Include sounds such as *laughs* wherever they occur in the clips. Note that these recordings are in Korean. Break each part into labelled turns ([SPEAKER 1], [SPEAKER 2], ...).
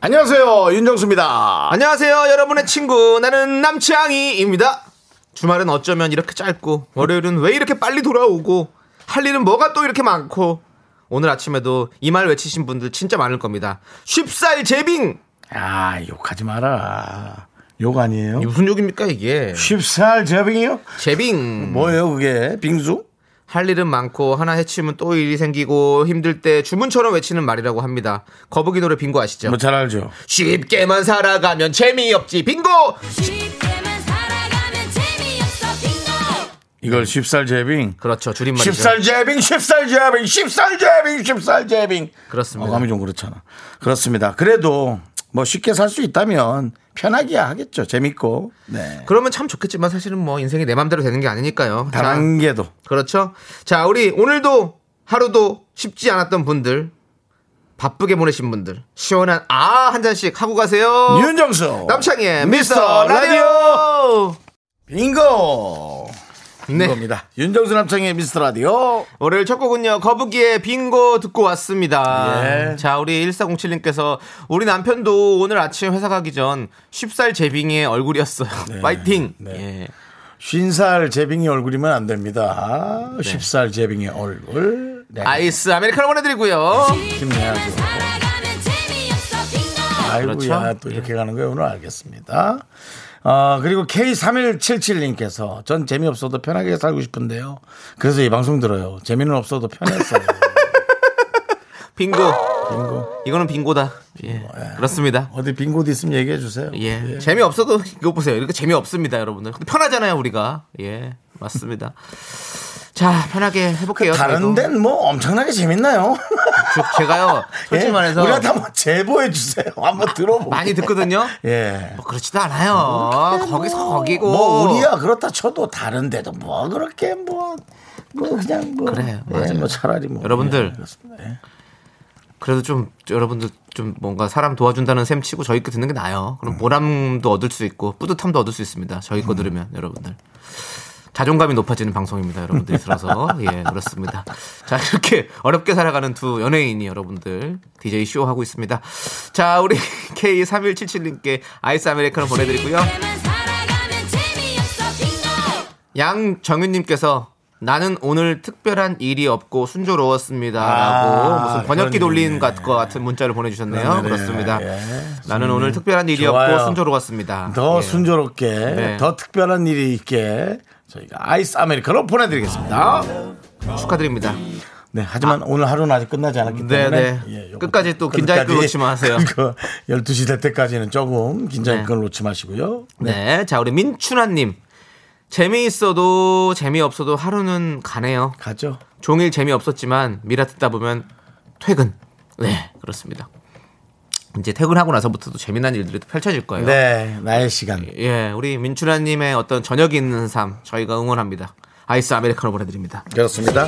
[SPEAKER 1] 안녕하세요 윤정수입니다.
[SPEAKER 2] 안녕하세요, 여러분의 친구. 나는 남치앙이입니다. 주말은 어쩌면 이렇게 짧고, 월요일은 왜 이렇게 빨리 돌아오고, 할 일은 뭐가 또 이렇게 많고, 오늘 아침에도 이 말 외치신 분들 진짜 많을 겁니다. 쉽살 제빙!
[SPEAKER 1] 아 욕하지 마라. 욕 아니에요?
[SPEAKER 2] 이게 무슨 욕입니까, 이게?
[SPEAKER 1] 쉽살 제빙이요?
[SPEAKER 2] 제빙.
[SPEAKER 1] 뭐예요 그게? 빙수?
[SPEAKER 2] 할 일은 많고, 하나 해치면 또 일이 생기고, 힘들 때 주문처럼 외치는 말이라고 합니다. 거북이 노래 빙고 아시죠?
[SPEAKER 1] 뭐 잘 알죠.
[SPEAKER 2] 쉽게만 살아가면 재미없지, 빙고!
[SPEAKER 3] 쉽게만 살아가면 재미없어 빙고
[SPEAKER 1] 이걸 쉽살 제빙.
[SPEAKER 2] 그렇죠, 줄임말이죠.
[SPEAKER 1] 쉽살 제빙, 쉽살 제빙, 쉽살 제빙, 쉽살 제빙.
[SPEAKER 2] 그렇습니다.
[SPEAKER 1] 어감이 좀 그렇잖아. 그렇습니다. 그래도 뭐 쉽게 살 수 있다면 편하게 하겠죠. 재밌고. 네.
[SPEAKER 2] 그러면 참 좋겠지만 사실은 뭐 인생이 내 맘대로 되는 게 아니니까요. 자,
[SPEAKER 1] 단계도
[SPEAKER 2] 그렇죠. 자, 우리 오늘도 하루도 쉽지 않았던 분들, 바쁘게 보내신 분들, 시원한 아 한 잔씩 하고 가세요.
[SPEAKER 1] 윤정수
[SPEAKER 2] 남창희의
[SPEAKER 1] 어, 미스터
[SPEAKER 2] 미스터 라디오.
[SPEAKER 1] 빙고
[SPEAKER 2] 네.
[SPEAKER 1] 빙고입니다. 윤정수 남창의 미스터 라디오.
[SPEAKER 2] 월요일 첫 곡은요, 거북이의 빙고 듣고 왔습니다.
[SPEAKER 1] 예.
[SPEAKER 2] 자, 우리 1407님께서 우리 남편도 오늘 아침 회사 가기 전 쉽살 제빙의 얼굴이었어요. 파이팅!
[SPEAKER 1] 네.
[SPEAKER 2] 예.
[SPEAKER 1] 쉰살 제빙이 얼굴이면 안 됩니다. 십살 제빙의 얼굴. 네.
[SPEAKER 2] 네. 예. 아이스 아메리카노 보내드리고요.
[SPEAKER 1] 힘내야죠.
[SPEAKER 3] 쉽게만 살아가면 재미없어 빙고
[SPEAKER 1] 아이고야
[SPEAKER 2] 그렇죠.
[SPEAKER 1] 또 이렇게 가는 거예요. 오늘 알겠습니다. 아 그리고 K3177님께서 전 재미없어도 편하게 살고 싶은데요. 그래서 이 방송 들어요. 재미는 없어도
[SPEAKER 2] *laughs*
[SPEAKER 1] 편했어요.
[SPEAKER 2] 빙고.
[SPEAKER 1] 빙고.
[SPEAKER 2] 이거는 빙고다. 예. 그렇습니다.
[SPEAKER 1] 어디 빙고도 있으면 얘기해 주세요.
[SPEAKER 2] 예. 재미없어도 이거 보세요. 이렇게 재미없습니다, 여러분들. 근데 편하잖아요, 우리가. 예. 맞습니다. 자, 편하게 해볼게요.
[SPEAKER 1] 다른
[SPEAKER 2] 저희도.
[SPEAKER 1] 데는 뭐 엄청나게
[SPEAKER 2] *laughs*
[SPEAKER 1] 재밌나요?
[SPEAKER 2] 저- 제가요,
[SPEAKER 1] *laughs*
[SPEAKER 2] 솔직히
[SPEAKER 1] 예?
[SPEAKER 2] 말해서
[SPEAKER 1] 우리한테 한번 제보해 주세요. 한번 들어보고.
[SPEAKER 2] 많이 듣거든요.
[SPEAKER 1] 예.
[SPEAKER 2] 뭐 그렇지도 않아요. 거기서 거기고.
[SPEAKER 1] 뭐 우리야 그렇다 쳐도 다른 데도 뭐 그렇게 뭐, 뭐 그냥 뭐
[SPEAKER 2] 그래,
[SPEAKER 1] 예,
[SPEAKER 2] 맞아요.
[SPEAKER 1] 뭐 차라리 뭐
[SPEAKER 2] 여러분들.
[SPEAKER 1] 예, 그렇습니다. 예.
[SPEAKER 2] 그래도 좀, 여러분들 좀 뭔가 사람 도와준다는 셈 치고 저희 거 듣는 게 나아요. 그럼 보람도 얻을 수 있고, 뿌듯함도 얻을 수 있습니다. 저희 거 들으면, 여러분들. 자존감이 높아지는 방송입니다. 여러분들이 들어서. 예, 그렇습니다. 자, 이렇게 어렵게 살아가는 두 연예인이 여러분들 DJ 쇼 하고 있습니다. 자, 우리 *laughs* K3177님께 아이스 아메리카노 보내드리고요.
[SPEAKER 3] 쉽게만 살아가면 재미없어 빙고
[SPEAKER 2] 양정윤님께서 나는 오늘 특별한 일이 없고 순조로웠습니다. 라고
[SPEAKER 1] 아,
[SPEAKER 2] 무슨 번역기
[SPEAKER 1] 그런
[SPEAKER 2] 돌린
[SPEAKER 1] 일이네.
[SPEAKER 2] 것 같은 문자를 보내주셨네요.
[SPEAKER 1] 그러네요.
[SPEAKER 2] 그렇습니다.
[SPEAKER 1] 예.
[SPEAKER 2] 나는 오늘 특별한 일이 없고
[SPEAKER 1] 좋아요.
[SPEAKER 2] 순조로웠습니다.
[SPEAKER 1] 더
[SPEAKER 2] 예.
[SPEAKER 1] 순조롭게
[SPEAKER 2] 네.
[SPEAKER 1] 더 특별한 일이 있게 저희가 아이스 아메리카노 보내드리겠습니다.
[SPEAKER 2] 네. 축하드립니다.
[SPEAKER 1] 네, 하지만 오늘 하루는 아직 끝나지 않았기
[SPEAKER 2] 네,
[SPEAKER 1] 때문에 예,
[SPEAKER 2] 네.
[SPEAKER 1] 요거
[SPEAKER 2] 끝까지 또 긴장의 끈 놓지 마세요.
[SPEAKER 1] *laughs* 그거 12시 될 때까지는 조금 긴장의
[SPEAKER 2] 네.
[SPEAKER 1] 끈을 놓지 마시고요.
[SPEAKER 2] 네. 자, 우리 민춘아님. 재미있어도 재미없어도 하루는 가네요.
[SPEAKER 1] 가죠.
[SPEAKER 2] 종일 재미없었지만 미라 듣다 보면 퇴근. 네, 그렇습니다. 이제 퇴근하고 나서부터도 재미난 일들이 또 펼쳐질 거예요.
[SPEAKER 1] 네, 나의 시간.
[SPEAKER 2] 예, 우리 민춘아님의 어떤 저녁이 있는 삶 저희가 응원합니다. 아이스 아메리카노 보내드립니다.
[SPEAKER 1] 그렇습니다.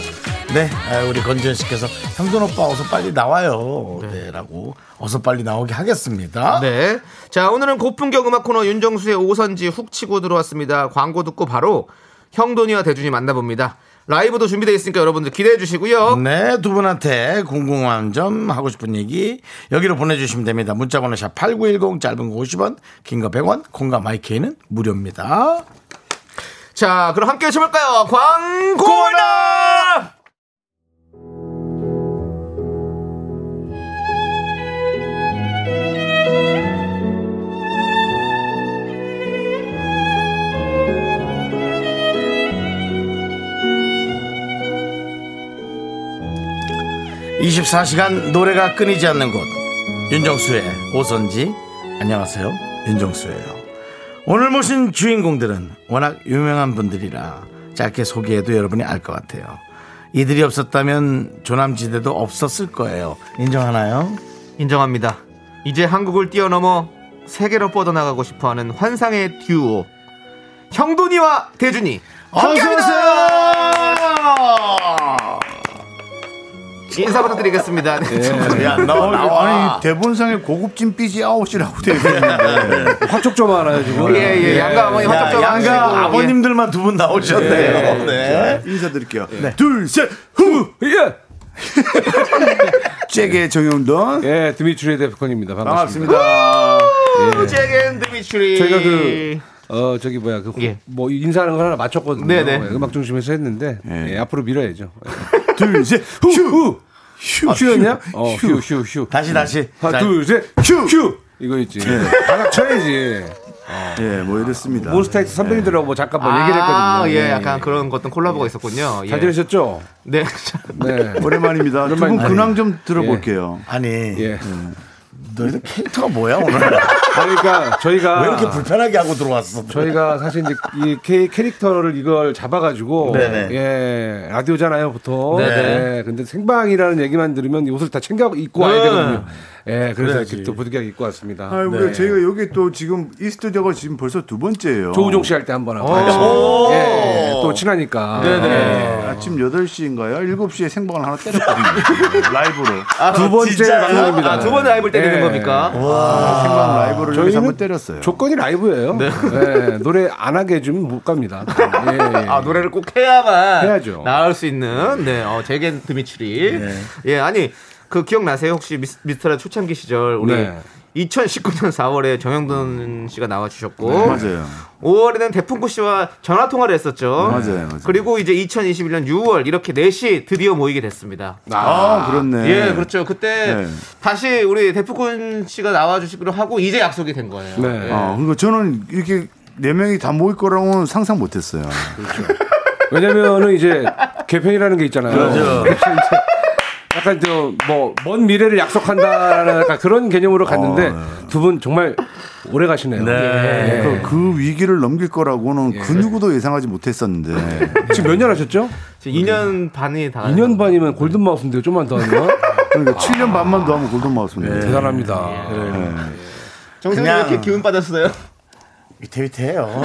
[SPEAKER 1] 네, 아, 우리 건지현 씨께서 형돈 오빠 어서 빨리 나와요. 네, 라고 어서 빨리 나오게 하겠습니다.
[SPEAKER 2] 네. 자, 오늘은 고품격 음악 코너 윤정수의 오선지 훅 치고 들어왔습니다. 광고 듣고 바로 형돈이와 대준이 만나봅니다. 라이브도 준비되어 있으니까 여러분들 기대해 주시고요.
[SPEAKER 1] 네, 두 분한테 궁금한 점 하고 싶은 얘기 여기로 보내주시면 됩니다. 문자번호 샵 8910 짧은 거 50원, 긴 거 100원, 콩과 마이케이는 무료입니다.
[SPEAKER 2] 자, 그럼 함께 해볼까요? 광고나!
[SPEAKER 1] 이십사시간 노래가 끊이지 않는 곳 윤정수의 오선지 안녕하세요 윤정수예요 오늘 모신 주인공들은 워낙 유명한 분들이라 짧게 소개해도 여러분이 알 것 같아요 이들이 없었다면 조남지대도 없었을 거예요 인정하나요?
[SPEAKER 2] 인정합니다. 이제 한국을 뛰어넘어 세계로 뻗어나가고 싶어하는 환상의 듀오 형돈이와 대준이
[SPEAKER 1] 어서오세요!
[SPEAKER 2] 인사부터 드리겠습니다. 네,
[SPEAKER 1] 야, 너 나와.
[SPEAKER 4] 아니 대본상에 고급진 삐지 아웃이라고 되어 있는데
[SPEAKER 5] 화촉 좀 알아요 지금.
[SPEAKER 2] 예예 양가
[SPEAKER 4] 네,
[SPEAKER 2] 어머니 화짝 좀
[SPEAKER 1] 야,
[SPEAKER 2] 하시고,
[SPEAKER 1] 양가
[SPEAKER 2] 예.
[SPEAKER 1] 아버님들만 두 분 나오셨네요. 네.
[SPEAKER 4] 인사드릴게요. 둘, 셋, 후.
[SPEAKER 5] 예.
[SPEAKER 4] 잭의 정용돈.
[SPEAKER 5] 예, 드미트리 데프콘입니다. 반갑습니다.
[SPEAKER 4] 반갑습니다.
[SPEAKER 2] 제겐 드미트리
[SPEAKER 5] 저희가 그 어, 저기 뭐야. 그
[SPEAKER 2] 예.
[SPEAKER 5] 뭐 인사하는 걸 하나 맞췄거든요.
[SPEAKER 2] 네네.
[SPEAKER 5] 예, 음악 중심에서 했는데 예, 앞으로 밀어야죠.
[SPEAKER 4] *laughs*
[SPEAKER 5] 예.
[SPEAKER 4] 둘, 셋,
[SPEAKER 5] 휴. 휴.
[SPEAKER 4] 휴.
[SPEAKER 5] 휴였냐? 어, 휴, 휴, 휴.
[SPEAKER 1] 다시, 다시.
[SPEAKER 4] 아,
[SPEAKER 5] 하나,
[SPEAKER 1] 자,
[SPEAKER 4] 그
[SPEAKER 5] 둘, 셋.
[SPEAKER 4] 휴.
[SPEAKER 5] 휴. 이거 있지. 바닥 쳐야지. 어.
[SPEAKER 4] 예, 뭐 이렇습니다.
[SPEAKER 5] 몬스타엑스 선배님들하고 뭐 잠깐 뭐 얘기를
[SPEAKER 2] 아,
[SPEAKER 5] 했거든요.
[SPEAKER 2] 예, 약간 그런 것도 콜라보가 있었군요. 예.
[SPEAKER 5] 잘
[SPEAKER 4] *laughs*
[SPEAKER 5] 지내셨죠?
[SPEAKER 2] 네. *laughs*
[SPEAKER 5] 네.
[SPEAKER 4] 오랜만입니다. 두 분
[SPEAKER 5] 오랜만이네.
[SPEAKER 4] 근황 좀 들어볼게요.
[SPEAKER 1] 예. 아니,
[SPEAKER 5] 예.
[SPEAKER 1] 너희들 캐릭터가 뭐야, 오늘?
[SPEAKER 5] 아니, 그러니까 저희가
[SPEAKER 1] 왜 이렇게 불편하게 하고 들어왔어?
[SPEAKER 5] 저희가 사실 이제 이 K 캐릭터를 이걸 잡아가지고
[SPEAKER 1] 네네.
[SPEAKER 5] 예 라디오잖아요 보통
[SPEAKER 2] 네네.
[SPEAKER 5] 예 근데 생방이라는 얘기만 들으면 이 옷을 다 챙겨 입고 와야 되거든요 예 그래서
[SPEAKER 1] 그래야지.
[SPEAKER 5] 이렇게 또 부득이하게 입고 왔습니다
[SPEAKER 4] 아, 우리 가 저희가 여기 또 지금 이 스튜디오가 지금 벌써 두 번째예요.
[SPEAKER 5] 조우종 씨 할 때 한번 하고
[SPEAKER 1] 오.
[SPEAKER 5] 예, 예, 또 친하니까 예, 네네
[SPEAKER 4] 아침 8시인가요? 7시에 생방을 하나 때렸거든요. 라이브로.
[SPEAKER 5] 두 번째
[SPEAKER 1] 진짜요?
[SPEAKER 5] 방송입니다
[SPEAKER 2] 아, 두 번의 라이브를 때리는
[SPEAKER 5] 예.
[SPEAKER 2] 겁니까?
[SPEAKER 4] 아, 생방 라이브를 여기서
[SPEAKER 5] 저희는
[SPEAKER 4] 한번 때렸어요.
[SPEAKER 5] 조건이 라이브예요 예, 노래 안 하게 해주면 못 갑니다 예, 예.
[SPEAKER 2] 아, 노래를 꼭 해야만
[SPEAKER 5] 해야죠.
[SPEAKER 2] 나올 수 있는 네. 어, 제겐 드미트리. 예, 아니 그 기억나세요? 혹시 미스, 미스터라 초창기 시절 우리
[SPEAKER 5] 네.
[SPEAKER 2] 2019년 4월에 정영돈 씨가 나와 주셨고
[SPEAKER 4] 네, 맞아요.
[SPEAKER 2] 5월에는 대풍구 씨와 전화 통화를 했었죠.
[SPEAKER 4] 네, 맞아요, 맞아요.
[SPEAKER 2] 그리고 이제 2021년 6월 이렇게 넷이 드디어 모이게 됐습니다.
[SPEAKER 4] 아, 그렇네.
[SPEAKER 2] 예, 그렇죠. 그때
[SPEAKER 4] 네.
[SPEAKER 2] 다시 우리 대프군 씨가 나와주시기로 하고 이제 약속이 된 거예요. 예.
[SPEAKER 5] 네.
[SPEAKER 4] 아, 그러니까 저는 이렇게 네 명이 다 모일 거라고는 상상 못 했어요.
[SPEAKER 5] 왜냐면은 이제 개편이라는 게 있잖아요. 그래서 이제 약간 저뭐먼 미래를 약속한다라는 약간 그런 개념으로 갔는데 두 분 정말 오래 가시네요. 예.
[SPEAKER 1] 네.
[SPEAKER 4] 그러니까 그 위기를 넘길 거라고는 그 누구도 예상하지 못했었는데.
[SPEAKER 5] 지금 몇 년 하셨죠?
[SPEAKER 2] 지금 2년 반이 다.
[SPEAKER 5] 2년 반이면 골든 마우스인데 좀만 더 하면
[SPEAKER 4] 그러니까 7년 반만 더 하면 골든 마우스입니다.
[SPEAKER 5] 네, 대단합니다. 예. 그러니까
[SPEAKER 2] 정성이
[SPEAKER 1] 그냥-
[SPEAKER 2] 이렇게 기운 빠졌어요.
[SPEAKER 1] 위태위태해요.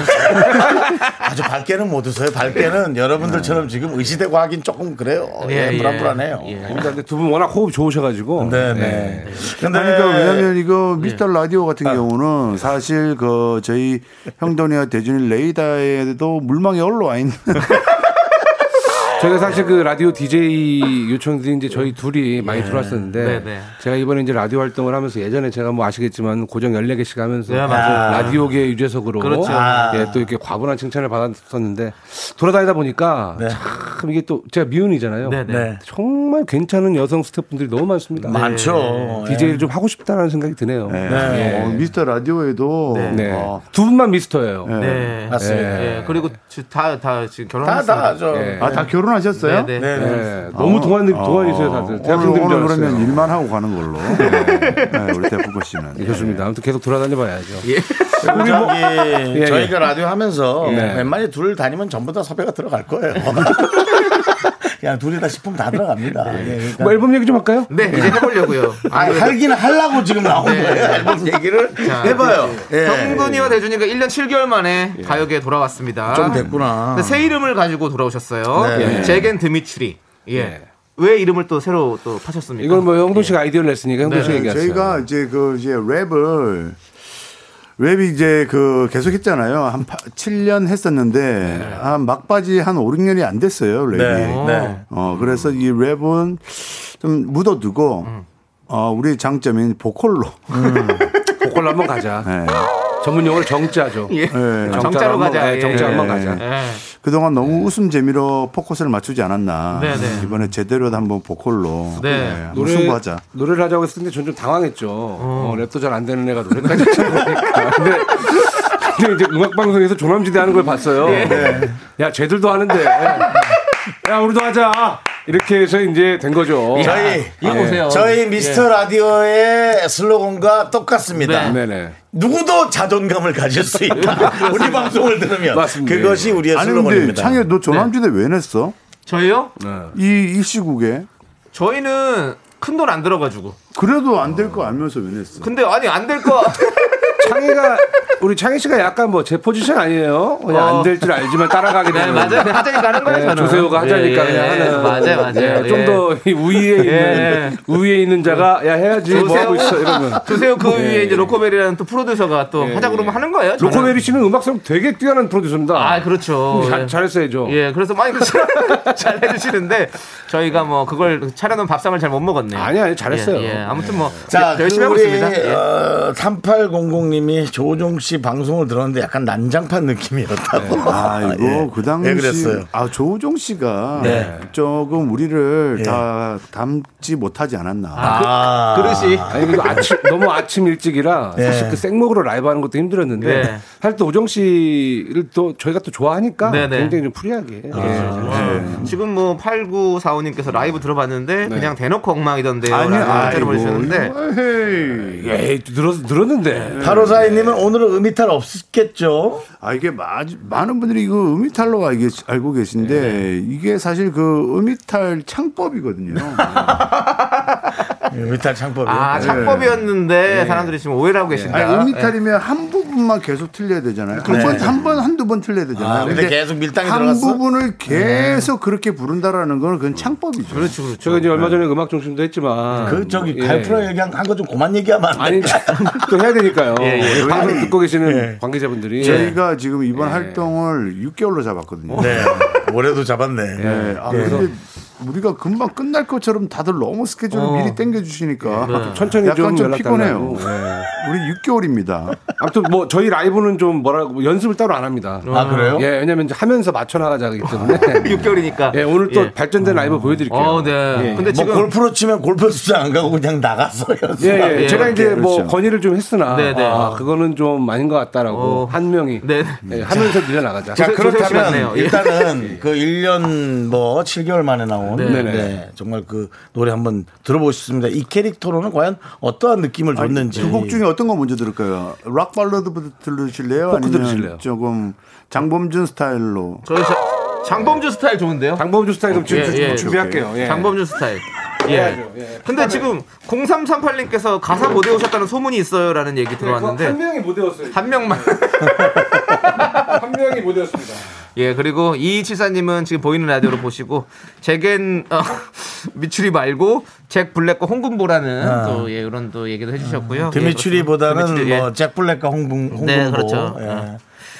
[SPEAKER 1] 아주 밝게는 못 웃어요. 밝게는 여러분들처럼 지금 의시되고 하긴 조금 그래요. 예, 불안불안해요.
[SPEAKER 5] 근데 두 분 워낙 호흡 좋으셔가지고
[SPEAKER 1] 네네.
[SPEAKER 2] 예.
[SPEAKER 1] 근데
[SPEAKER 4] 아니, 그러니까 왜냐면
[SPEAKER 5] 예.
[SPEAKER 4] 이거 미스터 라디오 같은
[SPEAKER 5] 아.
[SPEAKER 4] 경우는 사실 그 저희 형돈이와 대준이 레이다에도 물망에 올라와 있는
[SPEAKER 5] 저희가 사실 그 라디오 DJ 요청들이 이제 저희 둘이 많이 들어왔었는데
[SPEAKER 2] 네, 네.
[SPEAKER 5] 제가 이번에 이제 라디오 활동을 하면서 예전에 제가 뭐 아시겠지만 고정 14개씩 하면서
[SPEAKER 2] 네, 맞아요.
[SPEAKER 5] 라디오계 유재석으로
[SPEAKER 2] 그렇죠.
[SPEAKER 5] 예, 또 이렇게 과분한 칭찬을 받았었는데 돌아다니다 보니까 참 이게 또 제가 미운이잖아요.
[SPEAKER 2] 네, 네.
[SPEAKER 1] 네.
[SPEAKER 5] 정말 괜찮은 여성 스태프분들이 너무 많습니다.
[SPEAKER 1] 많죠.
[SPEAKER 5] DJ를 좀 하고 싶다라는 생각이 드네요.
[SPEAKER 4] 네. *laughs* 어, 미스터 라디오에도
[SPEAKER 5] 네.
[SPEAKER 4] 어,
[SPEAKER 5] 두 분만 미스터예요.
[SPEAKER 2] 네.
[SPEAKER 1] 맞습니다.
[SPEAKER 2] 예, 그리고 다다 다 지금
[SPEAKER 1] 다,
[SPEAKER 2] 결혼했어요.
[SPEAKER 1] 다, 저. 네.
[SPEAKER 4] 아, 다 결혼하셨어요?
[SPEAKER 2] 네, 네.
[SPEAKER 1] 네.
[SPEAKER 5] 예, 너무 동안 동안이세요 다들.
[SPEAKER 4] 어. 오늘,
[SPEAKER 5] 대학생들인 줄
[SPEAKER 4] 오늘
[SPEAKER 5] 알았어요.
[SPEAKER 4] 그러면 일만 하고
[SPEAKER 5] *laughs*
[SPEAKER 4] 가는 걸로. 네, 우리 대프코 씨는.
[SPEAKER 5] 좋습니다. 아무튼 계속 돌아다녀 봐야죠.
[SPEAKER 1] 저기
[SPEAKER 5] 예.
[SPEAKER 1] 저희가 라디오 하면서
[SPEAKER 5] 네.
[SPEAKER 1] 웬만히 둘 다니면 전부 다 섭외가 들어갈 거예요. 그냥 둘이다 싶으면 다 들어갑니다. 예, 그러니까.
[SPEAKER 5] 뭐 앨범 얘기 좀 할까요?
[SPEAKER 2] 네, 이제 해보려고요.
[SPEAKER 1] 아,
[SPEAKER 4] 네.
[SPEAKER 1] 하긴 하려고 지금 나온 거예요. 앨범 얘기를 해봐요. 예.
[SPEAKER 2] 정근이와 대준이가 1년 7개월 만에
[SPEAKER 4] 예.
[SPEAKER 2] 가요계에 돌아왔습니다.
[SPEAKER 1] 좀 됐구나.
[SPEAKER 2] 근데 새 이름을 가지고 돌아오셨어요.
[SPEAKER 1] 네.
[SPEAKER 2] 제겐 드미트리. 예.
[SPEAKER 5] 네.
[SPEAKER 2] 왜 이름을 또 새로 또 파셨습니까?
[SPEAKER 5] 이걸 뭐
[SPEAKER 1] 예.
[SPEAKER 5] 형돈 씨가 아이디어를 냈으니까
[SPEAKER 1] 네.
[SPEAKER 5] 형돈 씨가 얘기하세요.
[SPEAKER 4] 네, 저희가 이제 그 이제 랩을 랩이 이제 그 계속 했잖아요. 한 7년 했었는데
[SPEAKER 5] 네.
[SPEAKER 4] 한 막바지 한 5, 6년이 안 됐어요, 랩이.
[SPEAKER 1] 네. 네.
[SPEAKER 4] 어, 그래서 이 랩은 좀 묻어두고 어, 우리 장점인 보컬로.
[SPEAKER 5] 보컬로 한번 가자.
[SPEAKER 4] 네.
[SPEAKER 5] 전문 용어로 정자죠. 네,
[SPEAKER 2] 예.
[SPEAKER 4] 예.
[SPEAKER 5] 정자로
[SPEAKER 2] 정자로
[SPEAKER 5] 한번-
[SPEAKER 2] 가자.
[SPEAKER 5] 예, 정자 한번 가자.
[SPEAKER 2] 예.
[SPEAKER 4] 그동안 너무 웃음 재미로 포커스를 맞추지 않았나.
[SPEAKER 2] 네, 네.
[SPEAKER 4] 이번에 제대로 한번 보컬로
[SPEAKER 2] 네.
[SPEAKER 4] 예, 한번 승부하자.
[SPEAKER 5] 노래를 하자고 했을 때 저는 좀 당황했죠. 어, 랩도 잘 안 되는 애가 노래까지 하니까. 근데, 근데 이제 음악방송에서 조남지대 하는 걸 봤어요.
[SPEAKER 1] 예.
[SPEAKER 5] 야, 쟤들도 하는데. 야, 우리도 하자. 이렇게 해서 이제 된
[SPEAKER 1] 예.
[SPEAKER 5] 거죠.
[SPEAKER 1] 저희,
[SPEAKER 2] 예. 이거
[SPEAKER 5] 예.
[SPEAKER 2] 보세요.
[SPEAKER 1] 저희 미스터 라디오의 슬로건과 똑같습니다.
[SPEAKER 5] 네네.
[SPEAKER 1] 누구도 자존감을 가질 수
[SPEAKER 5] *laughs*
[SPEAKER 1] 있다. 우리 방송을 들으면
[SPEAKER 5] 맞습니다.
[SPEAKER 1] 그것이 우리의
[SPEAKER 4] 아니 근데
[SPEAKER 1] 슬로건입니다.
[SPEAKER 4] 창현 너 조남지대 왜 냈어?
[SPEAKER 2] 저희요?
[SPEAKER 4] 이, 이 시국에
[SPEAKER 2] 저희는 큰 돈 안 들어가지고.
[SPEAKER 4] 그래도 안 될 거 알면서 왜 냈어?
[SPEAKER 2] 근데 아니 안 될 거.
[SPEAKER 5] 창희가 우리 창희 씨가 약간 뭐 제 포지션 아니에요. 그냥
[SPEAKER 2] 어.
[SPEAKER 5] 안 될 줄 알지만 따라가게
[SPEAKER 2] 네,
[SPEAKER 5] 되는.
[SPEAKER 2] 맞아요. 그냥 하자니까 하는 거예요.
[SPEAKER 5] 네,
[SPEAKER 2] 저는.
[SPEAKER 5] 조세호가 하자니까
[SPEAKER 2] 예,
[SPEAKER 5] 그냥
[SPEAKER 2] 예.
[SPEAKER 5] 하는. 네,
[SPEAKER 2] 맞아요, 맞아요. 예.
[SPEAKER 5] 좀 더 우위에 있는 우위에 있는 자가 야 해야지 뭐 하고 있어
[SPEAKER 2] *laughs*
[SPEAKER 5] 이러면.
[SPEAKER 2] 조세호
[SPEAKER 5] 네.
[SPEAKER 2] 그 위에 이제 로코베리라는 또 프로듀서가 또 하자 그러면 하는 거예요. 저는.
[SPEAKER 5] 로코메리 씨는 음악성 되게 뛰어난 프로듀서입니다.
[SPEAKER 2] 아 그렇죠.
[SPEAKER 5] 잘,
[SPEAKER 2] 예.
[SPEAKER 5] 잘했어야죠.
[SPEAKER 2] 예, 그래서 *laughs* 많이 잘 해주시는데 저희가 뭐 그걸 차려놓은 밥상을 잘 못 먹었네요.
[SPEAKER 5] 아니, 아니, 잘했어요.
[SPEAKER 2] 예, 예. 아무튼 뭐
[SPEAKER 1] 자,
[SPEAKER 2] 열심히
[SPEAKER 1] 그
[SPEAKER 2] 하고
[SPEAKER 1] 우리
[SPEAKER 2] 있습니다. 예.
[SPEAKER 1] 어, 3800님이 조종 씨 방송을 들었는데 약간 난장판 느낌이었다고.
[SPEAKER 4] 아, 이거
[SPEAKER 1] 예.
[SPEAKER 4] 그 당시
[SPEAKER 1] 왜 그랬어요?
[SPEAKER 4] 아, 조우종 씨가
[SPEAKER 1] 네.
[SPEAKER 4] 조금 우리를
[SPEAKER 1] 예.
[SPEAKER 4] 다 담지 못하지 않았나.
[SPEAKER 1] 아,
[SPEAKER 2] 그릇이
[SPEAKER 5] 아니 그리고
[SPEAKER 2] *laughs*
[SPEAKER 5] 아침 너무 아침 일찍이라
[SPEAKER 2] 예.
[SPEAKER 5] 사실
[SPEAKER 1] 네.
[SPEAKER 5] 그 생목으로 라이브 하는 것도 힘들었는데
[SPEAKER 2] 네.
[SPEAKER 5] 사실 또 오정 씨를 또 저희가 또 좋아하니까
[SPEAKER 2] 네, 그렇죠. 네.
[SPEAKER 5] 굉장히 좀 프리하게 예.
[SPEAKER 2] 지금 뭐 8945님께서 라이브 들어봤는데 그냥 대놓고
[SPEAKER 4] 아니,
[SPEAKER 2] 엉망이던데요라는 문자를
[SPEAKER 4] 아이고.
[SPEAKER 2] 보내셨는데
[SPEAKER 4] 에이.
[SPEAKER 5] 에이 늘었,
[SPEAKER 2] 네.
[SPEAKER 5] 늘었는데
[SPEAKER 1] 8542님은 오늘은 음이탈 없겠죠?
[SPEAKER 4] 아, 이게 마, 많은 분들이 이거 음이탈로 알게, 알고 계신데 이게 사실 그 음이탈 창법이거든요.
[SPEAKER 1] 예, 음이탈 창법이.
[SPEAKER 2] 아 창법이었는데 사람들이 지금 오해를 하고 계신다.
[SPEAKER 4] 아니, 음이탈이면 한 부분만 계속 틀려야 되잖아요. 한 번, 한 번, 한두 번 틀려야 되잖아요.
[SPEAKER 1] 아, 근데 계속 밀당이
[SPEAKER 4] 한
[SPEAKER 1] 들어갔어?
[SPEAKER 4] 부분을 계속 그렇게 부른다라는 건 그건 창법이죠.
[SPEAKER 2] 그렇죠, 그렇죠.
[SPEAKER 5] 저희가 이제 얼마 전에 음악 중심도 했지만
[SPEAKER 1] 그 저기
[SPEAKER 5] 예.
[SPEAKER 1] 갈프로 얘기한 거 좀 그만 얘기하면 안 돼. *laughs*
[SPEAKER 5] 아니 또 해야 되니까요
[SPEAKER 2] 예.
[SPEAKER 5] 왜냐면
[SPEAKER 1] 아니,
[SPEAKER 5] 듣고 계시는
[SPEAKER 1] 예.
[SPEAKER 5] 관계자분들이
[SPEAKER 4] 저희가 지금 이번 활동을 6개월로 잡았거든요.
[SPEAKER 1] *laughs* 네. 올해도 잡았네.
[SPEAKER 4] 네. 아, 근데 우리가 금방 끝날 것처럼 다들 너무 스케줄을 미리 땡겨주시니까
[SPEAKER 5] 예. 천천히
[SPEAKER 4] 약간 좀
[SPEAKER 5] 연락
[SPEAKER 4] 피곤해요.
[SPEAKER 5] 달라고. 예.
[SPEAKER 4] 우리 6개월입니다.
[SPEAKER 5] 아무튼 뭐 저희 라이브는 좀 뭐라고 연습을 따로 안 합니다
[SPEAKER 1] 아, 그래요?
[SPEAKER 5] 예 왜냐면 이제 하면서 맞춰 나가자 하기 때문에
[SPEAKER 2] 6개월이니까.
[SPEAKER 5] 예 오늘 또
[SPEAKER 2] 예.
[SPEAKER 5] 발전된 라이브 보여드릴게요
[SPEAKER 2] 어, 네.
[SPEAKER 1] 뭐
[SPEAKER 2] 근데 지금
[SPEAKER 1] 골프로 치면 골프 수장 안 가고 그냥 나가서
[SPEAKER 5] 예, 예.
[SPEAKER 1] 연습하고.
[SPEAKER 5] 제가 이제 뭐
[SPEAKER 4] 그렇죠.
[SPEAKER 5] 건의를 좀 했으나
[SPEAKER 2] 네, 네.
[SPEAKER 5] 아, 그거는 좀 아닌 것 같다라고
[SPEAKER 2] 어.
[SPEAKER 5] 한 명이
[SPEAKER 2] 네.
[SPEAKER 5] 예, 하면서 밀려나가자.
[SPEAKER 1] 자,
[SPEAKER 2] 조세- 조세호 씨 맞네요.
[SPEAKER 1] 그렇다면
[SPEAKER 2] 예.
[SPEAKER 1] 일단은 그 1년 뭐 7개월 만에 나온 네.
[SPEAKER 5] 네.
[SPEAKER 1] 정말 그 노래 한번 들어보셨습니다. 이 캐릭터로는 과연 어떠한 느낌을 줬는지.
[SPEAKER 4] 아, 두 곡 중에 어떤 거 먼저 들을까요? 락 발라드부터 들으실래요?
[SPEAKER 5] 포크
[SPEAKER 4] 아니면
[SPEAKER 5] 들으실래요?
[SPEAKER 4] 조금 장범준 스타일로
[SPEAKER 2] 저희 자- 장범준 스타일 좋은데요.
[SPEAKER 5] 장범주 스타일 그럼 지금
[SPEAKER 2] 예, 예.
[SPEAKER 5] 준비할게요. 예.
[SPEAKER 2] 장범준 스타일. 예. 근데 지금 0338님께서 가사 못 외우셨다는 소문이 있어요라는 얘기
[SPEAKER 5] 한
[SPEAKER 2] 들어왔는데
[SPEAKER 5] 명이 못 외웠어요.
[SPEAKER 2] 네, 그 한 명만. *laughs*
[SPEAKER 5] 한 명이 못 외웠습니다.
[SPEAKER 2] 예. 그리고 이칠사님은 지금 보이는 라디오로 보시고 제겐 어, *laughs* 미추리 말고 잭 블랙과 홍금보라는
[SPEAKER 1] 아.
[SPEAKER 2] 또 예, 이런 또 얘기도 해주셨고요.
[SPEAKER 1] 드미추리보다는
[SPEAKER 2] 예, 그렇습니다.
[SPEAKER 1] 뭐 잭 블랙과 홍봉 홍봉고.
[SPEAKER 2] 네, 그렇죠.
[SPEAKER 1] 예.
[SPEAKER 2] 어.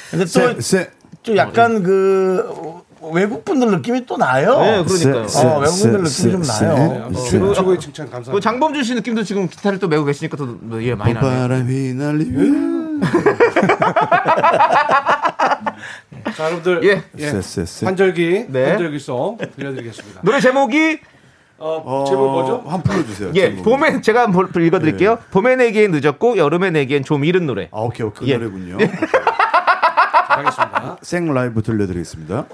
[SPEAKER 1] 근데 또,
[SPEAKER 4] 세,
[SPEAKER 1] 또
[SPEAKER 2] 예.
[SPEAKER 1] 약간 그 외국 분들 느낌이 또 나요.
[SPEAKER 2] 드미추리- 예, 그러니까요.
[SPEAKER 1] 어, 외국인들 느낌이 좀 나요. 네.
[SPEAKER 5] 최고, 최고의 어, 칭찬
[SPEAKER 1] 뭐
[SPEAKER 2] 그
[SPEAKER 5] 감사합니다.
[SPEAKER 2] 장범준 씨 느낌도 지금 기타를 또 메고 계시니까 또예 많이 나네요.
[SPEAKER 4] 바람이 날리면
[SPEAKER 5] 자, 여러분들
[SPEAKER 2] 예.
[SPEAKER 5] 예.
[SPEAKER 4] 세, 세, 세.
[SPEAKER 5] 환절기
[SPEAKER 2] 네.
[SPEAKER 5] 환절기 송 들려드리겠습니다.
[SPEAKER 2] 노래 제목이
[SPEAKER 5] 어, 제목 뭐죠?
[SPEAKER 4] 한 풀어주세요.
[SPEAKER 2] 예,
[SPEAKER 4] 제목.
[SPEAKER 2] 봄에 제가 한번 볼- 읽어드릴게요.
[SPEAKER 1] 네.
[SPEAKER 2] 봄에 내기엔 늦었고 여름에 내기엔 좀 이른 노래.
[SPEAKER 4] 아, 오케이, 오케이. 그
[SPEAKER 2] 예.
[SPEAKER 4] 노래군요.
[SPEAKER 5] 알겠습니다.
[SPEAKER 4] 생 라이브 들려드리겠습니다.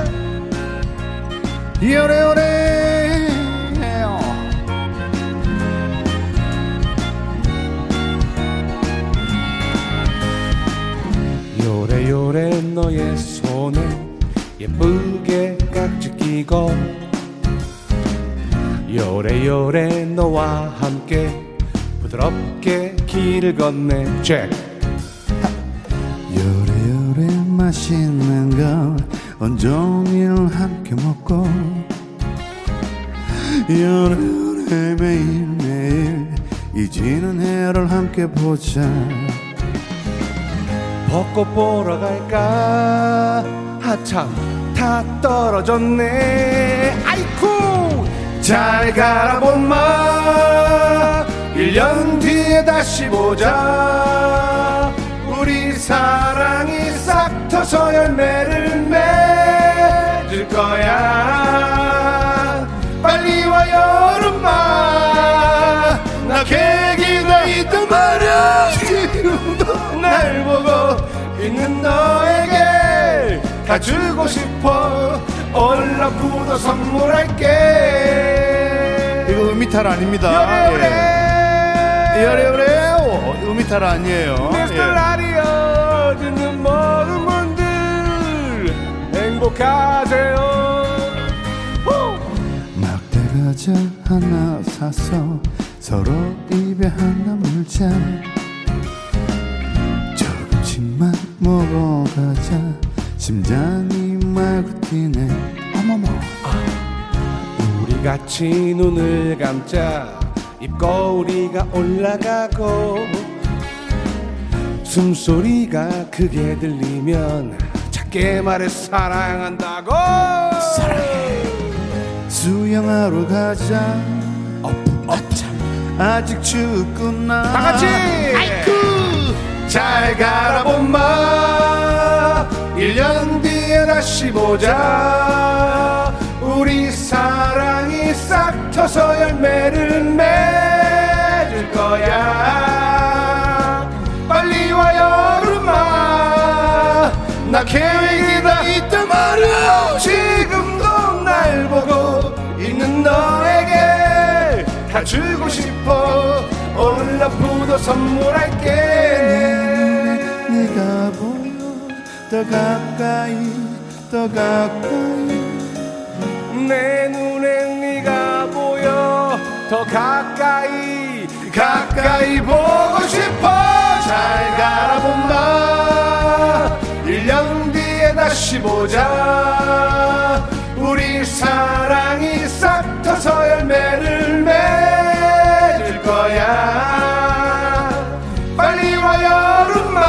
[SPEAKER 4] 요래요래
[SPEAKER 2] 네,
[SPEAKER 4] 요래요래
[SPEAKER 5] 요래요래 너의 손에 예쁘게 깍지 끼고 요래요래 너와 함께 부드럽게 길을 건네 잭
[SPEAKER 4] 요래요래 맛있는 걸 온종일 함께 먹고 요래요래 매일매일 이지는 해를 함께 보자
[SPEAKER 5] 벚꽃 보러 갈까 아, 하참 다 떨어졌네 아이쿠 잘 가라 봄마 1년 뒤에 다시 보자 우리 사랑이 싹 터서 열매를 맺을 거야 빨리 와 여름아 나 계기가 있단 말야 지금도 날 보고 있는 너에게 다 주고 싶어 올라 굳어 선물할게
[SPEAKER 4] 이거 음이탈 아닙니다
[SPEAKER 5] 요래요래
[SPEAKER 4] 예. 요래요래 오, 음이탈 아니에요
[SPEAKER 5] 미스터
[SPEAKER 4] 예.
[SPEAKER 5] 라디오 듣는 모든 분들 행복하세요 후!
[SPEAKER 4] 막대가 과자 하나 사서 서로 입에 하나 물자 조금씩만 먹어가자 심장이 말고 뛰네 어머머
[SPEAKER 5] 우리 같이 눈을 감자 입꼬리가 올라가고 숨소리가 크게 들리면 작게 말해 사랑한다고
[SPEAKER 4] 수영하러 가자 아직 춥구나
[SPEAKER 5] 다 같이 잘 가라 봄마 1년 뒤에 다시 보자 우리 사랑이 싹 펴서 열매를 맺을 거야 빨리 와 여름아 나 계획이 다 있단 말이야 지금도 날 보고 있는 너에게 다 주고 싶어 오늘 나부터 선물할게
[SPEAKER 4] 네가 보여 더 가까이 더 가까이
[SPEAKER 5] 내 눈엔 네가 보여 더 가까이 가까이 보고 싶어 잘 가라 본다 1년 뒤에 다시 보자 우리 사랑이 싹 터서 열매를 맺을 거야 빨리 와 여름아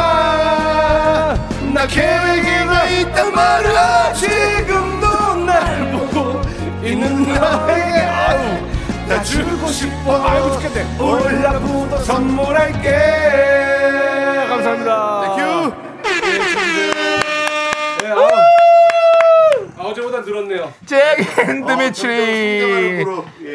[SPEAKER 5] 나 계획이 나 있단 말이야 지금도 날 보고 있는 나에게 아우 나 주고 싶어 아이고 죽겠네 올라부터 선물할게 감사합니다 땡큐
[SPEAKER 6] 네, 아, 어제보다 늘었네요.
[SPEAKER 2] 잭 앤드 미츠리.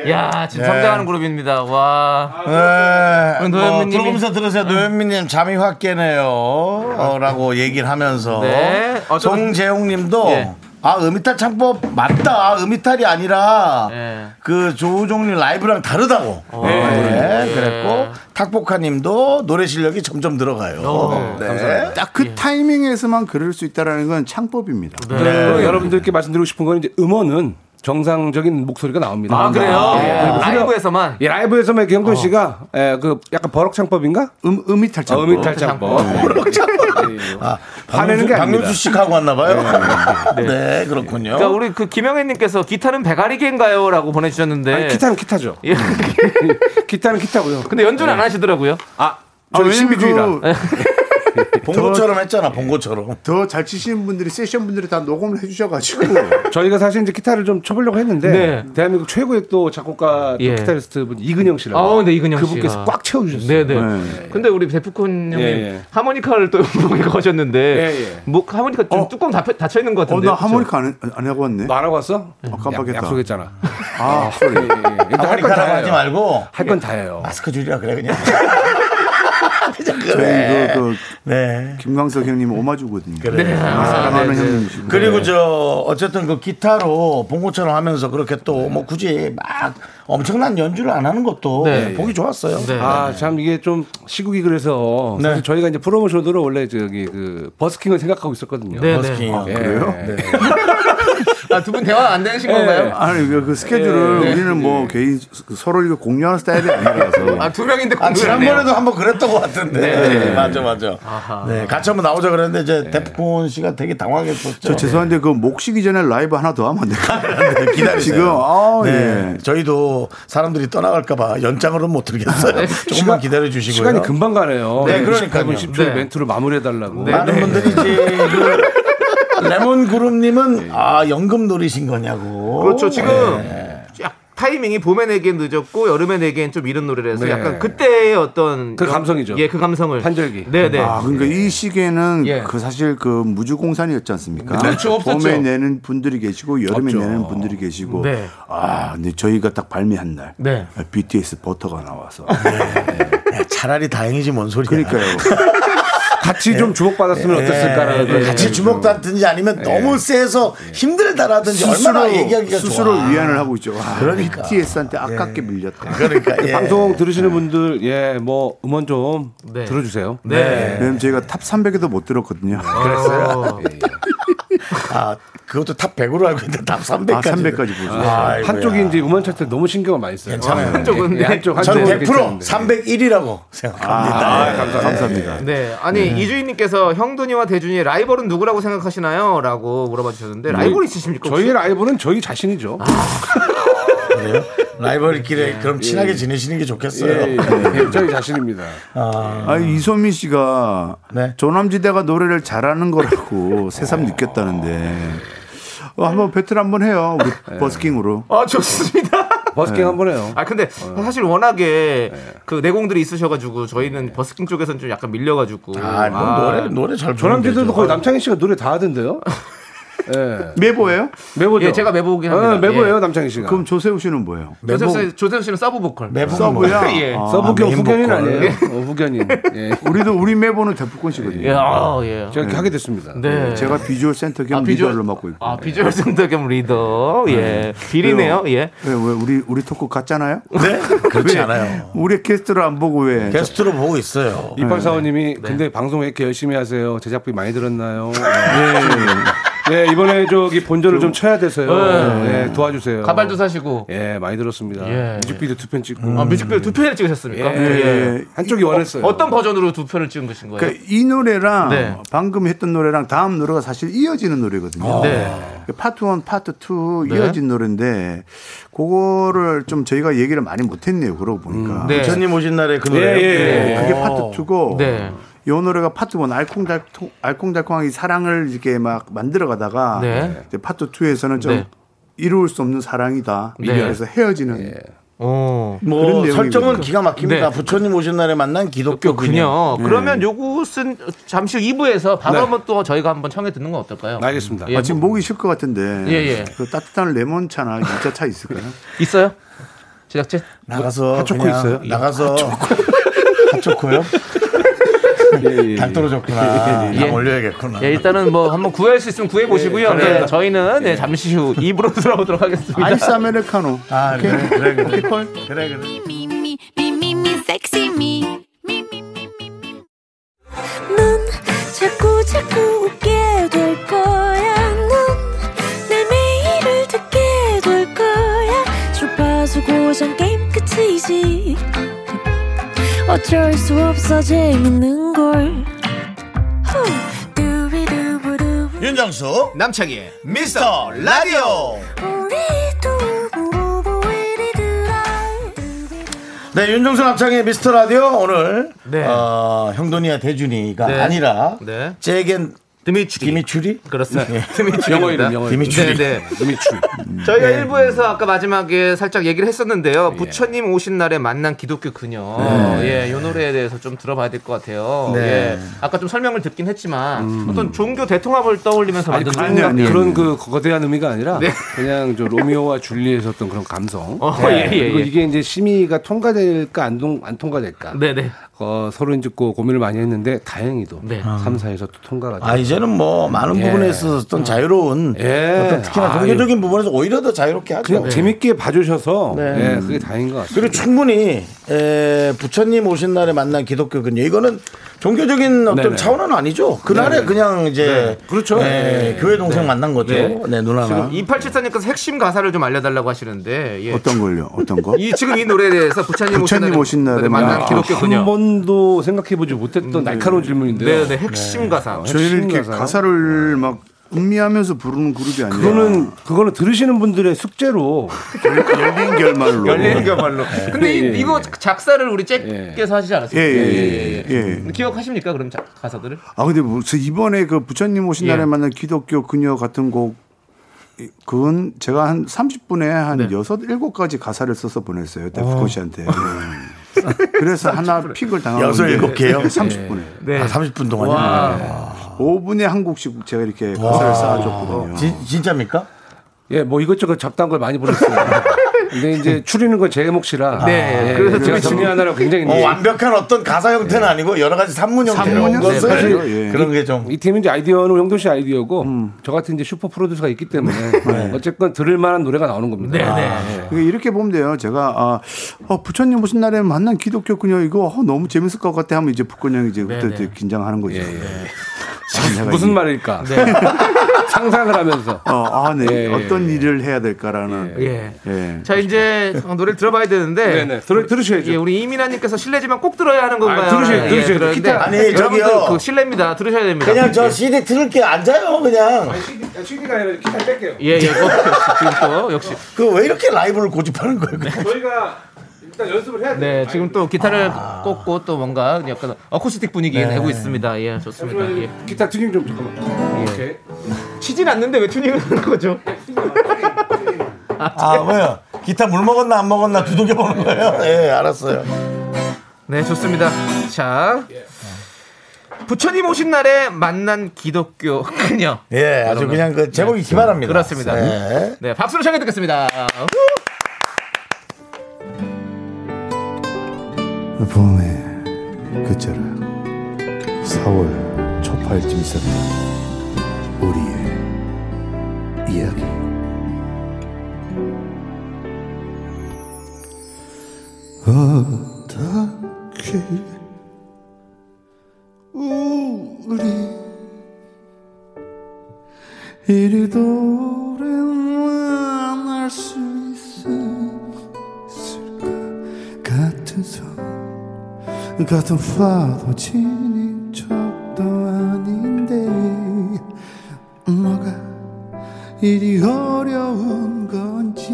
[SPEAKER 2] 야, 지금 성장하는 그룹입니다. 와.
[SPEAKER 1] 네. 뭐,
[SPEAKER 2] 노현민님이-
[SPEAKER 1] 들어보면서 들으세요. 노현민님 잠이 확 깨네요. 어, 라고 얘기를 하면서.
[SPEAKER 2] 네. 어떤-
[SPEAKER 1] 송재용 님도
[SPEAKER 2] 예.
[SPEAKER 1] 아, 음이탈 창법 맞다. 아, 음이탈이 아니라
[SPEAKER 2] 예.
[SPEAKER 1] 그 조우종님 라이브랑 다르다고. 네. 그랬고 탁복하 님도 노래 실력이 점점 들어가요. 네.
[SPEAKER 4] 딱 그 타이밍에서만 그럴 수 있다라는 건 창법입니다.
[SPEAKER 2] 네.
[SPEAKER 5] 네.
[SPEAKER 6] 그리고 네. 여러분들께 말씀드리고 싶은 건 이제 음원은 정상적인 목소리가 나옵니다.
[SPEAKER 2] 아, 그래요? 어.
[SPEAKER 6] 예.
[SPEAKER 2] 예.
[SPEAKER 6] 그리고
[SPEAKER 2] 라이브에서만.
[SPEAKER 6] 예, 라이브에서만 이렇게 형돈 씨가 예, 그 약간 버럭창법인가?
[SPEAKER 4] 음 음이탈
[SPEAKER 6] 어,
[SPEAKER 4] 창법.
[SPEAKER 6] 음이탈창법.
[SPEAKER 2] 네.
[SPEAKER 6] 어,
[SPEAKER 1] 아,
[SPEAKER 6] 화내는 게 아닙니다.
[SPEAKER 1] 박명수 씨 하고 왔나 봐요. *laughs* 네. 그렇군요.
[SPEAKER 2] 그러니까 우리 그 김영애님께서 기타는 배가리개인가요?라고 보내주셨는데.
[SPEAKER 6] 아니, 기타는 기타죠.
[SPEAKER 2] 예.
[SPEAKER 6] *laughs* 기타는 기타고요.
[SPEAKER 2] 근데 연주는 안 하시더라고요.
[SPEAKER 6] 아,
[SPEAKER 4] 아,
[SPEAKER 6] 저
[SPEAKER 4] 왜냐면
[SPEAKER 6] 신비주의라.
[SPEAKER 4] 그
[SPEAKER 1] 봉고처럼 했잖아. 봉고처럼.
[SPEAKER 4] 더잘 치시는 분들이 세션 분들이 다 녹음을 해주셔가지고
[SPEAKER 6] 저희가 사실 이제 기타를 좀 쳐보려고 했는데
[SPEAKER 2] 네.
[SPEAKER 6] 대한민국 최고의 또 작곡가 또
[SPEAKER 2] 예.
[SPEAKER 6] 기타리스트 분 이근영 씨라고.
[SPEAKER 2] 아, 근데 이근영 씨가.
[SPEAKER 6] 그분께서 꽉 채워주셨어요.
[SPEAKER 2] 네네. 근데 우리 베프콘 형님
[SPEAKER 6] 예, 예. 하모니카를
[SPEAKER 2] 하모니카를 또 목에 거셨는데
[SPEAKER 6] 예, 예.
[SPEAKER 2] 목 하모니카 좀 뚜껑 닫혀, 닫혀 있는 것
[SPEAKER 4] 어
[SPEAKER 2] 같은데.
[SPEAKER 4] 나 하모니카 안, 안 하고 왔네.
[SPEAKER 5] 아.
[SPEAKER 6] 말하고 왔어?
[SPEAKER 4] 깜빡했다.
[SPEAKER 6] 약, 약속했잖아. 예,
[SPEAKER 4] 아 소리.
[SPEAKER 6] 일단 할건
[SPEAKER 1] 하모니카라고
[SPEAKER 6] 다해요.
[SPEAKER 1] 하지 말고
[SPEAKER 6] 할 건 다해요.
[SPEAKER 1] 마스크 줄이라 그래 그냥. 그냥
[SPEAKER 4] 저희
[SPEAKER 1] 그래.
[SPEAKER 4] 그, 그
[SPEAKER 1] 네.
[SPEAKER 4] 김광석 형님 오마주거든요. 네. 아,
[SPEAKER 1] 그래.
[SPEAKER 4] 사랑하는 형님이시고.
[SPEAKER 1] 그리고 저 어쨌든 그 기타로 봉고처럼 하면서 그렇게 또 뭐 굳이 막 엄청난 연주를 안 하는 것도
[SPEAKER 2] 네.
[SPEAKER 1] 보기 좋았어요.
[SPEAKER 2] 네.
[SPEAKER 6] 아 참 이게 좀 시국이 그래서
[SPEAKER 1] 네.
[SPEAKER 6] 사실 저희가 이제 프로모션으로 원래 저기 그 버스킹을 생각하고 있었거든요.
[SPEAKER 2] 네, 네.
[SPEAKER 1] 버스킹.
[SPEAKER 6] 그래요?
[SPEAKER 2] 아, 두 분 대화 안 되신 건가요?
[SPEAKER 4] 아니 그, 그 스케줄을 우리는 뭐 개인 스- 서로 이거 공유하는 스타일이 아니라서
[SPEAKER 2] 아, 두 명인데
[SPEAKER 1] 아,
[SPEAKER 2] 공부를 안 해요.
[SPEAKER 1] 지난번에도 한번 그랬던 것 같은데. 맞아, 맞아. 네, 같이 한번 나오자 그랬는데 이제 데프콘 씨가 되게 당황했었죠.
[SPEAKER 4] 저 죄송한데 그 목시기 전에 라이브 하나 더 하면 안 될까요?
[SPEAKER 1] 네, 기다리세요.
[SPEAKER 4] 지금 아
[SPEAKER 1] 네,
[SPEAKER 4] 예.
[SPEAKER 1] 저희도 사람들이 떠나갈까봐 연장으로는 못 들겠어요. *laughs* 조금만 기다려 주시고요.
[SPEAKER 6] 시간이 금방 가네요.
[SPEAKER 1] 네, 그러니까요.
[SPEAKER 6] 18분 10초 의
[SPEAKER 2] 네.
[SPEAKER 6] 멘트를 마무리해 달라고.
[SPEAKER 1] 많은 분들이 이제 그 레몬 그룹님은 아 연금 노리신 거냐고.
[SPEAKER 2] 그렇죠. 지금 약 타이밍이 봄에 내기엔 늦었고 여름에 내기엔 좀 이른 노래를 해서
[SPEAKER 6] 네.
[SPEAKER 2] 약간 그때의 어떤
[SPEAKER 6] 그 감성이죠.
[SPEAKER 2] 예, 그 감성을
[SPEAKER 6] 판절기.
[SPEAKER 2] 네네.
[SPEAKER 4] 아, 그러니까 이 시기에는
[SPEAKER 2] 예.
[SPEAKER 4] 그 사실 그 무주공산이었지 않습니까?
[SPEAKER 1] 네,
[SPEAKER 2] 그렇죠, 없었죠.
[SPEAKER 4] 봄에 내는 분들이 계시고 여름에
[SPEAKER 6] 없죠.
[SPEAKER 4] 내는 분들이 계시고
[SPEAKER 2] 네.
[SPEAKER 4] 아 근데 저희가 딱 발매한 날
[SPEAKER 2] 네.
[SPEAKER 4] BTS 버터가 나와서
[SPEAKER 1] 아, 네. 야, 차라리 다행이지 뭔 소리야. 네. *laughs*
[SPEAKER 4] 그러니까요.
[SPEAKER 6] 같이
[SPEAKER 5] 예.
[SPEAKER 6] 좀 주목받았으면 어땠을까라는
[SPEAKER 1] 예, 같이 주먹다든지 아니면 너무 세서 힘들다라든지 얼마나 얘기하기가
[SPEAKER 4] 스스로
[SPEAKER 1] 좋아.
[SPEAKER 4] 위안을 하고 있죠. 아,
[SPEAKER 1] 그러니까.
[SPEAKER 4] BTS한테 아깝게 밀렸다.
[SPEAKER 1] 그러니까 예.
[SPEAKER 6] 방송 들으시는 분들 예 뭐 음원 좀
[SPEAKER 2] 네.
[SPEAKER 6] 들어주세요.
[SPEAKER 2] 네. 어.
[SPEAKER 4] 왜냐면 저희가 탑 300에도 못 들었거든요.
[SPEAKER 2] 그랬어요.
[SPEAKER 1] 아, 그것도 탑 100으로 알고 있는데 탑 300까지.
[SPEAKER 4] 300 까지 아, 보죠.
[SPEAKER 1] 아,
[SPEAKER 5] 한쪽이 이제 음원 차트 너무 신경을 많이 써요. 네. 예,
[SPEAKER 1] 괜찮아요.
[SPEAKER 5] 한쪽은 한쪽
[SPEAKER 1] 저는 100%
[SPEAKER 5] 한쪽은 네, 괜찮은데. 아.
[SPEAKER 1] 301이라고 생각합니다.
[SPEAKER 4] 감사합니다.
[SPEAKER 2] 네, 아니 이주인님께서 형돈이와 대준이의 라이벌은 누구라고 생각하시나요?라고 물어봐 주셨는데 라이벌 있으십니까? 혹시?
[SPEAKER 5] 예. 저희 라이브는 저희 자신이죠.
[SPEAKER 1] 그래요? 라이벌끼리 그럼 친하게 지내시는 게 좋겠어요.
[SPEAKER 5] 예, 예, 예. 저희 자신입니다.
[SPEAKER 4] 아
[SPEAKER 2] 음.
[SPEAKER 4] 이소민 씨가
[SPEAKER 1] 네.
[SPEAKER 4] 조남지대가 노래를
[SPEAKER 2] *laughs*
[SPEAKER 4] 잘하는 거라고
[SPEAKER 2] 어.
[SPEAKER 4] 새삼 느꼈다는데 어, 한번 배틀 한번 해요 우리 버스킹으로.
[SPEAKER 2] 아 좋습니다.
[SPEAKER 5] 버스킹 한번 해요.
[SPEAKER 2] 아 근데 사실 워낙에 그 내공들이 있으셔가지고 저희는 버스킹 쪽에서는 좀 약간 밀려가지고
[SPEAKER 1] 아, 뭐 노래 노래 잘
[SPEAKER 5] 조남지들도
[SPEAKER 1] 부르면
[SPEAKER 5] 거의
[SPEAKER 1] 되죠.
[SPEAKER 5] 남창희 씨가 노래 다 하던데요. 예.
[SPEAKER 4] 메보예요?
[SPEAKER 5] 메보죠.
[SPEAKER 2] 예, 제가 메보긴 합니다.
[SPEAKER 5] 아, 메보예요,
[SPEAKER 2] 예.
[SPEAKER 5] 남창희 씨가.
[SPEAKER 4] 그럼 조세호 씨는 뭐예요?
[SPEAKER 2] 조세호 씨- 조세호 씨는 서브 보컬.
[SPEAKER 1] 매번
[SPEAKER 4] 서브야.
[SPEAKER 1] 뭐야?
[SPEAKER 2] *laughs* 예.
[SPEAKER 4] 아,
[SPEAKER 5] 서부경
[SPEAKER 1] 메인
[SPEAKER 5] 후견인
[SPEAKER 1] 보컬.
[SPEAKER 5] 아니에요? 어, 후견인. 예.
[SPEAKER 4] 우리도 우리 메보는 대포권 씨거든요.
[SPEAKER 2] 예, 아, 예.
[SPEAKER 5] 제가 이렇게 하게 됐습니다.
[SPEAKER 2] 네.
[SPEAKER 4] 제가 비주얼 센터 겸
[SPEAKER 2] 아, 비주얼-
[SPEAKER 4] 리더를 맡고 있고.
[SPEAKER 2] 아 비주얼 센터 겸 리더. 예. 비리네요. 예.
[SPEAKER 4] 왜, 왜 우리 우리 토크 같잖아요?
[SPEAKER 1] 네? 그렇지
[SPEAKER 4] 왜?
[SPEAKER 1] 않아요.
[SPEAKER 4] 우리 캐스트를 안 보고 왜?
[SPEAKER 1] 게스트로 보고 있어요.
[SPEAKER 5] 이팔사원님이
[SPEAKER 2] 네.
[SPEAKER 5] 근데 방송 왜 이렇게 열심히 하세요? 제작비 많이 들었나요?
[SPEAKER 2] 네.
[SPEAKER 5] 예. 예, 이번에 저기 본전을 좀 쳐야 돼서요. 예, 도와주세요.
[SPEAKER 2] 가발도 사시고.
[SPEAKER 5] 예, 많이 들었습니다.
[SPEAKER 2] 예.
[SPEAKER 5] 뮤직비디오 두 편 찍고.
[SPEAKER 2] 아, 뮤직비디오 두 편을 찍으셨습니까?
[SPEAKER 5] 예, 예. 한쪽이 원했어요.
[SPEAKER 2] 어떤 버전으로 두 편을 찍으신 거예요?
[SPEAKER 4] 그러니까 이 노래랑
[SPEAKER 2] 네.
[SPEAKER 4] 방금 했던 노래랑 다음 노래가 사실 이어지는 노래거든요.
[SPEAKER 2] 네.
[SPEAKER 4] 그 파트 원 파트 투 이어진 노래인데 그거를 좀 저희가 얘기를 많이 못했네요. 그러고 보니까. 어,
[SPEAKER 2] 네.
[SPEAKER 1] 부처님 오신 날에 그 노래.
[SPEAKER 5] 예, 예,
[SPEAKER 4] 그게 파트 투고
[SPEAKER 2] 네.
[SPEAKER 4] 이 노래가 파트 원 알콩달콩 알콩달콩하게 사랑을 이렇게 막 만들어 가다가
[SPEAKER 2] 네.
[SPEAKER 4] 이제 파트 투에서는좀
[SPEAKER 2] 네.
[SPEAKER 4] 이룰 수 없는 사랑이다.
[SPEAKER 2] 네.
[SPEAKER 4] 그래서 헤어지는
[SPEAKER 2] 어.
[SPEAKER 1] 뭐
[SPEAKER 4] 그런
[SPEAKER 1] 설정은
[SPEAKER 4] 내용이거든요.
[SPEAKER 1] 기가 막힙니다.
[SPEAKER 2] 네. 뭐
[SPEAKER 1] 부처님 오신 날에 만난 기독교 그녀.
[SPEAKER 2] 그러니까
[SPEAKER 5] 예.
[SPEAKER 2] 그녀. 그러면 요것은 잠시 후 2부에서 바로 한번 또 저희가 한번 청해 듣는 건 어떨까요?
[SPEAKER 5] 네. 알겠습니다.
[SPEAKER 2] 예,
[SPEAKER 4] 아, 지금 목이 쉴 것 같은데.
[SPEAKER 2] 예, 예.
[SPEAKER 4] 그 따뜻한 레몬차나 진짜 차 있을까요?
[SPEAKER 2] 있어요? 제작진?
[SPEAKER 1] 나가서
[SPEAKER 5] 핫초코
[SPEAKER 1] 그냥
[SPEAKER 5] 있어요?
[SPEAKER 2] 아,
[SPEAKER 1] 나가서 *laughs* 핫초코요?
[SPEAKER 5] 예,
[SPEAKER 1] 닭도로 줬구나.
[SPEAKER 2] 예.
[SPEAKER 1] 당 올려야겠구나.
[SPEAKER 2] 예, 일단은 뭐 한번 구할 수 있으면 구해
[SPEAKER 5] 예,
[SPEAKER 2] 보시고요. 네, 저희는 네, 잠시 후 2부로 *laughs* 돌아오도록 하겠습니다.
[SPEAKER 4] 아이스 아메리카노.
[SPEAKER 1] 아,
[SPEAKER 2] 예.
[SPEAKER 1] 그래, 그래, 그래. 그래, 그래.
[SPEAKER 3] 미미미 미미미 섹시 미 자꾸 자꾸 웃게 될 거야 넌내 매일을 듣게 될 거야 주파수 고정 게임 끝이지 어쩔 수 없어 재밌는 걸 후. 두비두부두.
[SPEAKER 1] *laughs* 윤정수 남창희의 미스터 라디오
[SPEAKER 3] 우리 두부부부리두라. 두비두부.
[SPEAKER 1] 네 윤정수 남창희의 미스터 라디오 오늘
[SPEAKER 2] 네.
[SPEAKER 1] 어, 형돈이와 대준이가
[SPEAKER 2] 네.
[SPEAKER 1] 아니라
[SPEAKER 2] 네.
[SPEAKER 1] 제겐
[SPEAKER 2] 드미추리.
[SPEAKER 1] 김이추리
[SPEAKER 2] 그렇습니다.
[SPEAKER 5] 네. 영어 이름, 영어 이름.
[SPEAKER 1] 김이추리
[SPEAKER 2] 네, 네.
[SPEAKER 5] 이미추리.
[SPEAKER 2] 저희가 일부에서 아까 마지막에 살짝 얘기를 했었는데요. 부처님 오신 날에 만난 기독교 그녀. 예, 요 노래에 대해서 좀 들어봐야 될 것 같아요.
[SPEAKER 1] 네.
[SPEAKER 2] 예. 아까 좀 설명을 듣긴 했지만 어떤 종교 대통합을 떠올리면서
[SPEAKER 5] 아니,
[SPEAKER 2] 만든
[SPEAKER 5] 그런,
[SPEAKER 2] 노래.
[SPEAKER 4] 아니, 아니.
[SPEAKER 5] 그런 그 거대한 의미가 아니라 그냥 저 로미오와 줄리엣의 어떤 그런 감성.
[SPEAKER 2] 네. 어, 예, 예,
[SPEAKER 5] 그리고
[SPEAKER 2] 예.
[SPEAKER 5] 이게 이제 심의가 통과될까 안, 동, 안 통과될까.
[SPEAKER 2] 네, 네.
[SPEAKER 5] 어, 서로 이제 고- 고민을 많이 했는데 다행히도
[SPEAKER 2] 네.
[SPEAKER 5] 삼사에서또 통과가
[SPEAKER 1] 아 이제는 뭐
[SPEAKER 2] 예.
[SPEAKER 1] 많은 부분에 있어서 어떤 자유로운
[SPEAKER 5] 예.
[SPEAKER 1] 어떤 그러니까 특히나
[SPEAKER 5] 아,
[SPEAKER 1] 종교적인 부분에서 오히려 더 자유롭게 하죠 네.
[SPEAKER 5] 그냥 재밌게 봐주셔서 예, 네. 그게 다행인 것 같습니다.
[SPEAKER 1] 그리고 충분히 에, 부처님 오신 날에 만난 기독교 그녀 이거는 종교적인 어떤
[SPEAKER 5] 네네.
[SPEAKER 1] 차원은 아니죠 그날에 그냥 이제
[SPEAKER 5] 그렇죠.
[SPEAKER 1] 에, 교회 동생 만난 거죠 네, 누나나
[SPEAKER 2] 지금 2874님께서 핵심 가사를 좀 알려달라고 하시는데 예.
[SPEAKER 4] 어떤 걸요? 어떤 거?
[SPEAKER 2] 이 지금 이 노래에 대해서 부처님,
[SPEAKER 4] 부처님 오신 날에
[SPEAKER 2] 만난
[SPEAKER 4] 만난
[SPEAKER 2] 기독교
[SPEAKER 5] 아, 한
[SPEAKER 2] 그녀.
[SPEAKER 5] 번도 생각해보지 못했던 날카로운 질문인데요.
[SPEAKER 2] 네, 네. 핵심 가사.
[SPEAKER 4] 저희는 이렇게
[SPEAKER 5] 신기하다.
[SPEAKER 4] 가사를 막 음미하면서 부르는 그룹이 아니라
[SPEAKER 5] 그거는 그거는 들으시는 분들의 숙제로
[SPEAKER 4] 열린 결말로.
[SPEAKER 2] 말로. 근데 이,
[SPEAKER 5] 예, 예,
[SPEAKER 2] 이거 작사를 우리 잭께서 하시지
[SPEAKER 4] 예,
[SPEAKER 2] 않았습니까?
[SPEAKER 4] 예, 예, 예. 예.
[SPEAKER 2] 음. 기억하십니까? 그럼 자- 가사들을?
[SPEAKER 4] 아 근데 뭐, 저 이번에 그 부처님 오신
[SPEAKER 2] 예.
[SPEAKER 4] 날에 만난 기독교 그녀 같은 곡 이- 그건 제가 한 30분에 한 여섯 일곱 가지 가사를 써서 보냈어요. 데프콘 씨한테. 그래서 하나 픽을 당하고
[SPEAKER 1] 여섯, 일곱 개요?
[SPEAKER 4] 30분에.
[SPEAKER 2] 네.
[SPEAKER 1] 아, 30분 동안요 와.
[SPEAKER 4] 5분에 한 곡씩 제가 이렇게 그 가사를 쌓아줬거든요.
[SPEAKER 1] 어, 진- 진짜입니까?
[SPEAKER 5] 예, 뭐 이것저것 잡다한 걸 많이 *laughs* 보냈어요. 근데 이제 추리는 건 제 몫이라.
[SPEAKER 2] 네,
[SPEAKER 5] 예,
[SPEAKER 2] 그래서
[SPEAKER 5] 제가
[SPEAKER 2] 좀-
[SPEAKER 5] 중요하다라고 굉장히
[SPEAKER 1] 어, 완벽한 어떤 가사 형태는 아니고 여러 가지 산문 형태로 온
[SPEAKER 4] 형태.
[SPEAKER 1] 것을
[SPEAKER 4] 네, 맞아요.
[SPEAKER 1] 그런 게 좀
[SPEAKER 5] 이 팀은 이제 아이디어는 용돈 씨 아이디어고 저 같은 이제 슈퍼 프로듀서가 있기 때문에 뭐 어쨌건 들을 만한 노래가 나오는 겁니다.
[SPEAKER 4] 그러니까 이렇게 보면 돼요. 제가 아, 어, 부처님 오신 날에 만난
[SPEAKER 7] 네,
[SPEAKER 4] 기독교 그녀 이거 어, 너무 재밌을 것 같아 하면 이제 북건 형이 이제 그때 이제 긴장하는 거죠.
[SPEAKER 1] 상대가
[SPEAKER 7] 예, 무슨
[SPEAKER 5] 네.
[SPEAKER 1] 이-
[SPEAKER 7] 말일까?
[SPEAKER 5] *laughs*
[SPEAKER 7] 상상을 하면서.
[SPEAKER 4] 어, 아, 네.
[SPEAKER 7] 예, 예,
[SPEAKER 4] 어떤 일을 해야 될까라는.
[SPEAKER 2] 예.
[SPEAKER 4] 예.
[SPEAKER 2] 자 이제 어, 노래를 들어봐야 *laughs* 되는데
[SPEAKER 7] 네네. 들어, 들으셔야죠.
[SPEAKER 2] 예, 우리 이민아님께서 실례지만 꼭 들어야 하는 건가요?
[SPEAKER 7] 아, 들으셔야-
[SPEAKER 2] 예,
[SPEAKER 7] 들으셔야
[SPEAKER 2] 그런데
[SPEAKER 7] 기타-
[SPEAKER 1] 아니,
[SPEAKER 2] 여러분들
[SPEAKER 1] 저기요.
[SPEAKER 2] 그 실례입니다. 들으셔야 됩니다.
[SPEAKER 1] 그냥 저 CD 들을게 앉아요 그냥
[SPEAKER 7] CD가 아니라 기타 뺄게요.
[SPEAKER 2] 예, 예, 뭐, 지금 또 역시.
[SPEAKER 1] 그 왜 이렇게 라이브를 고집하는 거예요
[SPEAKER 7] 저희가 일단 연습을
[SPEAKER 5] 예.
[SPEAKER 7] 해야
[SPEAKER 2] 네, 지금 또 기타를 꽂고 또 뭔가 약간 어쿠스틱 분위기
[SPEAKER 1] 네.
[SPEAKER 2] 내고 있습니다. 예, 좋습니다.
[SPEAKER 5] 네.
[SPEAKER 2] 예.
[SPEAKER 7] 기타 튜닝 좀 잠깐만. 오케이.
[SPEAKER 2] 치진 않는데 왜 튜닝을 하는 거죠?
[SPEAKER 1] 아 왜요 기타 물 먹었나 안 먹었나 두둥겨 보는 거예요 예 알았어요
[SPEAKER 2] 네, 좋습니다. 자. 부처님 오신 날에 만난 기독교 *laughs* 그녀.
[SPEAKER 1] 예 아주
[SPEAKER 2] 여러분.
[SPEAKER 1] 그냥 그 제목이 기발합니다
[SPEAKER 2] 그렇습니다.
[SPEAKER 1] 예.
[SPEAKER 2] 네, 박수로 청해 듣겠습니다.
[SPEAKER 4] 봄의 그자라 4월 초파일쯤 있었던 우리의 이야기 어떻게 우리 이리 돌아 만날 수 있을까 같은 섬 같은 파도 진이 적도 아닌데 뭐가 이리 어려운 건지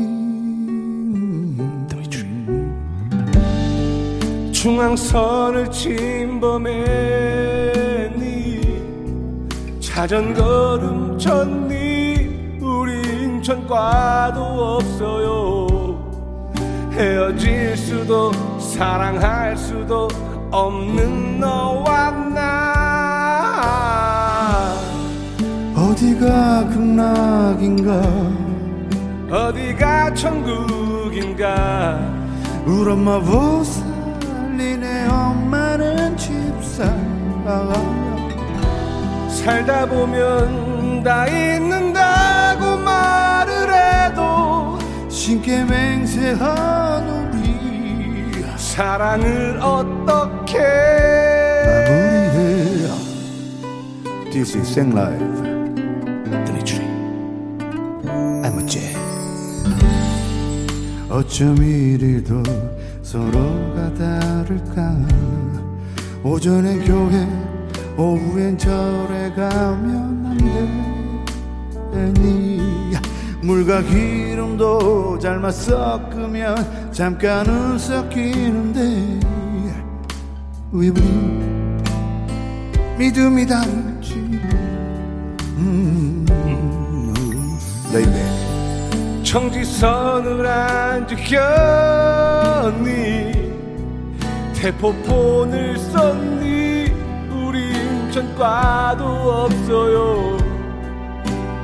[SPEAKER 5] 중앙선을 침범했니 자전거름 쳤니 우리 인천과도 없어요 헤어질 수도 사랑할 수도 없는 너와 나
[SPEAKER 4] 어디가 극락인가
[SPEAKER 5] 어디가 천국인가
[SPEAKER 4] 우리 엄마 못 살리네 엄마는 집사
[SPEAKER 5] 살다 보면 다 잊는다고 말을 해도
[SPEAKER 4] 신께 맹세한 우리
[SPEAKER 5] 사랑을 어떻게
[SPEAKER 4] 마무리해 This is Sing Live 드니트리 아무제 어쩜 이리도 서로가 다를까 오전엔 교회 오후엔 절에 가면 안 되니 물과 기름도 잘만 섞으면 잠깐은 섞이는데 왜 우리 믿음이 다른지 레이백
[SPEAKER 5] 청지선을 안 지켰니 대포폰을 썼니 우리 인천과도 없어요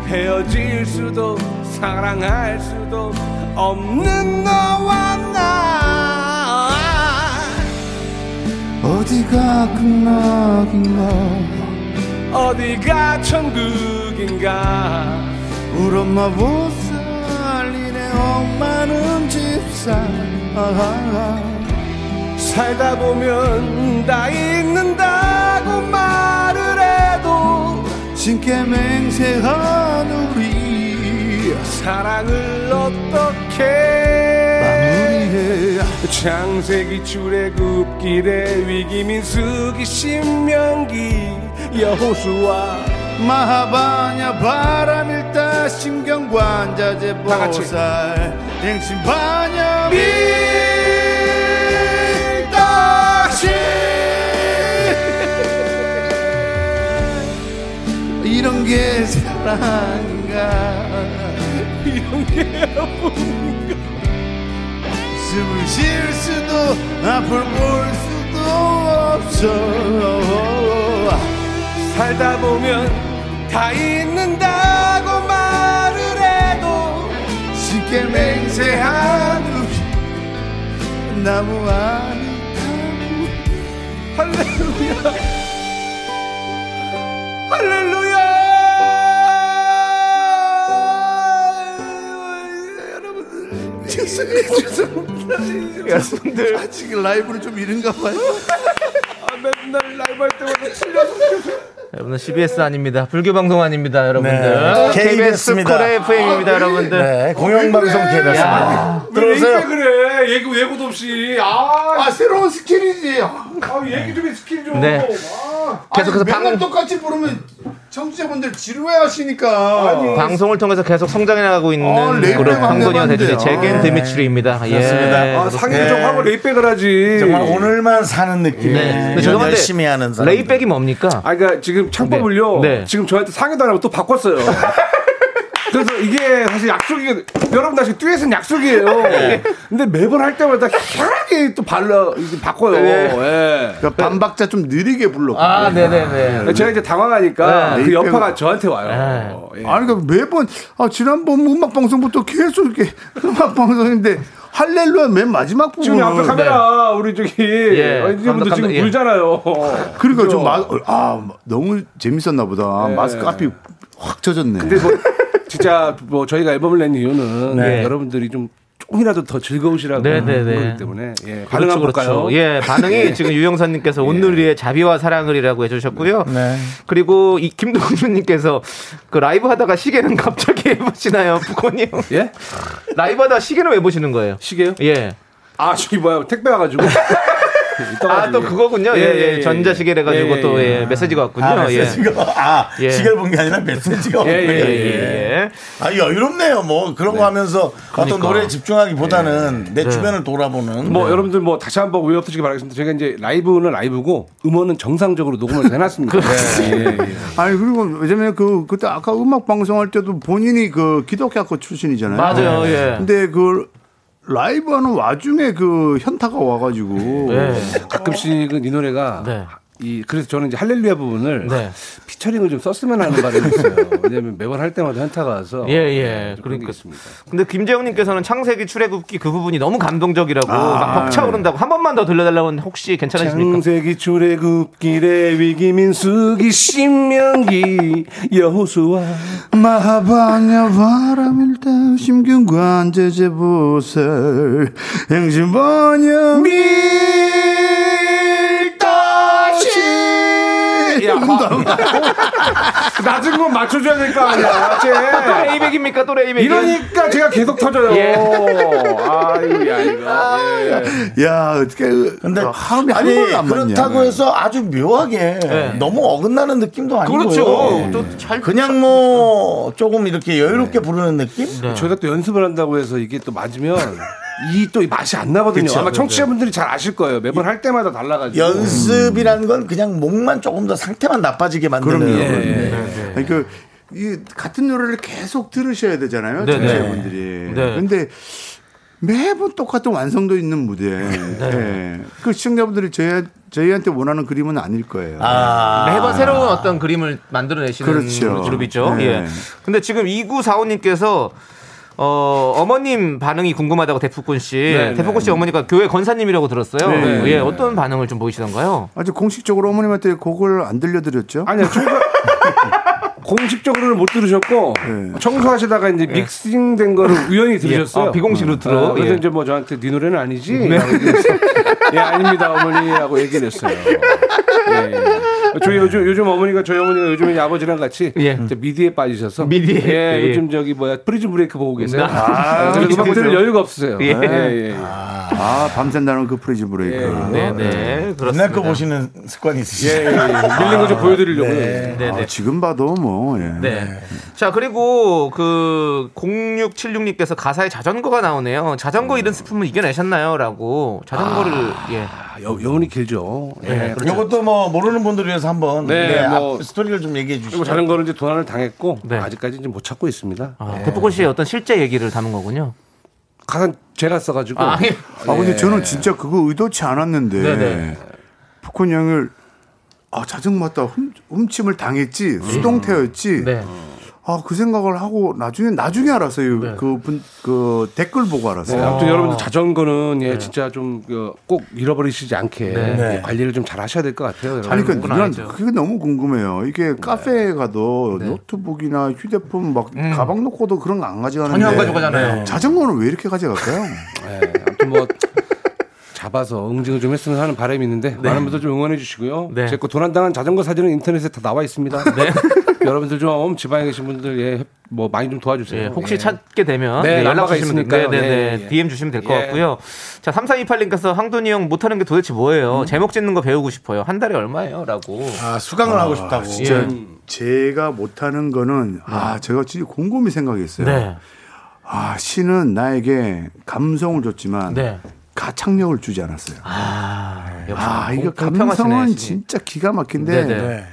[SPEAKER 5] 헤어질 수도 사랑할 수도 없는 너와 나
[SPEAKER 4] 어디가 극락인가
[SPEAKER 5] 어디가 천국인가
[SPEAKER 4] 우리 엄마 못 살리네 엄마는 집사
[SPEAKER 5] 살다 보면 다 잊는다고 말을 해도
[SPEAKER 4] 신께 맹세한 우리
[SPEAKER 5] 사랑을 어떻게
[SPEAKER 4] 마무리해
[SPEAKER 5] 창세기 출애굽 길에 위기 민수기 신명기 여호수아
[SPEAKER 4] 마하바냐 바람일다 신경관자재
[SPEAKER 5] 같이.
[SPEAKER 4] 보살 땡신바냐
[SPEAKER 5] 밀다시
[SPEAKER 4] 이런 게 사랑인가
[SPEAKER 5] 이런 게
[SPEAKER 4] 숨을 쉴 수도 앞을 볼 수도 없어
[SPEAKER 5] 살다 보면 다 잊는다고 말을 해도
[SPEAKER 4] 쉽게 맹세한 우리 나무 아니다고
[SPEAKER 5] 할렐루야
[SPEAKER 4] 아,
[SPEAKER 5] 할렐루야 여러분들 죄송해요 죄송합니다
[SPEAKER 2] 여러분들.
[SPEAKER 4] 아직 라이브를 좀 이른가 봐요
[SPEAKER 5] 아, 맨날 라이브 할 때마다 틀려서 죄송-
[SPEAKER 2] 여러분은 CBS 아닙니다. 불교 방송 아닙니다, 여러분들.
[SPEAKER 1] 네, KBS 입니다.
[SPEAKER 2] 코레 FM입니다, 여러분들.
[SPEAKER 1] 네, 공영방송 KBS입니다. 아,
[SPEAKER 8] 왜
[SPEAKER 1] 들어오세요.
[SPEAKER 8] 그래? 예고 예고도 없이. 아,
[SPEAKER 4] 아 새로운 스킬이지.
[SPEAKER 8] 아 얘기 좀해 스킬 좀.
[SPEAKER 2] 네. 계속해서
[SPEAKER 4] 계속해서
[SPEAKER 2] 방-
[SPEAKER 4] 맨날 똑같이 부르면 청취자분들 지루해하시니까.
[SPEAKER 1] 네.
[SPEAKER 4] 아니.
[SPEAKER 2] 방송을 통해서 계속 성장해 나가고 있는
[SPEAKER 1] 아,
[SPEAKER 4] 어, 레이블
[SPEAKER 2] 그런 황소녀
[SPEAKER 4] 맞네,
[SPEAKER 2] 대들이
[SPEAKER 4] 맞네.
[SPEAKER 2] 제겐 드미트리입니다.
[SPEAKER 1] 네,
[SPEAKER 2] 예.
[SPEAKER 1] 그렇습니다.
[SPEAKER 5] 아, 상의를 좀 하고 레이백을 하지.
[SPEAKER 1] 정말 아, 오늘만 사는 느낌.
[SPEAKER 2] 네.
[SPEAKER 1] 네.
[SPEAKER 2] 근데 죄송한데
[SPEAKER 1] 열심히 하는 사람.
[SPEAKER 2] 레이백이 뭡니까?
[SPEAKER 5] 아, 그러니까 지금 창법을요.
[SPEAKER 2] 네. 네.
[SPEAKER 5] 지금 저한테 상의도 안 하고
[SPEAKER 2] *laughs*
[SPEAKER 5] 또 바꿨어요. 그래서 이게 사실 약속이 여러분 다시 듀엣은 약속이에요.
[SPEAKER 2] 네.
[SPEAKER 5] 근데 매번 할 때마다 희한하게 또 발라 이제 바꿔요.
[SPEAKER 2] 네.
[SPEAKER 5] 예.
[SPEAKER 4] 그러니까 반박자 좀 느리게 불러.
[SPEAKER 2] 아, 네네네.
[SPEAKER 5] 제가 이제 당황하니까
[SPEAKER 2] 네.
[SPEAKER 5] 그 여파가 저한테 와요. 예.
[SPEAKER 4] 아니 그러니까 매번 아 지난번 음악 방송부터 계속 이렇게 *laughs* 음악 방송인데 할렐루야 맨 마지막
[SPEAKER 5] 지금 앞에
[SPEAKER 4] 부분 네.
[SPEAKER 5] 카메라 우리 저기
[SPEAKER 2] 음, 네. 예.
[SPEAKER 5] 어, 이분도
[SPEAKER 2] 감독,
[SPEAKER 5] 지금
[SPEAKER 2] 감독, 예.
[SPEAKER 5] 울잖아요.
[SPEAKER 4] 그러니까 좀아 너무 재밌었나 보다
[SPEAKER 5] 네.
[SPEAKER 4] 마스크 앞이 확 젖었네.
[SPEAKER 5] 근데 뭐 진짜 뭐 저희가 앨범을 낸 이유는
[SPEAKER 2] 네.
[SPEAKER 5] 여러분들이 좀 조금이라도 더 즐거우시라고
[SPEAKER 2] 네, 네, 네.
[SPEAKER 5] 그렇기 때문에 예, 반응
[SPEAKER 2] 그렇죠,
[SPEAKER 5] 한번 볼까요? 네.
[SPEAKER 2] 그렇죠.
[SPEAKER 5] 예.
[SPEAKER 2] 예, 반응이 지금 유영선님께서 온누리의 자비와 사랑을이라고 해주셨고요.
[SPEAKER 1] 네.
[SPEAKER 2] 그리고 이 김동준님께서 그 라이브 하다가 시계는 갑자기 *laughs* 왜 보시나요, 부코님?
[SPEAKER 5] 예?
[SPEAKER 2] 라이브 하다가 시계는 왜 보시는 거예요?
[SPEAKER 5] 시계요?
[SPEAKER 2] 예.
[SPEAKER 5] 아 저기 뭐야 택배
[SPEAKER 2] *laughs*
[SPEAKER 5] 와가지고
[SPEAKER 2] 아 또 그거군요. 예, 예, 전자시계래 가지고 또 예, 메시지가 왔군요.
[SPEAKER 1] 아, *laughs*
[SPEAKER 2] 예.
[SPEAKER 1] 메시지가 아
[SPEAKER 2] 예.
[SPEAKER 1] 시계를 본 게 아니라 메시지가
[SPEAKER 2] 예,
[SPEAKER 1] 왔네.
[SPEAKER 2] 예, 예, 예.
[SPEAKER 1] 아 여유롭네요. 뭐 그런 거 하면서 어떤
[SPEAKER 2] 그러니까.
[SPEAKER 1] 노래에 집중하기보다는 내 주변을 돌아보는
[SPEAKER 2] 네.
[SPEAKER 5] 뭐 여러분들 뭐 다시 한번 오해 없으시기 바라겠습니다. 저희가 이제 라이브는 라이브고 음원은 정상적으로
[SPEAKER 2] *laughs*
[SPEAKER 5] 녹음을 해놨습니다.
[SPEAKER 2] 그렇죠.
[SPEAKER 5] 예, 예, 예.
[SPEAKER 4] 아니 그리고 왜냐면 그 그때 아까 음악 방송할 때도 본인이 그 기독교 출신이잖아요.
[SPEAKER 2] 맞아요. 예.
[SPEAKER 4] 근데 그 라이브 하는 와중에 그 현타가 와가지고
[SPEAKER 5] 네. 가끔씩은 이
[SPEAKER 2] 어.
[SPEAKER 5] 노래가
[SPEAKER 2] 네.
[SPEAKER 5] 이 그래서 저는 이제 할렐루야 부분을
[SPEAKER 2] 네.
[SPEAKER 5] 피처링을 좀 썼으면 하는 바람이 있어요. 왜냐하면 매번 할 때마다 현타가 와서 네,
[SPEAKER 2] 예, 예.
[SPEAKER 5] 그런 게
[SPEAKER 2] 그러니까.
[SPEAKER 5] 있습니다.
[SPEAKER 2] 근데 김재영님께서는 창세기 출애굽기 그 부분이 너무 감동적이라고 막 벅차오른다고 한 번만 더 들려달라고 하는데 혹시 괜찮으십니까?
[SPEAKER 5] 창세기 출애굽기 레위기 민수기 신명기 여호수아
[SPEAKER 4] 마하바냐 바람일다 심균관 제재보살 행진바냐 밀다시
[SPEAKER 5] 야,
[SPEAKER 2] 아,
[SPEAKER 5] 그 낮은 건 맞춰줘야 될 거
[SPEAKER 2] 또
[SPEAKER 5] 아니야 쟤
[SPEAKER 2] *laughs* 레이백입니까? 또 레이백.
[SPEAKER 5] 이러니까 제가 계속 터져요
[SPEAKER 2] 예.
[SPEAKER 5] 아이야 이거 예.
[SPEAKER 4] 야 어떻게 그
[SPEAKER 1] 근데
[SPEAKER 4] 근데 하루에 한
[SPEAKER 1] 아니
[SPEAKER 4] 번도 안 맞냐
[SPEAKER 1] 그렇다고 해서 아주 묘하게 너무 어긋나는 느낌도 아니고요.
[SPEAKER 2] 그렇죠.
[SPEAKER 1] 예. 그냥 뭐 조금 이렇게 여유롭게 부르는 느낌?
[SPEAKER 5] 저희가 또 연습을 한다고 해서 이게 또 맞으면 이 또 맛이 안 나거든요 아마 청취자분들이 잘 아실 거예요 매번 할 때마다 달라가지고
[SPEAKER 1] 연습이라는 건 그냥 목만 조금 더 상태만 나빠지게 만드는
[SPEAKER 4] 그럼요.
[SPEAKER 1] 그런
[SPEAKER 4] 네. 아니, 그, 이 같은 노래를 계속 들으셔야 되잖아요.
[SPEAKER 2] 네, 네.
[SPEAKER 4] 청취자분들이.
[SPEAKER 2] 네.
[SPEAKER 4] 근데 매번 똑같은 완성도 있는 무대. 예. 그 시청자분들이 저희, 저희한테 원하는 그림은 아닐 거예요.
[SPEAKER 1] 아,
[SPEAKER 2] 매번 새로운 어떤 그림을 만들어내시는
[SPEAKER 4] 그렇죠.
[SPEAKER 2] 그룹이죠.
[SPEAKER 4] 네.
[SPEAKER 2] 예. 근데 지금 2945님께서 어, 어머님 반응이 궁금하다고 대프꾼 씨. 대프꾼 씨 어머니가 교회 권사님이라고 들었어요.
[SPEAKER 4] 네.
[SPEAKER 2] 예, 어떤 반응을 좀 보이시던가요?
[SPEAKER 4] 아주 공식적으로 어머님한테 곡을 안 들려드렸죠?
[SPEAKER 5] 아니요, 청소
[SPEAKER 2] *laughs*
[SPEAKER 5] 공식적으로는 못 들으셨고
[SPEAKER 4] 네.
[SPEAKER 5] 청소하시다가 이제 믹싱된 거를 우연히 들으셨어요.
[SPEAKER 2] 예. 아, 비공식으로
[SPEAKER 5] 어,
[SPEAKER 2] 들어.
[SPEAKER 5] 그래서
[SPEAKER 2] 예.
[SPEAKER 5] 이제 뭐 저한테 네 노래는 아니지. 라고 얘기했어요. 예, 아닙니다 어머니라고 얘기를 했어요. 예, 예. 저희 요즘 요즘 어머니가 저희 어머니가 요즘에 이제 아버지랑 같이
[SPEAKER 2] 예.
[SPEAKER 5] 이제 미디에 빠지셔서
[SPEAKER 2] 미디에.
[SPEAKER 5] 예,
[SPEAKER 2] 예.
[SPEAKER 5] 요즘 저기 뭐야 프리즘 브레이크 보고 계세요.
[SPEAKER 2] 아,
[SPEAKER 5] 그래서
[SPEAKER 2] 그렇죠.
[SPEAKER 5] 음악 들을 여유가 없으세요.
[SPEAKER 2] 예.
[SPEAKER 5] 예, 예.
[SPEAKER 4] 아, 밤샌다는 그 프리즈 브레이크.
[SPEAKER 2] 네, 네.
[SPEAKER 1] 옛날
[SPEAKER 2] 그렇습니다.
[SPEAKER 1] 거 보시는 습관이 있으시죠?
[SPEAKER 5] 예, 밀린 거 좀 보여드리려고요.
[SPEAKER 2] 네,
[SPEAKER 4] 아,
[SPEAKER 2] 네.
[SPEAKER 4] 지금 봐도 뭐, 예.
[SPEAKER 2] 네. 자, 그리고 그 0676님께서 가사에 자전거가 나오네요. 자전거 잃은 슬픔을 이겨내셨나요? 라고 자전거를 예.
[SPEAKER 5] 아, 여, 여운이 길죠.
[SPEAKER 2] 네,
[SPEAKER 5] 예, 그렇죠.
[SPEAKER 1] 이것도 뭐 모르는 분들 위해서 한번
[SPEAKER 5] 네,
[SPEAKER 1] 네, 앞
[SPEAKER 5] 뭐.
[SPEAKER 1] 스토리를 좀 얘기해 주시죠.
[SPEAKER 5] 그리고 자전거는 이제 도난을 당했고
[SPEAKER 2] 네.
[SPEAKER 5] 아직까지 는못 찾고 있습니다.
[SPEAKER 2] 아, 대포권 씨의 어떤 실제 얘기를 담은 거군요.
[SPEAKER 5] 가산 제가 써가지고
[SPEAKER 2] 아, 예.
[SPEAKER 4] 아, 근데 저는 진짜 그거 의도치 않았는데.
[SPEAKER 2] 네네.
[SPEAKER 4] 북한 형을 아, 자정 맞다. 훔, 훔침을 당했지. 수동태였지.
[SPEAKER 2] 네.
[SPEAKER 4] 아, 그 생각을 하고 나중에 나중에 알았어요.
[SPEAKER 2] 네.
[SPEAKER 4] 그 분, 그 댓글 보고
[SPEAKER 5] 네,
[SPEAKER 4] 알았어요.
[SPEAKER 5] 아무튼 여러분들 자전거는
[SPEAKER 2] 네.
[SPEAKER 5] 예, 진짜 좀 꼭 잃어버리시지 않게 예, 관리를 좀 잘 하셔야 될 것 같아요. 여러분.
[SPEAKER 4] 아니, 그러니까
[SPEAKER 2] 그건
[SPEAKER 4] 난
[SPEAKER 2] 네. 아니죠. 네.
[SPEAKER 4] 그게 너무 궁금해요. 이게 카페에 가도 노트북이나 휴대폰 막
[SPEAKER 2] 음.
[SPEAKER 4] 가방 놓고도 그런 거 안 가져가는데 네.
[SPEAKER 2] 전혀 안 가져가잖아요.
[SPEAKER 4] 자전거는 왜 이렇게 가져갈까요?
[SPEAKER 5] 예, 아무튼 뭐 자, 네, 잡아서 응징을 좀 했으면 하는 바람이 있는데 많은 분들 좀 응원해 주시고요.
[SPEAKER 2] 네.
[SPEAKER 5] 제거 도난당한 자전거 사진은 인터넷에 다 나와 있습니다.
[SPEAKER 2] 네.
[SPEAKER 5] *laughs* 여러분들 좀 지방에 계신 분들 예, 뭐 많이 좀 도와주세요.
[SPEAKER 2] 예, 혹시
[SPEAKER 5] 예.
[SPEAKER 2] 찾게 되면
[SPEAKER 5] 네,
[SPEAKER 2] 네, 연락
[SPEAKER 5] 연락가
[SPEAKER 2] 주시면 되-
[SPEAKER 5] 있으니까요.
[SPEAKER 2] 네, 네,
[SPEAKER 5] 예,
[SPEAKER 2] 네.
[SPEAKER 5] 예.
[SPEAKER 2] DM 주시면 될 것
[SPEAKER 5] 예.
[SPEAKER 2] 같고요. 자, 3428님께서 황돈이 형 못하는 게 도대체 뭐예요? 제목 짓는 거 배우고 싶어요. 한 달에 얼마예요? 라고.
[SPEAKER 1] 아, 수강을 하고 싶다고.
[SPEAKER 2] 진짜.
[SPEAKER 4] 네. 제가 못하는 거는 아 제가 진짜 곰곰이 생각했어요.
[SPEAKER 2] 네.
[SPEAKER 4] 아 시는 나에게 감성을 줬지만
[SPEAKER 2] 네.
[SPEAKER 4] 가창력을 주지 않았어요. 아,
[SPEAKER 2] 역시
[SPEAKER 4] 이거
[SPEAKER 2] 공- 공평하시네,
[SPEAKER 4] 감성은
[SPEAKER 2] 신이.
[SPEAKER 4] 진짜 기가 막힌데
[SPEAKER 2] 네, 네.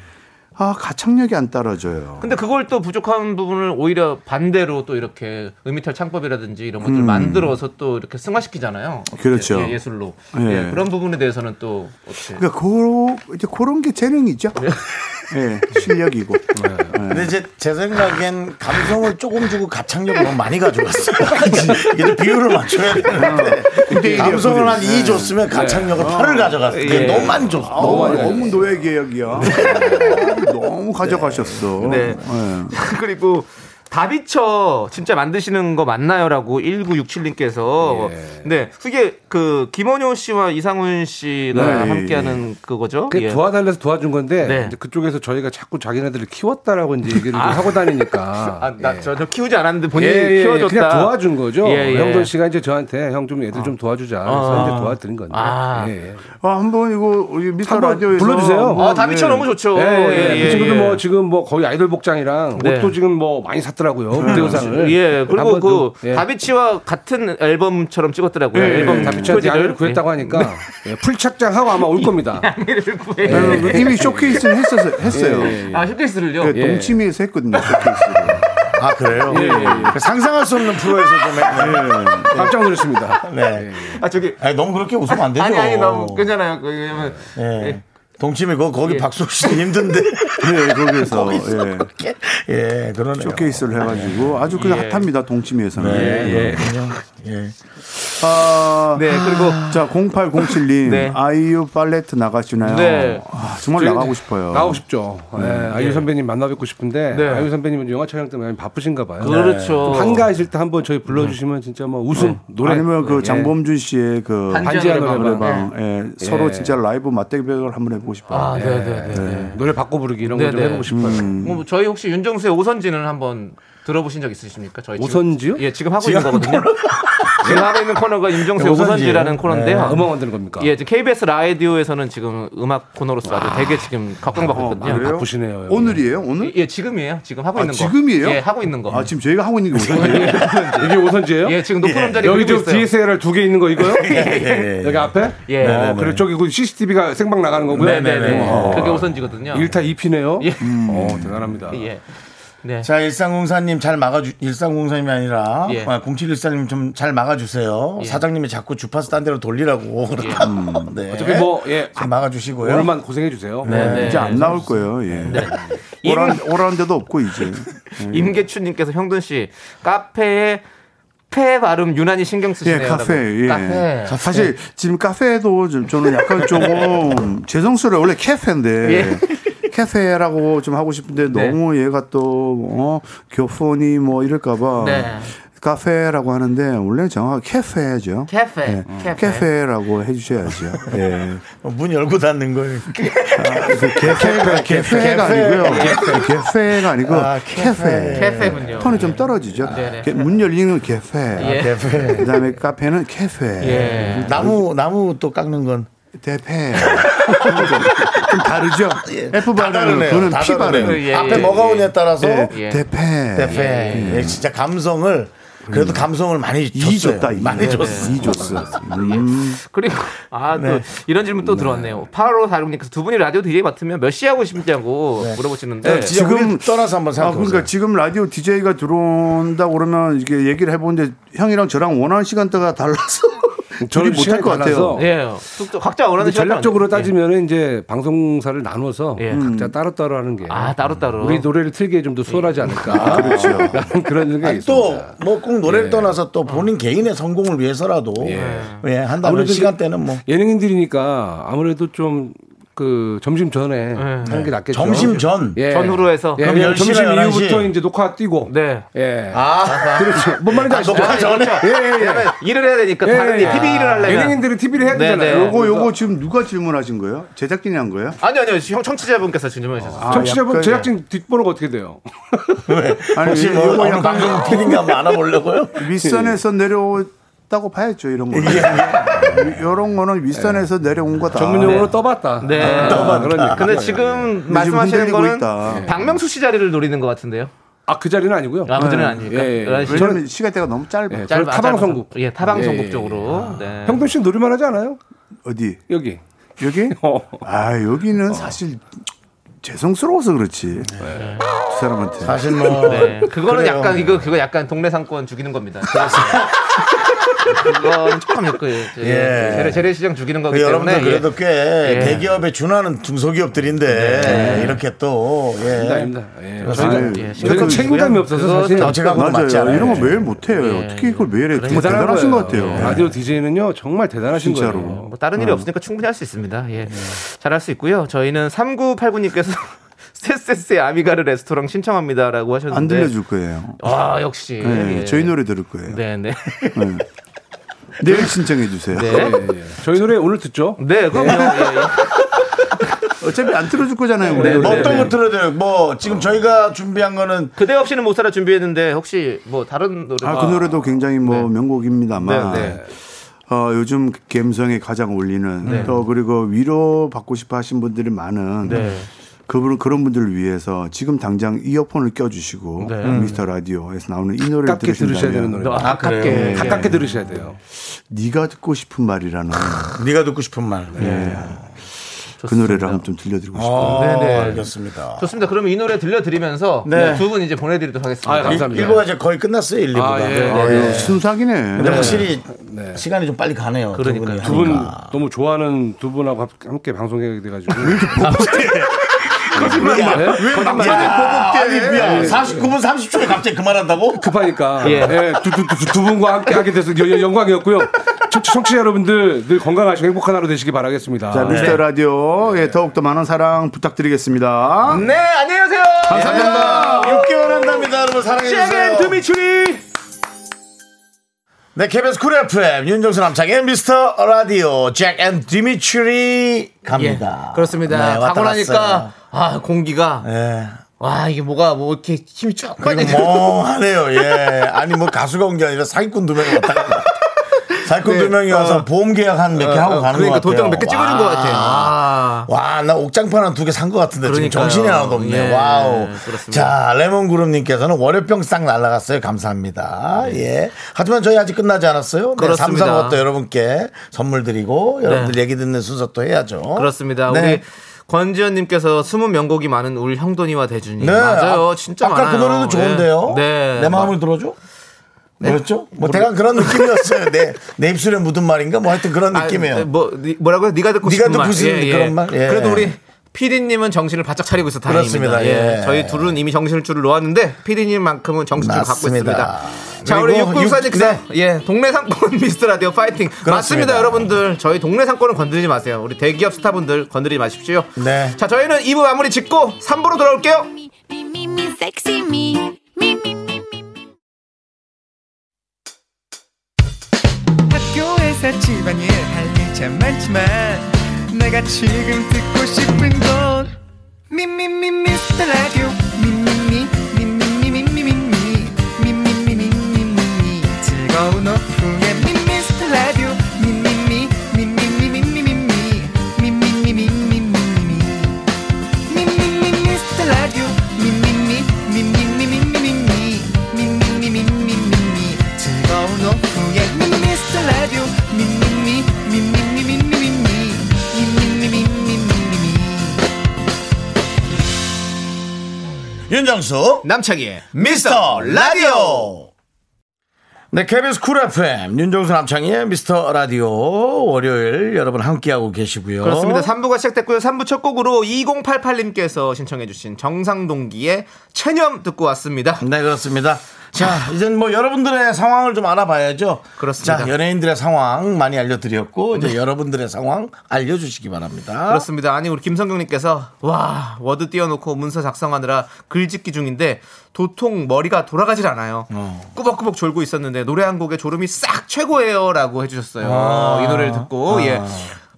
[SPEAKER 4] 아 가창력이 안 따라줘요.
[SPEAKER 2] 근데 그걸 또 부족한 부분을 오히려 반대로 또 이렇게 음이탈 창법이라든지 이런 것들 을 만들어서 또 이렇게 승화시키잖아요. 어떻게
[SPEAKER 4] 그렇죠.
[SPEAKER 2] 예, 예술로.
[SPEAKER 4] 예.
[SPEAKER 2] 예, 그런 부분에 대해서는 또 어떻게.
[SPEAKER 4] 그러니까 고로 이제 그런 게 재능이죠. 예, 실력이고.
[SPEAKER 1] 근데 이제 제 생각엔 감성을 조금 주고 가창력을 너무 많이 가져갔어요. 그러니까 이게 비율을 맞춰야 되는데. 감성을 한 2 줬으면 가창력을 8을 가져갔어요.
[SPEAKER 2] 예.
[SPEAKER 1] 너무 많이 줬어. 너무
[SPEAKER 4] 너무,
[SPEAKER 1] 많이
[SPEAKER 4] 너무 노예 개혁이야. 너무 가져가셨어.
[SPEAKER 2] 네.
[SPEAKER 4] 예.
[SPEAKER 2] *laughs* 그리고 다비처 진짜 만드시는 거 맞나요라고 1967님께서
[SPEAKER 5] 예.
[SPEAKER 2] 네 그게 그 김원효 씨와 이상훈 씨가
[SPEAKER 4] 네,
[SPEAKER 2] 함께하는 그거죠.
[SPEAKER 5] 그게
[SPEAKER 2] 예.
[SPEAKER 5] 도와달래서 도와준 건데
[SPEAKER 2] 네.
[SPEAKER 5] 이제 그쪽에서 저희가 자꾸 자기네들을 키웠다라고 이제 얘기를 좀 하고 다니니까
[SPEAKER 2] *laughs* 아, 나
[SPEAKER 5] 예.
[SPEAKER 2] 저, 저 키우지 않았는데 본인이
[SPEAKER 5] 예, 예,
[SPEAKER 2] 키워줬다.
[SPEAKER 5] 그냥 도와준 거죠.
[SPEAKER 2] 예, 예.
[SPEAKER 5] 형돈 씨가 이제 저한테 형 좀 애들 좀 도와주자. 그래서
[SPEAKER 2] 아.
[SPEAKER 5] 이제 도와드린 건데.
[SPEAKER 2] 아.
[SPEAKER 5] 예, 예.
[SPEAKER 4] 아, 한번 이거 우리 미스터
[SPEAKER 5] 한번
[SPEAKER 4] 라디오에서
[SPEAKER 5] 불러주세요.
[SPEAKER 4] 한번,
[SPEAKER 2] 아, 다비처
[SPEAKER 4] 네.
[SPEAKER 2] 너무 좋죠.
[SPEAKER 5] 예, 예,
[SPEAKER 2] 예,
[SPEAKER 5] 그
[SPEAKER 2] 예,
[SPEAKER 5] 친구도
[SPEAKER 2] 예.
[SPEAKER 5] 뭐 지금 뭐 거의 아이돌 복장이랑
[SPEAKER 2] 네.
[SPEAKER 5] 옷도 지금 뭐 많이 샀더라고요. 무대 의상을.
[SPEAKER 2] 예, 그리고
[SPEAKER 5] 한번
[SPEAKER 2] 그
[SPEAKER 5] 좀, 예.
[SPEAKER 2] 다비치와 같은 앨범처럼 찍었더라고요. 앨범
[SPEAKER 5] 다비치한테 아이를 구했다고
[SPEAKER 2] 네.
[SPEAKER 5] 하니까 예, 풀착장하고 아마
[SPEAKER 2] 예.
[SPEAKER 5] 올 겁니다.
[SPEAKER 4] 네, 네, 이미 쇼케이스는 했었어요. 했어요.
[SPEAKER 2] 아, 쇼케이스를요.
[SPEAKER 5] 예.
[SPEAKER 4] 네, 동치미에서 했거든요. 쇼케이스를.
[SPEAKER 1] 아, 그래요? 그러니까 상상할 수 없는 프로에서 좀 했네.
[SPEAKER 5] 깜짝 놀랐습니다.
[SPEAKER 1] 네.
[SPEAKER 2] 아, 저기
[SPEAKER 1] 아니, 너무 그렇게 웃으면 안 되죠.
[SPEAKER 2] 아니 아니
[SPEAKER 5] 어.
[SPEAKER 2] 너무 괜찮아요. 그, 왜냐면
[SPEAKER 1] 예. 동치미 그거 거기 박수 씨도 힘든데.
[SPEAKER 4] 예, 거기에서. 예.
[SPEAKER 1] 예, 그러네요.
[SPEAKER 4] 쇼케이스를 해가지고 아주 그냥 핫합니다. 동치미에서는.
[SPEAKER 1] 예, 그냥, 예.
[SPEAKER 4] 아,
[SPEAKER 2] 네, 그리고
[SPEAKER 4] 자, 0807님.
[SPEAKER 2] 네.
[SPEAKER 4] 아이유 팔레트 나가시나요?
[SPEAKER 2] 네.
[SPEAKER 4] 아, 정말 나가고 싶어요.
[SPEAKER 5] 나가고 싶죠. 예, 아이유 선배님 만나 뵙고 싶은데
[SPEAKER 2] 음, 네.
[SPEAKER 5] 아이유 선배님은 영화 촬영 때문에 많이 바쁘신가 봐요. 예.
[SPEAKER 2] 그렇죠. 네.
[SPEAKER 5] 한가하실 때 한번 저희 불러주시면 진짜 뭐 웃음 노래 예.
[SPEAKER 4] 아니면 그 장범준 씨의 그
[SPEAKER 5] 반지 하나
[SPEAKER 2] 노래방.
[SPEAKER 4] 노래방 예, 서로 진짜 라이브 맞대결을 한번 해보고 싶어요.
[SPEAKER 2] 아, 네, 네, 네. 네.
[SPEAKER 5] 예. 노래 바꿔 부르기 이런 거 좀
[SPEAKER 2] 네, 네.
[SPEAKER 5] 해보고 싶어요.
[SPEAKER 2] 뭐 저희 혹시 윤정수의 오선지는 한번 들어보신 적 있으십니까? 저희 지금-
[SPEAKER 5] 오선지요?
[SPEAKER 2] 예, 지금 하고 있는 거거든요. *laughs* 지금 하고 있는 코너가 윤정수의
[SPEAKER 1] 오선지예요.
[SPEAKER 2] 오선지라는 코너인데요.
[SPEAKER 5] 아, 음악 만드는 겁니까?
[SPEAKER 2] 예, 지금 KBS 라디오에서는 지금 음악 코너로서 아주 되게 지금 각광받고 있거든요.
[SPEAKER 5] 바쁘시네요. 형님.
[SPEAKER 4] 어, 오늘이에요? 오늘?
[SPEAKER 2] 예, 지금이에요. 지금 하고
[SPEAKER 4] 아,
[SPEAKER 2] 있는 거.
[SPEAKER 4] 지금이에요?
[SPEAKER 2] 예, 하고 있는 거.
[SPEAKER 4] 아 지금 저희가 하고 있는 게 무슨
[SPEAKER 5] 이게 오선지예요?
[SPEAKER 2] 예, 지금 높은 음자리
[SPEAKER 5] 여기
[SPEAKER 2] 그리고
[SPEAKER 5] 저
[SPEAKER 2] 있어요.
[SPEAKER 5] DSLR 두 개 있는 거 이거요?
[SPEAKER 1] 예, 예.
[SPEAKER 5] 여기 앞에?
[SPEAKER 2] 예.
[SPEAKER 5] 어,
[SPEAKER 2] 네네네.
[SPEAKER 5] 그래 저기 CCTV가 생방 나가는 거고요.
[SPEAKER 2] 네, 네, 네.
[SPEAKER 5] 어.
[SPEAKER 2] 그게 오선지거든요.
[SPEAKER 5] 1타 2피네요.
[SPEAKER 2] 예.
[SPEAKER 5] 어, 대단합니다.
[SPEAKER 2] 예. 네.
[SPEAKER 1] 자, 1304님 잘 막아주, 1304님이 아니라,
[SPEAKER 2] 예.
[SPEAKER 1] 0714님 좀 잘 막아주세요. 사장님이 자꾸 주파수 딴 데로 돌리라고. 그러다고. *laughs* 네.
[SPEAKER 5] 어차피 뭐 예.
[SPEAKER 1] 잘 막아주시고요.
[SPEAKER 5] 오늘만 고생해 주세요.
[SPEAKER 2] 네.
[SPEAKER 4] 이제 안 나올 거예요. 예. 오란 오란 데도 없고 이제
[SPEAKER 2] 음. 임계춘님께서 형돈 씨 카페에 페 발음 유난히 신경
[SPEAKER 4] 예
[SPEAKER 2] 쓰시네요.
[SPEAKER 4] 카페 예
[SPEAKER 2] 카페.
[SPEAKER 4] 자, 사실 지금 카페도 좀 저는 약간 조금 죄송스러워 요 원래 카페인데 카페라고 좀 하고 싶은데
[SPEAKER 2] 네.
[SPEAKER 4] 너무 얘가 또어 뭐 교포니 뭐 이럴까봐
[SPEAKER 2] 네.
[SPEAKER 4] 카페라고 하는데 원래 정확히 카페죠.
[SPEAKER 2] 카페.
[SPEAKER 5] 네.
[SPEAKER 4] 예.
[SPEAKER 2] 카페.
[SPEAKER 4] 카페라고 해주셔야죠. 예.
[SPEAKER 1] 어, 문 열고 닫는 걸.
[SPEAKER 4] 개페가 개페가 아니고요. 개페가 아니고
[SPEAKER 1] 아,
[SPEAKER 4] 캐페.
[SPEAKER 2] 카페군요.
[SPEAKER 5] 네.
[SPEAKER 4] 톤이 좀 떨어지죠.
[SPEAKER 2] 네네.
[SPEAKER 4] 개- 문 열리는 개페.
[SPEAKER 1] 대패.
[SPEAKER 4] 그다음에 카페는 음. 캐페.
[SPEAKER 2] 예.
[SPEAKER 1] 예. 나무, 나무 또 깎는 건.
[SPEAKER 4] 대페. 좀, *laughs* 좀 다르죠. F
[SPEAKER 1] 예. 다
[SPEAKER 4] 발음,
[SPEAKER 1] 다르네요.
[SPEAKER 4] 그거는
[SPEAKER 1] 다
[SPEAKER 4] P
[SPEAKER 1] 다르네요.
[SPEAKER 4] 발음.
[SPEAKER 2] 예,
[SPEAKER 1] 앞에
[SPEAKER 2] 예,
[SPEAKER 1] 뭐가
[SPEAKER 2] 예.
[SPEAKER 1] 오냐에 따라서.
[SPEAKER 4] 예,
[SPEAKER 2] 예.
[SPEAKER 4] 대페.
[SPEAKER 1] 대패. 예, 진짜 감성을. 그래도 감성을 많이
[SPEAKER 4] 이
[SPEAKER 1] 줬어요.
[SPEAKER 4] 줬다. 네. 이.
[SPEAKER 1] 많이 줬어.
[SPEAKER 4] 이 줬어. 음.
[SPEAKER 2] 그리고 아 또
[SPEAKER 5] 네.
[SPEAKER 2] 이런 질문 또 들어왔네요. 8호 다룡님께서 두 분이 라디오 DJ 맡으면 몇 시 하고 싶냐고
[SPEAKER 5] 네.
[SPEAKER 2] 물어보시는데
[SPEAKER 1] 진짜
[SPEAKER 4] 지금-
[SPEAKER 1] 우리 떠나서 한번
[SPEAKER 4] 아,
[SPEAKER 1] 생각해 보세요.
[SPEAKER 4] 그러니까 지금 라디오 DJ가 들어온다 그러면 이게 얘기를 해보는데 형이랑 저랑 원하는 시간대가
[SPEAKER 1] *laughs*
[SPEAKER 4] 달라서 둘이
[SPEAKER 5] 저는
[SPEAKER 4] 못할
[SPEAKER 5] 시간이
[SPEAKER 4] 것 같아요.
[SPEAKER 5] 달라서
[SPEAKER 2] 예. 툭툭 각자 원하는
[SPEAKER 5] 근데
[SPEAKER 2] 시간
[SPEAKER 5] 전략적으로 따지면 은 이제 방송사를 나눠서
[SPEAKER 2] 예.
[SPEAKER 5] 각자 따로따로 하는 게
[SPEAKER 2] 아 예. 따로따로.
[SPEAKER 5] 우리 노래를 틀기에 좀 더 수월하지 않을까. 라는 *laughs* 그런 네. 생각이
[SPEAKER 1] 또
[SPEAKER 5] 있습니다.
[SPEAKER 1] 뭐 꼭 노래를 떠나서 또 본인 개인의 성공을 위해서라도 예, 한다면
[SPEAKER 5] 아무래도
[SPEAKER 1] 시간대는 뭐
[SPEAKER 5] 예능인들이니까 아무래도 좀 그 점심 전에 하는 게 낫겠죠.
[SPEAKER 1] 점심 전?
[SPEAKER 5] 예.
[SPEAKER 2] 네. 전후로 해서?
[SPEAKER 5] 예,
[SPEAKER 1] 그럼
[SPEAKER 5] 왜냐면
[SPEAKER 1] 10시 나
[SPEAKER 5] 점심
[SPEAKER 1] 11시.
[SPEAKER 5] 이후부터 이제 녹화 뛰고.
[SPEAKER 2] 네.
[SPEAKER 5] 예.
[SPEAKER 1] 아,
[SPEAKER 5] 그렇죠. 뭔 말인지 아시죠?
[SPEAKER 1] 녹화 전에?
[SPEAKER 5] 예, 예, 예.
[SPEAKER 2] 네. 일을 해야 되니까 그 다른 일, TV 일을 하려면
[SPEAKER 5] 예능인들이 TV를 해야
[SPEAKER 2] 네,
[SPEAKER 5] 되잖아요.
[SPEAKER 2] 네.
[SPEAKER 4] 어, 요거 요거 지금 누가 질문하신 거예요? 제작진이 한 거예요?
[SPEAKER 2] 아니요, 아니요. 형 청취자분께서 질문하셨어요.
[SPEAKER 5] 청취자분
[SPEAKER 4] 약간-
[SPEAKER 5] 제작진 뒷번호가 어떻게 돼요?
[SPEAKER 4] 아니
[SPEAKER 1] 혹시 뭐
[SPEAKER 4] 요거
[SPEAKER 1] 오늘
[SPEAKER 4] 약간
[SPEAKER 1] 방송 *laughs* PD인가 한번 알아보려고요?
[SPEAKER 4] 윗선에서 내려왔다고 봐야죠 이런 거.
[SPEAKER 1] 예,
[SPEAKER 4] 이런 거는 윗선에서 내려온 거다.
[SPEAKER 5] 전문용어로 떠봤다.
[SPEAKER 2] 네.
[SPEAKER 5] 아, 그런 얘기.
[SPEAKER 2] 근데 지금 말씀하시는
[SPEAKER 4] 흔들리고
[SPEAKER 2] 거는
[SPEAKER 4] 있다.
[SPEAKER 5] 예.
[SPEAKER 2] 박명수 씨 자리를 노리는 것 같은데요.
[SPEAKER 5] 아, 그 자리는 아니고요.
[SPEAKER 2] 아, 그들은 아니니까.
[SPEAKER 5] 예, 예.
[SPEAKER 4] 왜냐면 시간대가 너무 짧아.
[SPEAKER 5] 예, 저는 타방선국.
[SPEAKER 2] 예, 타방선국
[SPEAKER 5] 예, 예.
[SPEAKER 2] 쪽으로. 네.
[SPEAKER 5] 형돈 씨는 노릴만 하지 않아요?
[SPEAKER 4] 어디?
[SPEAKER 5] 여기.
[SPEAKER 4] 여기?
[SPEAKER 5] 어.
[SPEAKER 4] 아 여기는 사실 죄송스러워서 그렇지. 두 사람한테.
[SPEAKER 1] 사실 뭐
[SPEAKER 2] 네. 그거는
[SPEAKER 1] 그래요.
[SPEAKER 2] 약간 이거 그거 약간 동네 상권 죽이는 겁니다. *laughs* 그건 조금 있고 예.
[SPEAKER 1] 예.
[SPEAKER 2] 재래 재래 시장 죽이는 거기
[SPEAKER 1] 그
[SPEAKER 2] 때문에
[SPEAKER 1] 여러분들 그래도 꽤
[SPEAKER 2] 예.
[SPEAKER 1] 대기업에 준하는 중소기업들인데 이렇게 또 예.
[SPEAKER 5] 아닙니다. 예.
[SPEAKER 4] 아유, 네.
[SPEAKER 2] 예. 예.
[SPEAKER 5] 저희가 책임감이 없어서 사실
[SPEAKER 1] 정책하고 맞지
[SPEAKER 4] 맞아요.
[SPEAKER 1] 않아요. 예.
[SPEAKER 4] 이런 거 매일 못 해요. 어떻게 이걸 매일 해? 되게
[SPEAKER 5] 대단한
[SPEAKER 4] 대단하신
[SPEAKER 5] 거예요.
[SPEAKER 4] 것 같아요. 네.
[SPEAKER 5] 예. 라디오 DJ는요, 정말 대단하신
[SPEAKER 4] 진짜로.
[SPEAKER 5] 거예요.
[SPEAKER 2] 뭐 다른 일이 없으니까 충분히 할 수 있습니다. 예. 잘할 수 있고요. 저희는 3989님께서 *laughs* 스테스의 아미가르 레스토랑 신청합니다라고 하셨는데
[SPEAKER 4] 안 들려줄 거예요.
[SPEAKER 2] 와, 역시.
[SPEAKER 4] 네,
[SPEAKER 2] 예.
[SPEAKER 4] 저희 노래 들을 거예요.
[SPEAKER 2] 네, 네.
[SPEAKER 4] 내일 신청해 주세요.
[SPEAKER 2] 네.
[SPEAKER 5] 예, 예. 저희 노래 오늘 듣죠?
[SPEAKER 2] 네, 그럼요. 예, 예.
[SPEAKER 4] 어차피 안 틀어줄 거잖아요. 우리.
[SPEAKER 1] 뭐 어떤 거 들어야 요뭐 지금 저희가 준비한 거는
[SPEAKER 2] 그대 없이는 못 살아 준비했는데 혹시 뭐 다른 노래
[SPEAKER 4] 아, 그 노래도 굉장히 뭐 명곡입니다만
[SPEAKER 2] 네,
[SPEAKER 4] 어, 요즘 감성에 가장 어울리는 또 그리고 위로 받고 싶어 하신 분들이 많은
[SPEAKER 2] 네.
[SPEAKER 4] 그분 그런 분들을 위해서 지금 당장 이어폰을 껴주시고
[SPEAKER 2] 네.
[SPEAKER 4] 미스터 라디오에서 나오는 이 노래를
[SPEAKER 5] 가깝게 들으셔야 되는
[SPEAKER 4] 들으신다면 네.
[SPEAKER 5] 노래.
[SPEAKER 2] 아,
[SPEAKER 1] 그
[SPEAKER 2] 아깝게
[SPEAKER 5] 가깝게 들으셔야 돼요.
[SPEAKER 4] 네가 듣고 싶은 말이라는
[SPEAKER 1] 음. 네가 듣고 싶은 말.
[SPEAKER 4] 그 노래를 한번 좀 들려드리고 싶어요.
[SPEAKER 1] 어,
[SPEAKER 2] 네네.
[SPEAKER 1] 알겠습니다.
[SPEAKER 2] 좋습니다. 그러면 이 노래 들려드리면서
[SPEAKER 1] 네.
[SPEAKER 2] 두 분 이제 보내드리도록
[SPEAKER 5] 아,
[SPEAKER 2] 하겠습니다.
[SPEAKER 5] 감사합니다.
[SPEAKER 1] 일부가 이제 거의 끝났어요. 일부가.
[SPEAKER 5] 아, 예.
[SPEAKER 1] 어,
[SPEAKER 4] 아유, 순삭이네.
[SPEAKER 1] 근데 확실히 시간이 좀 빨리 가네요.
[SPEAKER 2] 그러니까요.
[SPEAKER 1] 두
[SPEAKER 5] 두 분
[SPEAKER 1] 분이
[SPEAKER 5] 너무 좋아하는 두 분하고 함- 함께 방송하게 돼가지고
[SPEAKER 2] 네.
[SPEAKER 1] 하니까. 왜 막판에 보복대 49분 30초에 갑자기 그만한다고?
[SPEAKER 5] 급하니까
[SPEAKER 2] 예.
[SPEAKER 5] 예, 두, 두, 두, 두 분과 함께 하게 돼서 여- 여- 영광이었고요. 청취, 청취자 여러분들 늘 건강하시고 행복한 하루 되시기 바라겠습니다.
[SPEAKER 4] 자, 미스터 라디오 예, 더욱더 많은 사랑 부탁드리겠습니다.
[SPEAKER 2] 네, 안녕히 계세요.
[SPEAKER 4] 감사합니다.
[SPEAKER 1] 6개월 한답니다. 여러분 사랑해주세요. 네, KBS 쿨 FM 윤정수 남창의 미스터 라디오 잭 앤 디미츄리 갑니다.
[SPEAKER 2] 예, 그렇습니다.
[SPEAKER 1] 네, 왔다
[SPEAKER 2] 가고 나니까
[SPEAKER 1] 갔어요.
[SPEAKER 2] 아 공기가
[SPEAKER 1] 예.
[SPEAKER 2] 와 이게 뭐가 뭐 이렇게 힘이 쫙 빠지는 *laughs*
[SPEAKER 1] 그리고 뭐 멍하네요. 예. 아니 뭐 가수가 온 게 아니라 사기꾼 두 명이 왔다 갔다. 사기꾼
[SPEAKER 2] 네.
[SPEAKER 1] 두 명이 와서 보험 계약 한 몇 개 하고 가는
[SPEAKER 2] 어.
[SPEAKER 1] 것 같아요.
[SPEAKER 2] 그러니까 도장 몇 개 찍어준
[SPEAKER 1] 와.
[SPEAKER 2] 것 같아요. 아.
[SPEAKER 1] 와, 나 옥장판 한 두 개 산 것 같은데 지금
[SPEAKER 2] 그러니까요.
[SPEAKER 1] 정신이 하나도 없네.
[SPEAKER 2] 예,
[SPEAKER 1] 요 와우.
[SPEAKER 2] 그렇습니다.
[SPEAKER 1] 자, 레몬그룹님께서는 월요병 싹 날라갔어요. 감사합니다. 예. 하지만 저희 아직 끝나지 않았어요. 네,
[SPEAKER 2] 네. 그렇습니다. 네.
[SPEAKER 1] 삼성것도 여러분께 선물 드리고 여러분들 얘기 듣는 순서 또 해야죠.
[SPEAKER 2] 아, 그렇습니다. 우리
[SPEAKER 1] 네.
[SPEAKER 2] 권지현님께서 숨은 명곡이 많은 우리 형돈이와 대준이
[SPEAKER 1] 네.
[SPEAKER 2] 맞아요.
[SPEAKER 1] 아,
[SPEAKER 2] 진짜
[SPEAKER 1] 아까
[SPEAKER 2] 많아요.
[SPEAKER 1] 그 노래도 좋은데요.
[SPEAKER 2] 네.
[SPEAKER 1] 내 마음을 들어줘. 뭐였죠? 뭐 대강 그런 느낌이었어요. 내, 내 입술에 묻은 말인가? 뭐 하여튼 그런
[SPEAKER 2] 아,
[SPEAKER 1] 느낌이에요.
[SPEAKER 2] 뭐 니- 뭐라고요? 네가 듣고
[SPEAKER 1] 네가
[SPEAKER 2] 싶은
[SPEAKER 1] 듣고
[SPEAKER 2] 말.
[SPEAKER 1] 싶은 그런 말? 예.
[SPEAKER 2] 그래도 우리 PD님은 정신을 바짝 차리고 있어 다행입니다.
[SPEAKER 1] 그렇습니다.
[SPEAKER 2] 예.
[SPEAKER 1] 예.
[SPEAKER 2] 저희 둘은 이미 정신줄을 놓았는데 PD님만큼은 정신줄 갖고
[SPEAKER 1] 맞습니다.
[SPEAKER 2] 있습니다. 자 우리
[SPEAKER 1] 그리고
[SPEAKER 2] 육군사직사 예 동네 상권 *laughs* 미스터 라디오 파이팅 맞습니다
[SPEAKER 1] 그렇습니다.
[SPEAKER 2] 여러분들 저희 동네 상권은 건드리지 마세요 우리 대기업 스타분들 건드리지 마십시오
[SPEAKER 1] 네.
[SPEAKER 2] 자 저희는 2부 마무리 짓고 3부로 돌아올게요
[SPEAKER 3] Me, me, me, sexy me. Me, me, me, me.
[SPEAKER 9] 학교에서 집안일 할 일 참 많지만 내가 지금 듣고 싶은 건 미미미 미스터 라디오 미미미 미미미미미미 미미미미미미 즐거운 오후에 미스터 라디오 미미미 미미미미미미 미미미미미미미 미미미 미스터 라디오 미미미 미미미미미미 미미미미미미 즐거운 오후에 미스터 라디오 미미미 미미미미미미 미미미미미미미
[SPEAKER 1] 윤정수
[SPEAKER 2] 남창희의
[SPEAKER 1] 미스터 라디오. 네, KBS 쿨 FM 윤정수 남창희의 미스터 라디오 월요일 여러분 함께하고 계시고요.
[SPEAKER 2] 그렇습니다. 3부가 시작됐고요. 3부 첫 곡으로 2088님께서 신청해주신 정상동기의 체념 듣고 왔습니다.
[SPEAKER 1] 네, 그렇습니다. 자, 이젠 뭐 여러분들의 상황을 좀 알아봐야죠.
[SPEAKER 2] 그렇습니다. 네.
[SPEAKER 1] 자, 연예인들의 상황 많이 알려드렸고, 이제 여러분들의 상황 알려주시기 바랍니다.
[SPEAKER 2] 그렇습니다. 아니 우리 김성경님께서 와 워드 띄워놓고 문서 작성하느라 글짓기 중인데 도통 머리가 돌아가질 않아요.
[SPEAKER 1] 어.
[SPEAKER 2] 꾸벅꾸벅 졸고 있었는데 노래 한 곡에 졸음이 싹 최고예요라고 해주셨어요.
[SPEAKER 1] 아.
[SPEAKER 2] 이 노래를 듣고 예.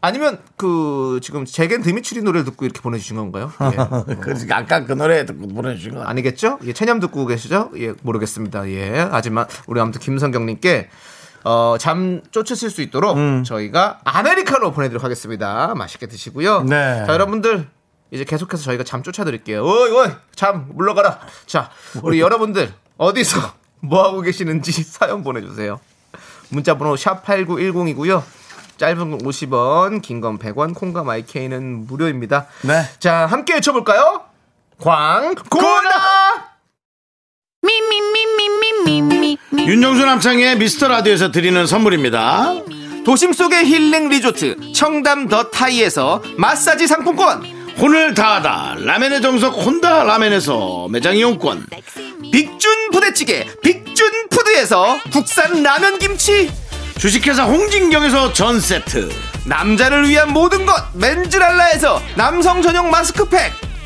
[SPEAKER 2] 아니면 그 지금 제겐 드미추리 노래를 듣고 이렇게 보내주신 건가요? 예.
[SPEAKER 1] *laughs* 그래서 아까 그 노래 듣고 보내주신 거.
[SPEAKER 2] 아니겠죠? 예, 체념 듣고 계시죠? 예, 모르겠습니다. 예. 하지만 우리 아무튼 김성경님께 어, 잠 쫓으실 수 있도록
[SPEAKER 1] 음.
[SPEAKER 2] 저희가 아메리카노 보내드리도록 하겠습니다. 맛있게 드시고요.
[SPEAKER 1] 네.
[SPEAKER 2] 자, 여러분들. 이제 계속해서 저희가 잠 쫓아드릴게요. 어이, 어이, 잠 물러가라. 자, 우리 여러분들 어디서 *laughs* 뭐하고 계시는지 *laughs* 사연 보내주세요. 문자번호 샵8910이고요. 짧은 건 50원, 긴 건 100원, 콩과 마이케이는 무료입니다.
[SPEAKER 1] 네.
[SPEAKER 2] 자, 함께 외쳐볼까요? 광고나
[SPEAKER 3] me me me me me me me
[SPEAKER 1] 윤정수 남창의 미스터 라디오에서 드리는 선물입니다.
[SPEAKER 2] 도심 속의 힐링 리조트 청담 더 타이에서 마사지 상품권
[SPEAKER 1] 혼을 다하다 라멘의 정석 혼다 라멘에서 매장 이용권
[SPEAKER 2] 빅준 부대찌개 빅준 푸드에서 국산 라면 김치
[SPEAKER 1] 주식회사 홍진경에서 전 세트
[SPEAKER 2] 남자를 위한 모든 것 맨즈랄라에서 남성 전용 마스크팩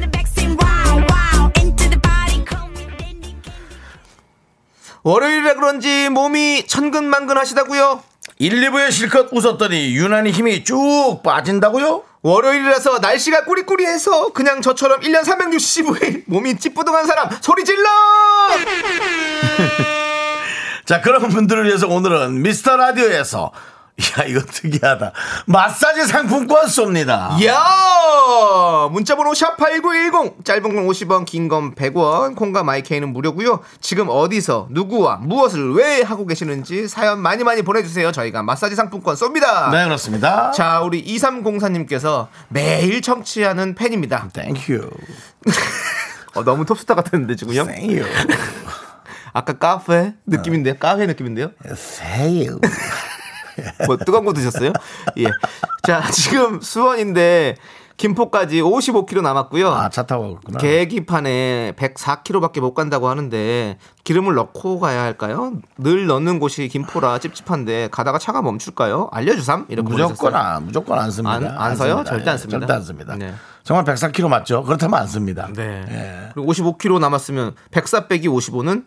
[SPEAKER 3] the backseat wow wow into the body call me dandy
[SPEAKER 2] 월요일이라 그런지 몸이 천근만근 하시다고요
[SPEAKER 1] 1, 2부에 실컷 웃었더니 유난히 힘이 쭉 빠진다고요?
[SPEAKER 2] 월요일이라서 날씨가 꾸리꾸리해서 그냥 저처럼 1년 365일 몸이 찌뿌둥한 사람 소리 질러
[SPEAKER 1] *laughs* 자 그런 분들을 위해서 오늘은 미스터 라디오에서 야 이거 특이하다 마사지 상품권 쏩니다
[SPEAKER 2] 예. 야 문자번호 샵8910 짧은 건 50원 긴 건 100원 콩과 마이케이는 무료고요 지금 어디서 누구와 무엇을 왜 하고 계시는지 사연 많이 많이 보내주세요 저희가 마사지 상품권 쏩니다
[SPEAKER 1] 네 그렇습니다
[SPEAKER 2] 자 우리 2304님께서 매일 청취하는 팬입니다
[SPEAKER 1] 땡큐
[SPEAKER 2] *laughs* 어, 너무 톱스타 같았는데 지금요
[SPEAKER 1] 땡큐
[SPEAKER 2] *laughs* 아까 카페
[SPEAKER 1] 어.
[SPEAKER 2] 느낌인데요? 카페 느낌인데요?
[SPEAKER 1] 예, 세유
[SPEAKER 2] 뭐 뜨거운 거 드셨어요? 예. 자, *laughs* 지금 수원인데 김포까지 5 5 남았고요.
[SPEAKER 1] 아차 타고 왔구나
[SPEAKER 2] 계기판에 104km밖에 못 간다고 하는데 기름을 넣고 가야 할까요? 늘 넣는 곳이 김포라 찝찝한데 가다가 차가 멈출까요? 알려주삼 이렇게
[SPEAKER 1] 무조건
[SPEAKER 2] 보내셨어요.
[SPEAKER 1] 안, 무조건 안 씁니다.
[SPEAKER 2] 안- 안 써요?
[SPEAKER 1] 씁니다. 예,
[SPEAKER 2] 절대 안 씁니다.
[SPEAKER 1] 절대 안 씁니다.
[SPEAKER 2] 네.
[SPEAKER 1] 정말 104kg 맞죠? 그렇다면 안 씁니다.
[SPEAKER 2] 네.
[SPEAKER 1] 예.
[SPEAKER 2] 그리고 55km 남았으면 104 빼기 55는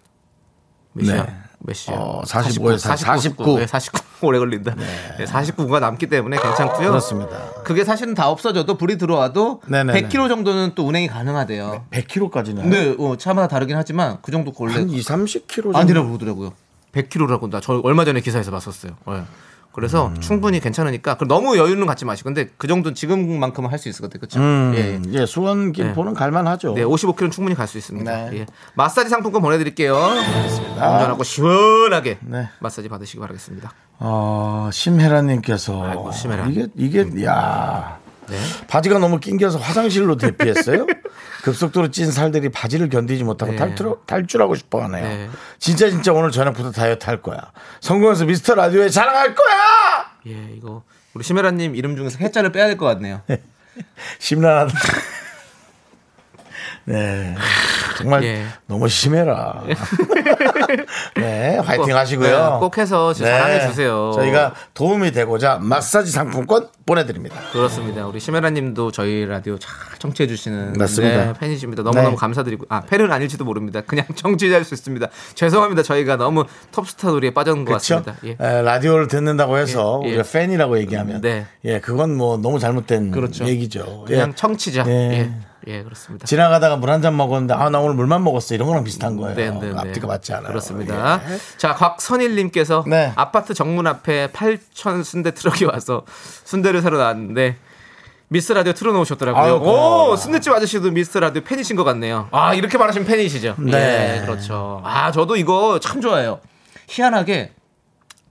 [SPEAKER 2] 몇이야?
[SPEAKER 1] 네.
[SPEAKER 2] 몇이야?
[SPEAKER 1] 어, 45 에서 49.
[SPEAKER 2] 네, 49 *laughs* 오래 걸린다. 네. 49가 남기 때문에 괜찮고요.
[SPEAKER 1] 그렇습니다.
[SPEAKER 2] 그게 사실은 다 없어져도 불이 들어와도
[SPEAKER 1] 네네네. 네.
[SPEAKER 2] 100km 정도는 또 운행이 가능하대요.
[SPEAKER 1] 100kg까지는
[SPEAKER 2] 근데 어, 차마다 다르긴 하지만 그 정도
[SPEAKER 1] 한
[SPEAKER 2] 걸려
[SPEAKER 1] 2, 30kg
[SPEAKER 2] 아니라고 그러더라고요. 100km라고 나 저 얼마 전에 기사에서 봤었어요. 예. 그래서
[SPEAKER 1] 음.
[SPEAKER 2] 충분히 괜찮으니까 그럼 너무 여유는 갖지 마시고 근데 그 정도는 지금만큼은 할 수 있을 것 같아요. 그렇죠? 예.
[SPEAKER 1] 예. 예, 수원 김포는 갈만하죠.
[SPEAKER 2] 네, 55km는 충분히 갈 수 있습니다.
[SPEAKER 1] 네.
[SPEAKER 2] 예. 마사지 상품권 보내드릴게요. 운전하고 시원하게
[SPEAKER 1] 네.
[SPEAKER 2] 마사지 받으시기 바라겠습니다.
[SPEAKER 1] 어, 심혜라님께서
[SPEAKER 2] 아이고, 음. 네. 심혜라.
[SPEAKER 1] 이게 이게 야 바지가 너무 낑겨서 화장실로
[SPEAKER 2] *laughs*
[SPEAKER 1] 대피했어요. 급속도로 찐 살들이 바지를 견디지 못하고
[SPEAKER 2] 네.
[SPEAKER 1] 탈출, 탈출하고 싶어하네요.
[SPEAKER 2] 네.
[SPEAKER 1] 진짜 진짜 오늘 저녁부터 다이어트 할 거야. 성공해서 미스터 라디오에 자랑할 거야.
[SPEAKER 2] 예, 이거 우리 심혜라님 이름 중에서 해자를 빼야 될 것 같네요. *laughs*
[SPEAKER 1] 심란하다. 네. 정말
[SPEAKER 2] 예.
[SPEAKER 1] 너무
[SPEAKER 2] *laughs*
[SPEAKER 1] 심해라. 네. 화이팅
[SPEAKER 2] 꼭,
[SPEAKER 1] 하시고요.
[SPEAKER 2] 네, 꼭 해서 진짜 사랑해주세요.
[SPEAKER 1] 저희가 도움이 되고자 마사지 상품권 보내드립니다.
[SPEAKER 2] 그렇습니다. 우리 심혜라님도 저희 라디오 잘 청취해 주시는
[SPEAKER 1] 맞습니다.
[SPEAKER 2] 네, 팬이십니다. 너무너무
[SPEAKER 1] 네.
[SPEAKER 2] 감사드리고 아 팬은 아닐지도 모릅니다. 그냥 *laughs* 청취자일 수 있습니다. 죄송합니다. 저희가 너무 톱스타 놀이에 빠진 것
[SPEAKER 1] 그렇죠?
[SPEAKER 2] 같습니다. 예.
[SPEAKER 1] 에, 라디오를 듣는다고 해서
[SPEAKER 2] 예, 예.
[SPEAKER 1] 우리가 팬이라고 얘기하면
[SPEAKER 2] 네.
[SPEAKER 1] 예 그건 뭐 너무 잘못된
[SPEAKER 2] 그렇죠.
[SPEAKER 1] 얘기죠.
[SPEAKER 2] 그냥
[SPEAKER 1] 예.
[SPEAKER 2] 청취자.
[SPEAKER 1] 예.
[SPEAKER 2] 예. 예, 그렇습니다.
[SPEAKER 1] 지나가다가 물 한 잔 먹었는데 아 나 오늘 물만 먹었어 이런 거랑 비슷한 거예요.
[SPEAKER 2] 네, 네, 네.
[SPEAKER 1] 앞뒤가 맞지 않아요.
[SPEAKER 2] 그렇습니다.
[SPEAKER 1] 예.
[SPEAKER 2] 자, 곽선일님께서
[SPEAKER 1] 네.
[SPEAKER 2] 아파트 정문 앞에 8천 순대 트럭이 와서 순대를 사러 나왔는데 미스 라디오 틀어놓으셨더라고요.
[SPEAKER 1] 아유, 고마워요.
[SPEAKER 2] 오, 순대집 아저씨도 미스 라디오 팬이신 것 같네요. 아, 이렇게 말하시면 팬이시죠.
[SPEAKER 1] 네.
[SPEAKER 2] 예, 그렇죠. 아, 저도 이거 참 좋아해요. 희한하게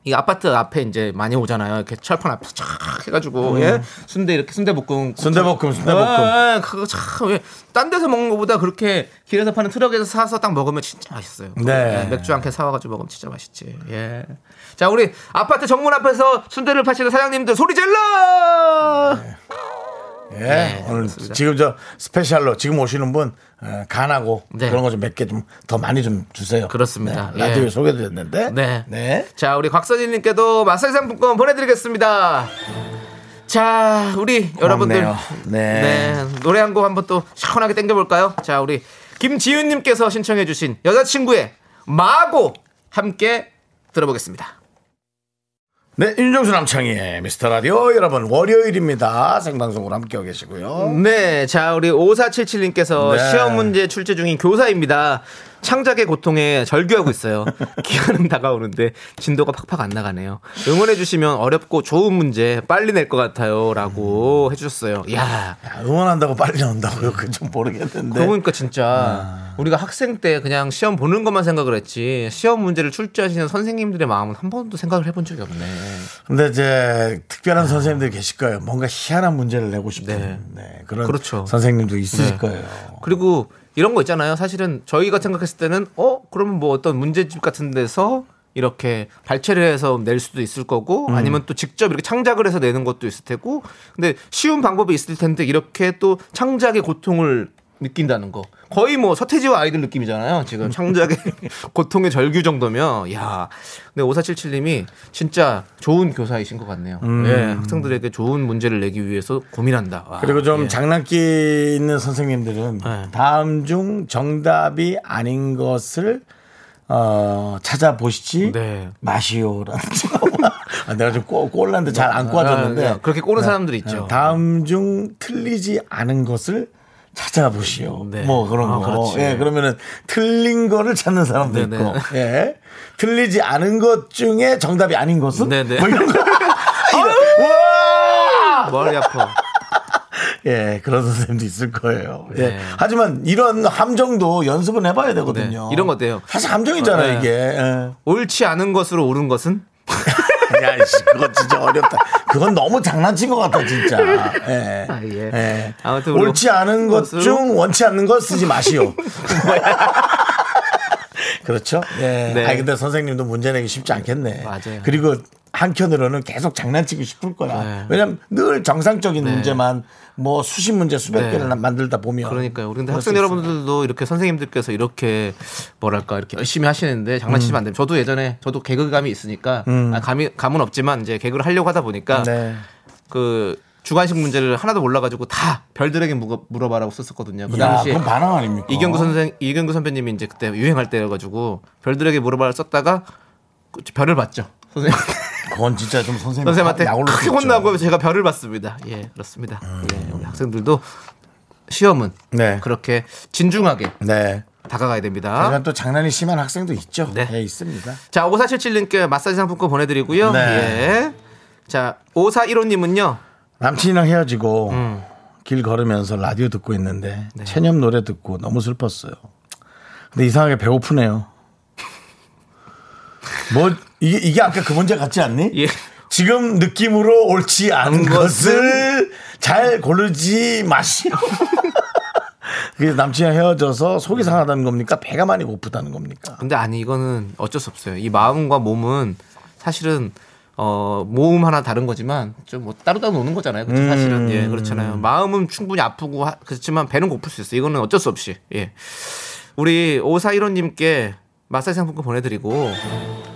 [SPEAKER 2] 이 아파트 앞에 이제 많이 오잖아요. 이렇게 철판 앞에 촥 해가지고 예 순대 이렇게 순대 볶음
[SPEAKER 1] 음. 순대 볶음, 순대 볶음.
[SPEAKER 2] 아, 그거 참왜딴 데서 먹는 것보다 그렇게 길에서 파는 트럭에서 사서 딱 먹으면 진짜 맛있어요.
[SPEAKER 1] 네.
[SPEAKER 2] 예, 맥주 한 캔 사와가지고 먹으면 진짜 맛있지. 예. 자 우리 아파트 정문 앞에서 순대를 파시는 사장님들 소리 질러!
[SPEAKER 1] 네. 예,
[SPEAKER 2] 네,
[SPEAKER 1] 오늘
[SPEAKER 2] 그렇습니다.
[SPEAKER 1] 지금 저 스페셜로 지금 오시는 분 어, 간하고
[SPEAKER 2] 네.
[SPEAKER 1] 그런 거 좀 몇 개 좀 더 많이 좀 주세요.
[SPEAKER 2] 그렇습니다.
[SPEAKER 1] 네, 라디오에
[SPEAKER 2] 예.
[SPEAKER 1] 소개드렸는데.
[SPEAKER 2] 네.
[SPEAKER 1] 네.
[SPEAKER 2] 자, 우리 곽선일님께도 마사지 상품권 보내드리겠습니다. 자, 우리 여러분들.
[SPEAKER 1] 고맙네요. 네.
[SPEAKER 2] 노래 한 곡 한번 또 시원하게 땡겨볼까요? 자, 우리 김지윤님께서 신청해주신 여자친구의 마고 함께 들어보겠습니다.
[SPEAKER 1] 네, 윤정수 남창희의 미스터 라디오 여러분 월요일입니다. 생방송으로 함께하고 계시고요.
[SPEAKER 2] 네, 자 우리 5477님께서
[SPEAKER 1] 네.
[SPEAKER 2] 시험 문제 출제 중인 교사입니다. 창작의 고통에 절규하고 있어요. *laughs* 기한은 다가오는데 진도가 팍팍 안 나가네요. 응원해 주시면 어렵고 좋은 문제 빨리 낼 것 같아요라고 해주셨어요. 야,
[SPEAKER 1] 야, 아, 응원한다고 빨리 나온다고요? 그 좀 모르겠는데.
[SPEAKER 2] 그러고 보니까 진짜 우리가 학생 때 그냥 시험 보는 것만 생각을 했지 시험 문제를 출제하시는 선생님들의 마음은 한 번도 생각을 해본 적이 없네.
[SPEAKER 1] 근데 이제 특별한 선생님들 계실 거예요. 뭔가 희한한 문제를 내고 싶은
[SPEAKER 2] 네.
[SPEAKER 1] 네. 그런
[SPEAKER 2] 그렇죠.
[SPEAKER 1] 선생님도 있으실
[SPEAKER 2] 네.
[SPEAKER 1] 거예요.
[SPEAKER 2] 그리고 이런 거 있잖아요. 사실은 저희가 생각했을 때는 어 그러면 뭐 어떤 문제집 같은 데서 이렇게 발췌를 해서 낼 수도 있을 거고
[SPEAKER 1] 음.
[SPEAKER 2] 아니면 또 직접 이렇게 창작을 해서 내는 것도 있을 테고 근데 쉬운 방법이 있을 텐데 이렇게 또 창작의 고통을 느낀다는 거 거의 뭐 서태지와 아이들 느낌이잖아요
[SPEAKER 1] 음. *laughs*
[SPEAKER 2] 지금 창작의 고통의 절규 정도면 야 근데 5477님이 진짜 좋은 교사이신 것 같네요
[SPEAKER 1] 음.
[SPEAKER 2] 예 학생들에게 좋은 문제를 내기 위해서 고민한다 와,
[SPEAKER 1] 그리고 좀
[SPEAKER 2] 예.
[SPEAKER 1] 장난기 있는 선생님들은
[SPEAKER 2] 네.
[SPEAKER 1] 다음 중 정답이 아닌 것을 어, 찾아보시지
[SPEAKER 2] 네.
[SPEAKER 1] *laughs* 마시오라든지. 아, 내가 좀 꼬, 꼴랐는데 잘 안 꼬아졌는데.
[SPEAKER 2] 아, 네. 그렇게 꼬는 사람들이 있죠.
[SPEAKER 1] 다음 중 틀리지 않은 것을 찾아보시오.
[SPEAKER 2] 네.
[SPEAKER 1] 뭐 그런
[SPEAKER 2] 아,
[SPEAKER 1] 거.
[SPEAKER 2] 그렇지.
[SPEAKER 1] 예, 그러면은 틀린 거를 찾는 사람도
[SPEAKER 2] 네네.
[SPEAKER 1] 있고. 예. 틀리지 않은 것 중에 정답이 아닌 것은
[SPEAKER 2] 네네.
[SPEAKER 1] 뭐 이런 거. 이런- 와!
[SPEAKER 2] 머리 아파.
[SPEAKER 1] 예, 그런 선생님도 있을 거예요. 예.
[SPEAKER 2] 네.
[SPEAKER 1] 하지만 이런 함정도 연습은 해봐야 되거든요.
[SPEAKER 2] 네, 이런 거 어때요?
[SPEAKER 1] 사실 함정이잖아요,
[SPEAKER 2] 네.
[SPEAKER 1] 이게. 예.
[SPEAKER 2] 옳지 않은 것으로 옳은 것은?
[SPEAKER 1] 야, 이씨, 그거 진짜 어렵다. 그건 너무 장난친 것 같아, 진짜. 예.
[SPEAKER 2] 아, 예.
[SPEAKER 1] 예.
[SPEAKER 2] 아무튼 우리
[SPEAKER 1] 옳지 않은 것
[SPEAKER 2] 것으로-
[SPEAKER 1] 중 원치 않는 것 쓰지
[SPEAKER 2] *laughs*
[SPEAKER 1] 마시오. 그렇죠? 예.
[SPEAKER 2] 네.
[SPEAKER 1] 아니, 근데 선생님도 문제 내기 쉽지 않겠네.
[SPEAKER 2] 맞아요.
[SPEAKER 1] 그리고 한켠으로는 계속 장난치기 싶을 거야.
[SPEAKER 2] 네.
[SPEAKER 1] 왜냐면 늘 정상적인 문제만 뭐 수십 문제 수백
[SPEAKER 2] 네.
[SPEAKER 1] 개를 만들다 보면.
[SPEAKER 2] 그러니까요. 우리 근데
[SPEAKER 1] 그럴
[SPEAKER 2] 학생
[SPEAKER 1] 수 있어요.
[SPEAKER 2] 여러분들도 이렇게 선생님들께서 이렇게 뭐랄까 이렇게 열심히 하시는데 장난치시면 안 됩니다. 저도 예전에 저도 개그감이 있으니까 아, 감이 감은 없지만 이제 개그를 하려고 하다 보니까
[SPEAKER 1] 음. 네.
[SPEAKER 2] 그 주관식 문제를 하나도 몰라가지고 다 별들에게 물어- 물어봐라고 썼었거든요. 그
[SPEAKER 1] 야,
[SPEAKER 2] 당시에
[SPEAKER 1] 그건 어. 반항 아닙니까?
[SPEAKER 2] 이경구 선생 이경구 선배님이 이제 그때 유행할 때여가지고 별들에게 물어봐를 썼다가 그 별을 봤죠. 선생님.
[SPEAKER 1] 그건 진짜 좀 선생님
[SPEAKER 2] 음. 선생님한테
[SPEAKER 1] 아, 약올로
[SPEAKER 2] 크게
[SPEAKER 1] 줬죠. 음.
[SPEAKER 2] 혼나고 제가 별을 받습니다. 예, 그렇습니다. 예, 우리 학생들도 시험은
[SPEAKER 1] 네.
[SPEAKER 2] 그렇게 진중하게
[SPEAKER 1] 네.
[SPEAKER 2] 다가가야 됩니다.
[SPEAKER 1] 하지만 또 장난이 심한 학생도 있죠.
[SPEAKER 2] 어? 네.
[SPEAKER 1] 네, 있습니다.
[SPEAKER 2] 자, 5477님께 마사지 상품권 보내드리고요.
[SPEAKER 1] 네.
[SPEAKER 2] 예. 자, 5415님은요.
[SPEAKER 1] 남친이랑 헤어지고 길 걸으면서 라디오 듣고 있는데 체념 노래 듣고 너무 슬펐어요. 근데 이상하게 *laughs* 배고프네요. 뭐 이게 이게 아까 그 문제 같지 않니?
[SPEAKER 2] 예.
[SPEAKER 1] 지금 느낌으로 옳지 않은
[SPEAKER 2] 것은?
[SPEAKER 1] 것을 잘 고르지 마시오. *laughs* 그래서 남친이랑 헤어져서 속이 상하다는 겁니까? 배가 많이 고프다는 겁니까?
[SPEAKER 2] 근데 아니, 이거는 어쩔 수 없어요. 이 마음과 몸은 사실은 어, 모음 하나 다른 거지만 좀 뭐 따로따로 노는 거잖아요. 그쵸? 사실은. 예, 그렇잖아요. 마음은 충분히 아프고 하- 그렇지만 배는 고플 수 있어요. 이거는 어쩔 수 없이. 예. 우리 5415님께 마사지 상품권 보내드리고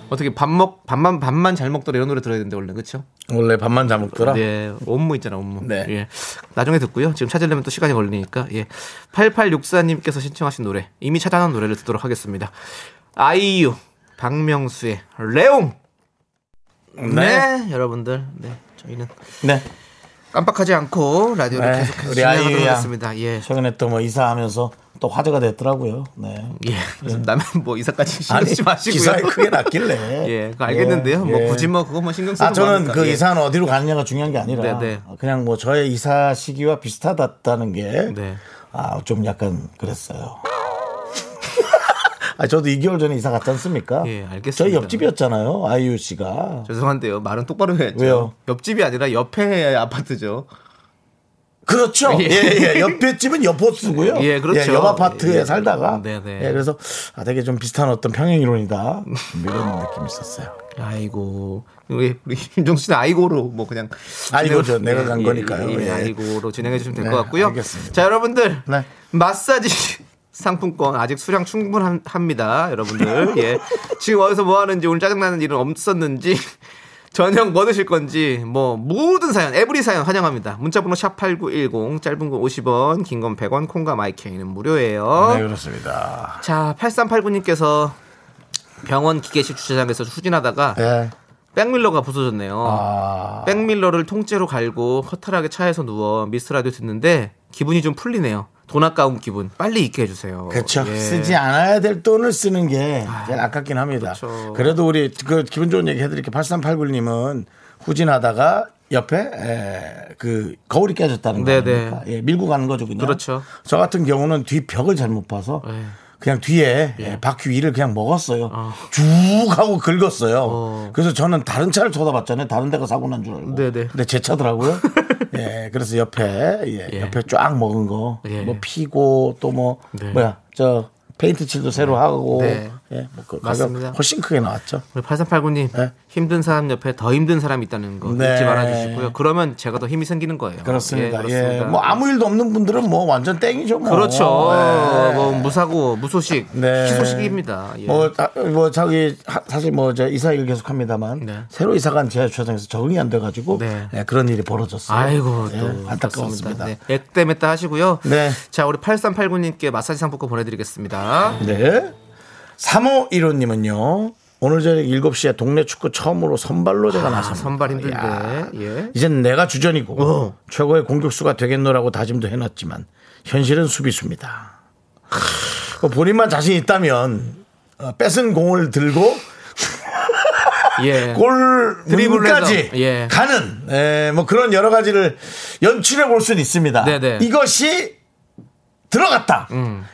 [SPEAKER 2] 어떻게 밥 먹, 밥만, 밥만 잘 먹더라 이런 노래 들어야 되는데 원래 그쵸?
[SPEAKER 1] 원래 밥만 잘 먹더라.
[SPEAKER 2] 네, 업무 있잖아, 업무.
[SPEAKER 1] 네.
[SPEAKER 2] 예. 나중에 듣고요. 지금 찾으려면 또 시간이 걸리니까. 예. 8864님께서 신청하신 노래, 이미 찾아낸 노래를 듣도록 하겠습니다. 아이유, 박명수의 레옹. 네, 여러분들. 네, 저희는
[SPEAKER 1] 네.
[SPEAKER 2] 깜빡하지 않고 라디오를
[SPEAKER 1] 네,
[SPEAKER 2] 계속해서
[SPEAKER 1] 우리
[SPEAKER 2] 진행하도록
[SPEAKER 1] 아이유야.
[SPEAKER 2] 하겠습니다. 예.
[SPEAKER 1] 최근에 또 뭐 이사하면서 또 화제가 됐더라고요. 네.
[SPEAKER 2] 예. 그래서 남의 뭐 이사까지 신경 쓰지 마시고요. *laughs*
[SPEAKER 1] 기사에 *laughs* 크게 났길래.
[SPEAKER 2] 예, 그거 알겠는데요.
[SPEAKER 1] 예,
[SPEAKER 2] 뭐
[SPEAKER 1] 예.
[SPEAKER 2] 굳이 뭐 그거 뭐 신경 쓰지
[SPEAKER 1] 아 저는 그 이사는 어디로 가느냐가 중요한 게 아니라
[SPEAKER 2] 네, 네.
[SPEAKER 1] 그냥 뭐 저의 이사 시기와 비슷하다는 게 아 좀
[SPEAKER 2] 네.
[SPEAKER 1] 약간 그랬어요. *laughs* 아, 저도 2개월 전에 이사 갔지 않습니까?
[SPEAKER 2] 예, 알겠습니다.
[SPEAKER 1] 저희 옆집이었잖아요. 아이유 씨가.
[SPEAKER 2] 예. 죄송한데요. 말은 똑바로 해야죠.
[SPEAKER 1] 왜요?
[SPEAKER 2] 옆집이 아니라 옆에 아파트죠.
[SPEAKER 1] 그렇죠.
[SPEAKER 2] 예.
[SPEAKER 1] 예, 예. 옆에 집은 옆호수고요.
[SPEAKER 2] 예, 그렇죠.
[SPEAKER 1] 옆 아파트에
[SPEAKER 2] 예.
[SPEAKER 1] 살다가.
[SPEAKER 2] 네, 네.
[SPEAKER 1] 예, 그래서 아, 되게 좀 비슷한 어떤 평행 이론이다. 이런 느낌이 있었어요.
[SPEAKER 2] 아이고 우리 우리 *laughs* 윤종수 씨는 아이고로 뭐 그냥
[SPEAKER 1] 아이고죠.
[SPEAKER 2] 진행을-
[SPEAKER 1] 내가 간
[SPEAKER 2] 예,
[SPEAKER 1] 거니까요.
[SPEAKER 2] 예,
[SPEAKER 1] 예.
[SPEAKER 2] 아이고로 진행해 주시면 될 것
[SPEAKER 1] 네,
[SPEAKER 2] 같고요.
[SPEAKER 1] 알겠습니다.
[SPEAKER 2] 자 여러분들
[SPEAKER 1] 네.
[SPEAKER 2] 마사지 *laughs* 상품권 아직 수량 충분합니다. 여러분들 예 지금 어디서 뭐 하는지 오늘 짜증나는 일은 없었는지. *laughs* 저녁 뭐 드실 건지 뭐 모든 사연 에브리 사연 환영합니다. 문자번호 샵8910 짧은 거 50원 긴 건 100원 콩과 마이케이는 무료예요.
[SPEAKER 1] 네, 그렇습니다.
[SPEAKER 2] 자 8389님께서 병원 기계식 주차장에서 후진하다가
[SPEAKER 1] 예.
[SPEAKER 2] 백밀러가 부서졌네요.
[SPEAKER 1] 아,
[SPEAKER 2] 백밀러를 통째로 갈고 허탈하게 차에서 누워 미스라디오 듣는데 기분이 좀 풀리네요. 돈 아까운 기분 빨리 잊게 해주세요.
[SPEAKER 1] 그렇죠.
[SPEAKER 2] 예.
[SPEAKER 1] 쓰지 않아야 될 돈을 쓰는 게 제일 아깝긴 합니다.
[SPEAKER 2] 그렇죠.
[SPEAKER 1] 그래도 우리 그 기분 좋은 얘기 해드릴게요. 8389님은 후진하다가 옆에 에, 그 거울이 깨졌다는
[SPEAKER 2] 네네.
[SPEAKER 1] 거니까 예, 밀고 가는 거죠, 그냥.
[SPEAKER 2] 그렇죠.
[SPEAKER 1] 저 같은 경우는 뒤 벽을 잘못 봐서
[SPEAKER 2] 예.
[SPEAKER 1] 그냥 뒤에 예, 바퀴 위를 그냥 먹었어요. 쭉 하고 긁었어요.
[SPEAKER 2] 아. 어.
[SPEAKER 1] 그래서 저는 다른 차를 쳐다봤잖아요. 다른 데가 사고 난 줄 알고.
[SPEAKER 2] 네네.
[SPEAKER 1] 근데 제
[SPEAKER 2] *laughs*
[SPEAKER 1] 차더라고요. 예, 그래서 옆에 예,
[SPEAKER 2] 예.
[SPEAKER 1] 옆에 쫙 먹은 거,
[SPEAKER 2] 예.
[SPEAKER 1] 뭐 피고 또 뭐
[SPEAKER 2] 네.
[SPEAKER 1] 뭐야 저 페인트 칠도 새로 하고
[SPEAKER 2] 네.
[SPEAKER 1] 예, 뭐 그, 가격
[SPEAKER 2] 맞습니다.
[SPEAKER 1] 훨씬 크게 나왔죠.
[SPEAKER 2] 우리 8389님
[SPEAKER 1] 네.
[SPEAKER 2] 힘든 사람 옆에 더 힘든 사람이 있다는 거
[SPEAKER 1] 네.
[SPEAKER 2] 잊지 말아주시고요. 그러면 제가 더 힘이 생기는 거예요.
[SPEAKER 1] 그렇습니다. 예,
[SPEAKER 2] 그렇습니다.
[SPEAKER 1] 뭐 아무 일도 없는 분들은 뭐 완전 땡이죠. 뭐.
[SPEAKER 2] 그렇죠.
[SPEAKER 1] 예.
[SPEAKER 2] 뭐 무사고 무소식
[SPEAKER 1] 네.
[SPEAKER 2] 희소식입니다. 예.
[SPEAKER 1] 뭐, 아, 뭐 자기 하- 사실 뭐 저 이사 일 계속합니다만
[SPEAKER 2] 네.
[SPEAKER 1] 새로 이사간 제 주차장에서 적응이 안 돼가지고
[SPEAKER 2] 네.
[SPEAKER 1] 예, 그런 일이 벌어졌어요.
[SPEAKER 2] 아이고
[SPEAKER 1] 예,
[SPEAKER 2] 또
[SPEAKER 1] 안타까웠습니다.
[SPEAKER 2] 그렇습니다. 네. 액땜했다 하시고요.
[SPEAKER 1] 네.
[SPEAKER 2] 자 우리 8389님께 마사지 상품권 보내드리겠습니다.
[SPEAKER 1] 네. 3호 1호님은요. 오늘 저녁 7시에 동네 축구 처음으로 선발로 제가
[SPEAKER 2] 아,
[SPEAKER 1] 나섭니다.
[SPEAKER 2] 선발 힘든데.
[SPEAKER 1] 야,
[SPEAKER 2] 예.
[SPEAKER 1] 이젠 내가 주전이고
[SPEAKER 2] 어.
[SPEAKER 1] 최고의 공격수가 되겠노라고 다짐도 해놨지만 현실은 수비수입니다. 뭐 본인만 자신 있다면 어, 뺏은 공을 들고
[SPEAKER 2] 예.
[SPEAKER 1] 골 드리블까지
[SPEAKER 2] 드리블해서, 예.
[SPEAKER 1] 가는 예, 뭐 그런 여러 가지를 연출해 볼 수는 있습니다.
[SPEAKER 2] 네네. 음.
[SPEAKER 1] 이것이 들어갔다.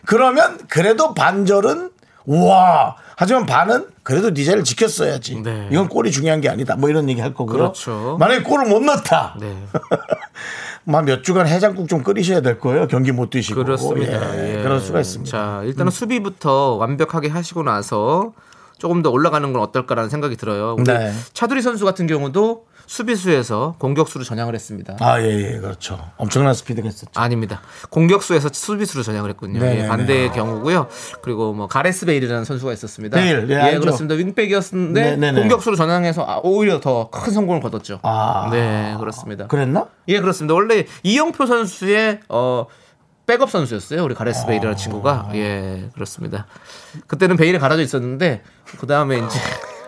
[SPEAKER 1] 그러면 그래도 반절은 우와. 하지만 반은 그래도 니 자리를 지켰어야지.
[SPEAKER 2] 네.
[SPEAKER 1] 이건 골이 중요한 게 아니다. 뭐 이런 얘기 할 거고요.
[SPEAKER 2] 그렇죠.
[SPEAKER 1] 만약에 골을 못 넣었다. *laughs*
[SPEAKER 2] 네.
[SPEAKER 1] 뭐몇 주간 해장국 좀 끓이셔야 될 거예요. 경기 못 뛰시고.
[SPEAKER 2] 그렇습니다.
[SPEAKER 1] 예,
[SPEAKER 2] 예.
[SPEAKER 1] 그럴 수가 있습니다. 음.
[SPEAKER 2] 자, 일단은 수비부터 완벽하게 하시고 나서 조금 더 올라가는 건 어떨까라는 생각이 들어요. 우리
[SPEAKER 1] 네.
[SPEAKER 2] 차두리 선수 같은 경우도 수비수에서 공격수로 전향을 했습니다.
[SPEAKER 1] 아, 예, 예, 그렇죠. 엄청난 스피드가 있었죠.
[SPEAKER 2] 아. 닙니다 공격수에서 수비수로 전향을 했군요.
[SPEAKER 1] 네,
[SPEAKER 2] 예,
[SPEAKER 1] 네,
[SPEAKER 2] 반대의 경우고요. 그리고 뭐 가레스 베일이라는 선수가 있었습니다.
[SPEAKER 1] 베일, 예, 알죠.
[SPEAKER 2] 그렇습니다. 윙백이었는데
[SPEAKER 1] 네, 네, 네.
[SPEAKER 2] 공격수로 전향해서 아, 오히려 더 큰 성공을 거뒀죠.
[SPEAKER 1] 아.
[SPEAKER 2] 네, 그렇습니다.
[SPEAKER 1] 그랬나?
[SPEAKER 2] 예, 그렇습니다. 원래 이영표 선수의 어 백업 선수였어요. 우리 가레스 베일이라는
[SPEAKER 1] 아.
[SPEAKER 2] 친구가. 예, 그렇습니다. 그때는 베일에 가라져 있었는데 그 다음에 이제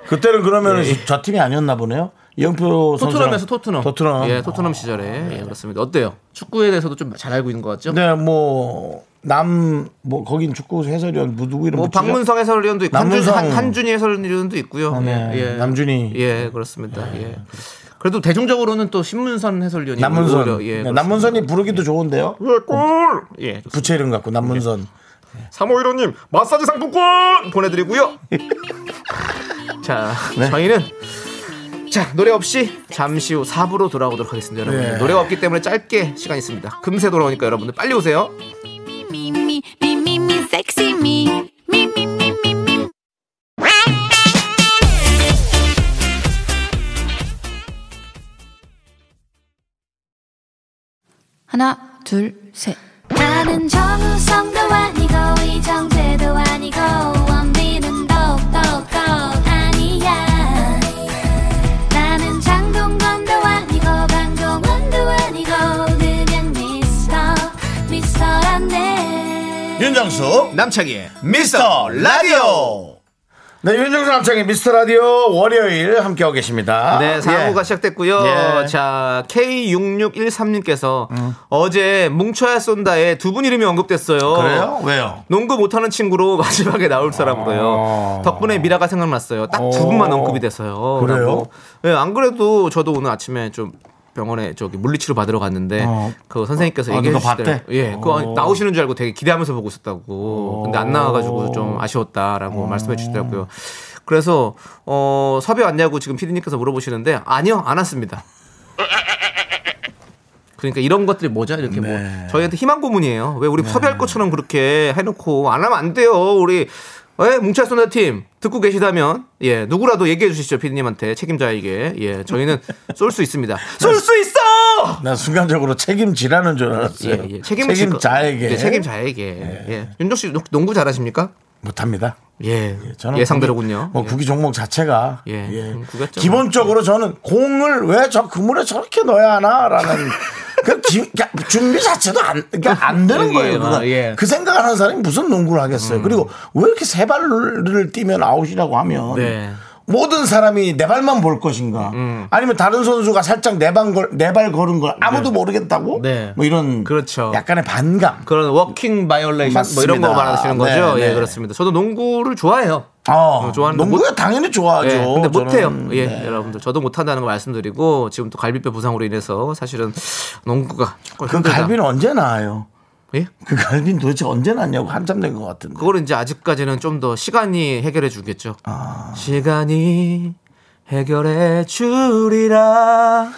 [SPEAKER 1] 그때는 그러면 저 팀이 아니었나 보네요. 이영표 선수
[SPEAKER 2] 토트넘에서 토트넘.
[SPEAKER 1] 토트넘. 아.
[SPEAKER 2] 예, 토트넘 시절에. 예, 그렇습니다. 어때요? 축구에 대해서도 좀 잘 알고 있는 것 같죠?
[SPEAKER 1] 네, 뭐 남뭐 거긴 축구 해설위원 뭐 누구 이름
[SPEAKER 2] 뭐
[SPEAKER 1] 붙이죠?
[SPEAKER 2] 박문성 해설위원도 있고
[SPEAKER 1] 남문성.
[SPEAKER 2] 한준, 한, 한준이 해설위원도 있고요.
[SPEAKER 1] 아, 네.
[SPEAKER 2] 예, 예.
[SPEAKER 1] 남준이.
[SPEAKER 2] 예, 그렇습니다. 예. 그래도 대중적으로는 또 신문선 해설위원이
[SPEAKER 1] 남문선.
[SPEAKER 2] 오히려, 예,
[SPEAKER 1] 네, 남문선이 부르기도 좋은데요.
[SPEAKER 2] 예, 골! 예.
[SPEAKER 1] 부채 이름 같고 남문선.
[SPEAKER 2] 351호님 마사지 상품권 보내드리고요. 자
[SPEAKER 1] 네.
[SPEAKER 2] 저희는 자 노래 없이 잠시 후 4부로 돌아오도록 하겠습니다. 여러분
[SPEAKER 1] 네.
[SPEAKER 2] 들 노래가 없기 때문에 짧게 시간 있습니다. 금세 돌아오니까 여러분들 빨리 오세요.
[SPEAKER 3] me, me, me, me, me, sexy me. Me, me, me, me, me.
[SPEAKER 10] 하나, 둘, 셋.
[SPEAKER 3] 나는 정우성도 아니고 이정재도 아니고 원빈은 더욱더 아니야 나는 장동건도 아니고 강동원도 아니고 그냥 미스터 미스터란데
[SPEAKER 1] 윤정수
[SPEAKER 2] 예. 남창희의
[SPEAKER 1] 미스터 라디오. 네, 윤정수 남창의 미스터 라디오 월요일 함께하고 계십니다.
[SPEAKER 2] 네, 사고가
[SPEAKER 1] 예.
[SPEAKER 2] 시작됐고요.
[SPEAKER 1] 예. 음.
[SPEAKER 2] 자, K6613님께서 어제 뭉쳐야 쏜다에 두 분 이름이 언급됐어요.
[SPEAKER 1] 그래요? 왜요?
[SPEAKER 2] 농구 못하는 친구로 *laughs* 마지막에 나올 사람으로요. 덕분에 미라가 생각났어요. 딱 두 분만 언급이 돼서요.
[SPEAKER 1] 아. 어. 그래요?
[SPEAKER 2] 라고. 예, 안 그래도 저도 오늘 아침에 좀 병원에 저기 물리치료 받으러 갔는데
[SPEAKER 1] 어.
[SPEAKER 2] 그 선생님께서
[SPEAKER 1] 아,
[SPEAKER 2] 얘기해
[SPEAKER 1] 누가
[SPEAKER 2] 주시더라고요.
[SPEAKER 1] 봤대?
[SPEAKER 2] 예, 그거
[SPEAKER 1] 어.
[SPEAKER 2] 나오시는 줄 알고 되게 기대하면서 보고 있었다고. 근데 안 나와가지고
[SPEAKER 1] 어.
[SPEAKER 2] 좀 아쉬웠다라고 말씀해 주시더라고요. 그래서 어, 섭외 왔냐고 지금 피디님께서 물어보시는데 아니요 안 왔습니다. *laughs* 그러니까 이런 것들이 뭐죠? 이렇게
[SPEAKER 1] 네.
[SPEAKER 2] 뭐 저희한테 희망 고문이에요. 왜 우리 섭외할 것처럼 그렇게 해놓고 안 하면 안 돼요. 우리 예, 뭉찰 소나 팀 듣고 계시다면 예 누구라도 얘기해 주시죠 피디님한테 책임자에게 예 저희는 쏠 수
[SPEAKER 1] *laughs* 네.
[SPEAKER 2] 있습니다. 쏠 수 있어.
[SPEAKER 1] 난 순간적으로 책임지라는 줄 알았어요.
[SPEAKER 2] 예, 예. 책임질 거-
[SPEAKER 1] 책임자에게
[SPEAKER 2] 예, 책임자에게 예. 윤정 씨 농- 농구 잘하십니까?
[SPEAKER 1] 못합니다.
[SPEAKER 2] 예,
[SPEAKER 1] 저는
[SPEAKER 2] 예상대로군요.
[SPEAKER 1] 구기- 뭐 구기 종목 자체가
[SPEAKER 2] 예, 음, 구겼죠.
[SPEAKER 1] 기본적으로 저는 공을 왜 저 그물에 저렇게 넣어야
[SPEAKER 2] *laughs*
[SPEAKER 1] 하나라는 그 기- 그러니까 준비 자체도 안, 그러니까 안 되는
[SPEAKER 2] 예,
[SPEAKER 1] 거예요. 그건.
[SPEAKER 2] 예. 음.
[SPEAKER 1] 그 생각을 하는 사람이 무슨 농구를 하겠어요. 그리고 왜 이렇게 세 발을 뛰면 아웃이라고 하면
[SPEAKER 2] 네. 음.
[SPEAKER 1] 모든 사람이 내 발만 볼 것인가 아니면 다른 선수가 살짝 네 내발걸내발 걸은 걸 아무도 모르겠다고
[SPEAKER 2] 네.
[SPEAKER 1] 뭐 이런
[SPEAKER 2] 그렇죠.
[SPEAKER 1] 약간의 반감
[SPEAKER 2] 그런 워킹 바이올레이션 뭐 이런
[SPEAKER 1] 맞습니다.
[SPEAKER 2] 거 말하시는 거죠?
[SPEAKER 1] 네, 네.
[SPEAKER 2] 예, 그렇습니다. 저도 농구를 좋아해요.
[SPEAKER 1] 어,
[SPEAKER 2] 어, 좋아하는데
[SPEAKER 1] 농구야
[SPEAKER 2] 못-
[SPEAKER 1] 당연히 좋아하죠.
[SPEAKER 2] 예, 근데 못해요.
[SPEAKER 1] 저는.
[SPEAKER 2] 예,
[SPEAKER 1] 네.
[SPEAKER 2] 여러분들 저도 못한다는 거 말씀드리고 지금 또 갈비뼈 부상으로 인해서 사실은 농구가 조금
[SPEAKER 1] 그
[SPEAKER 2] 힘들다.
[SPEAKER 1] 갈비는 언제 나와요?
[SPEAKER 2] 예?
[SPEAKER 1] 그 갈비는 도대체 언제 났냐고 한참 된 것 같은데.
[SPEAKER 2] 그거는 이제 아직까지는 좀 더 시간이 해결해 주겠죠.
[SPEAKER 1] 아.
[SPEAKER 2] 시간이 해결해 주리라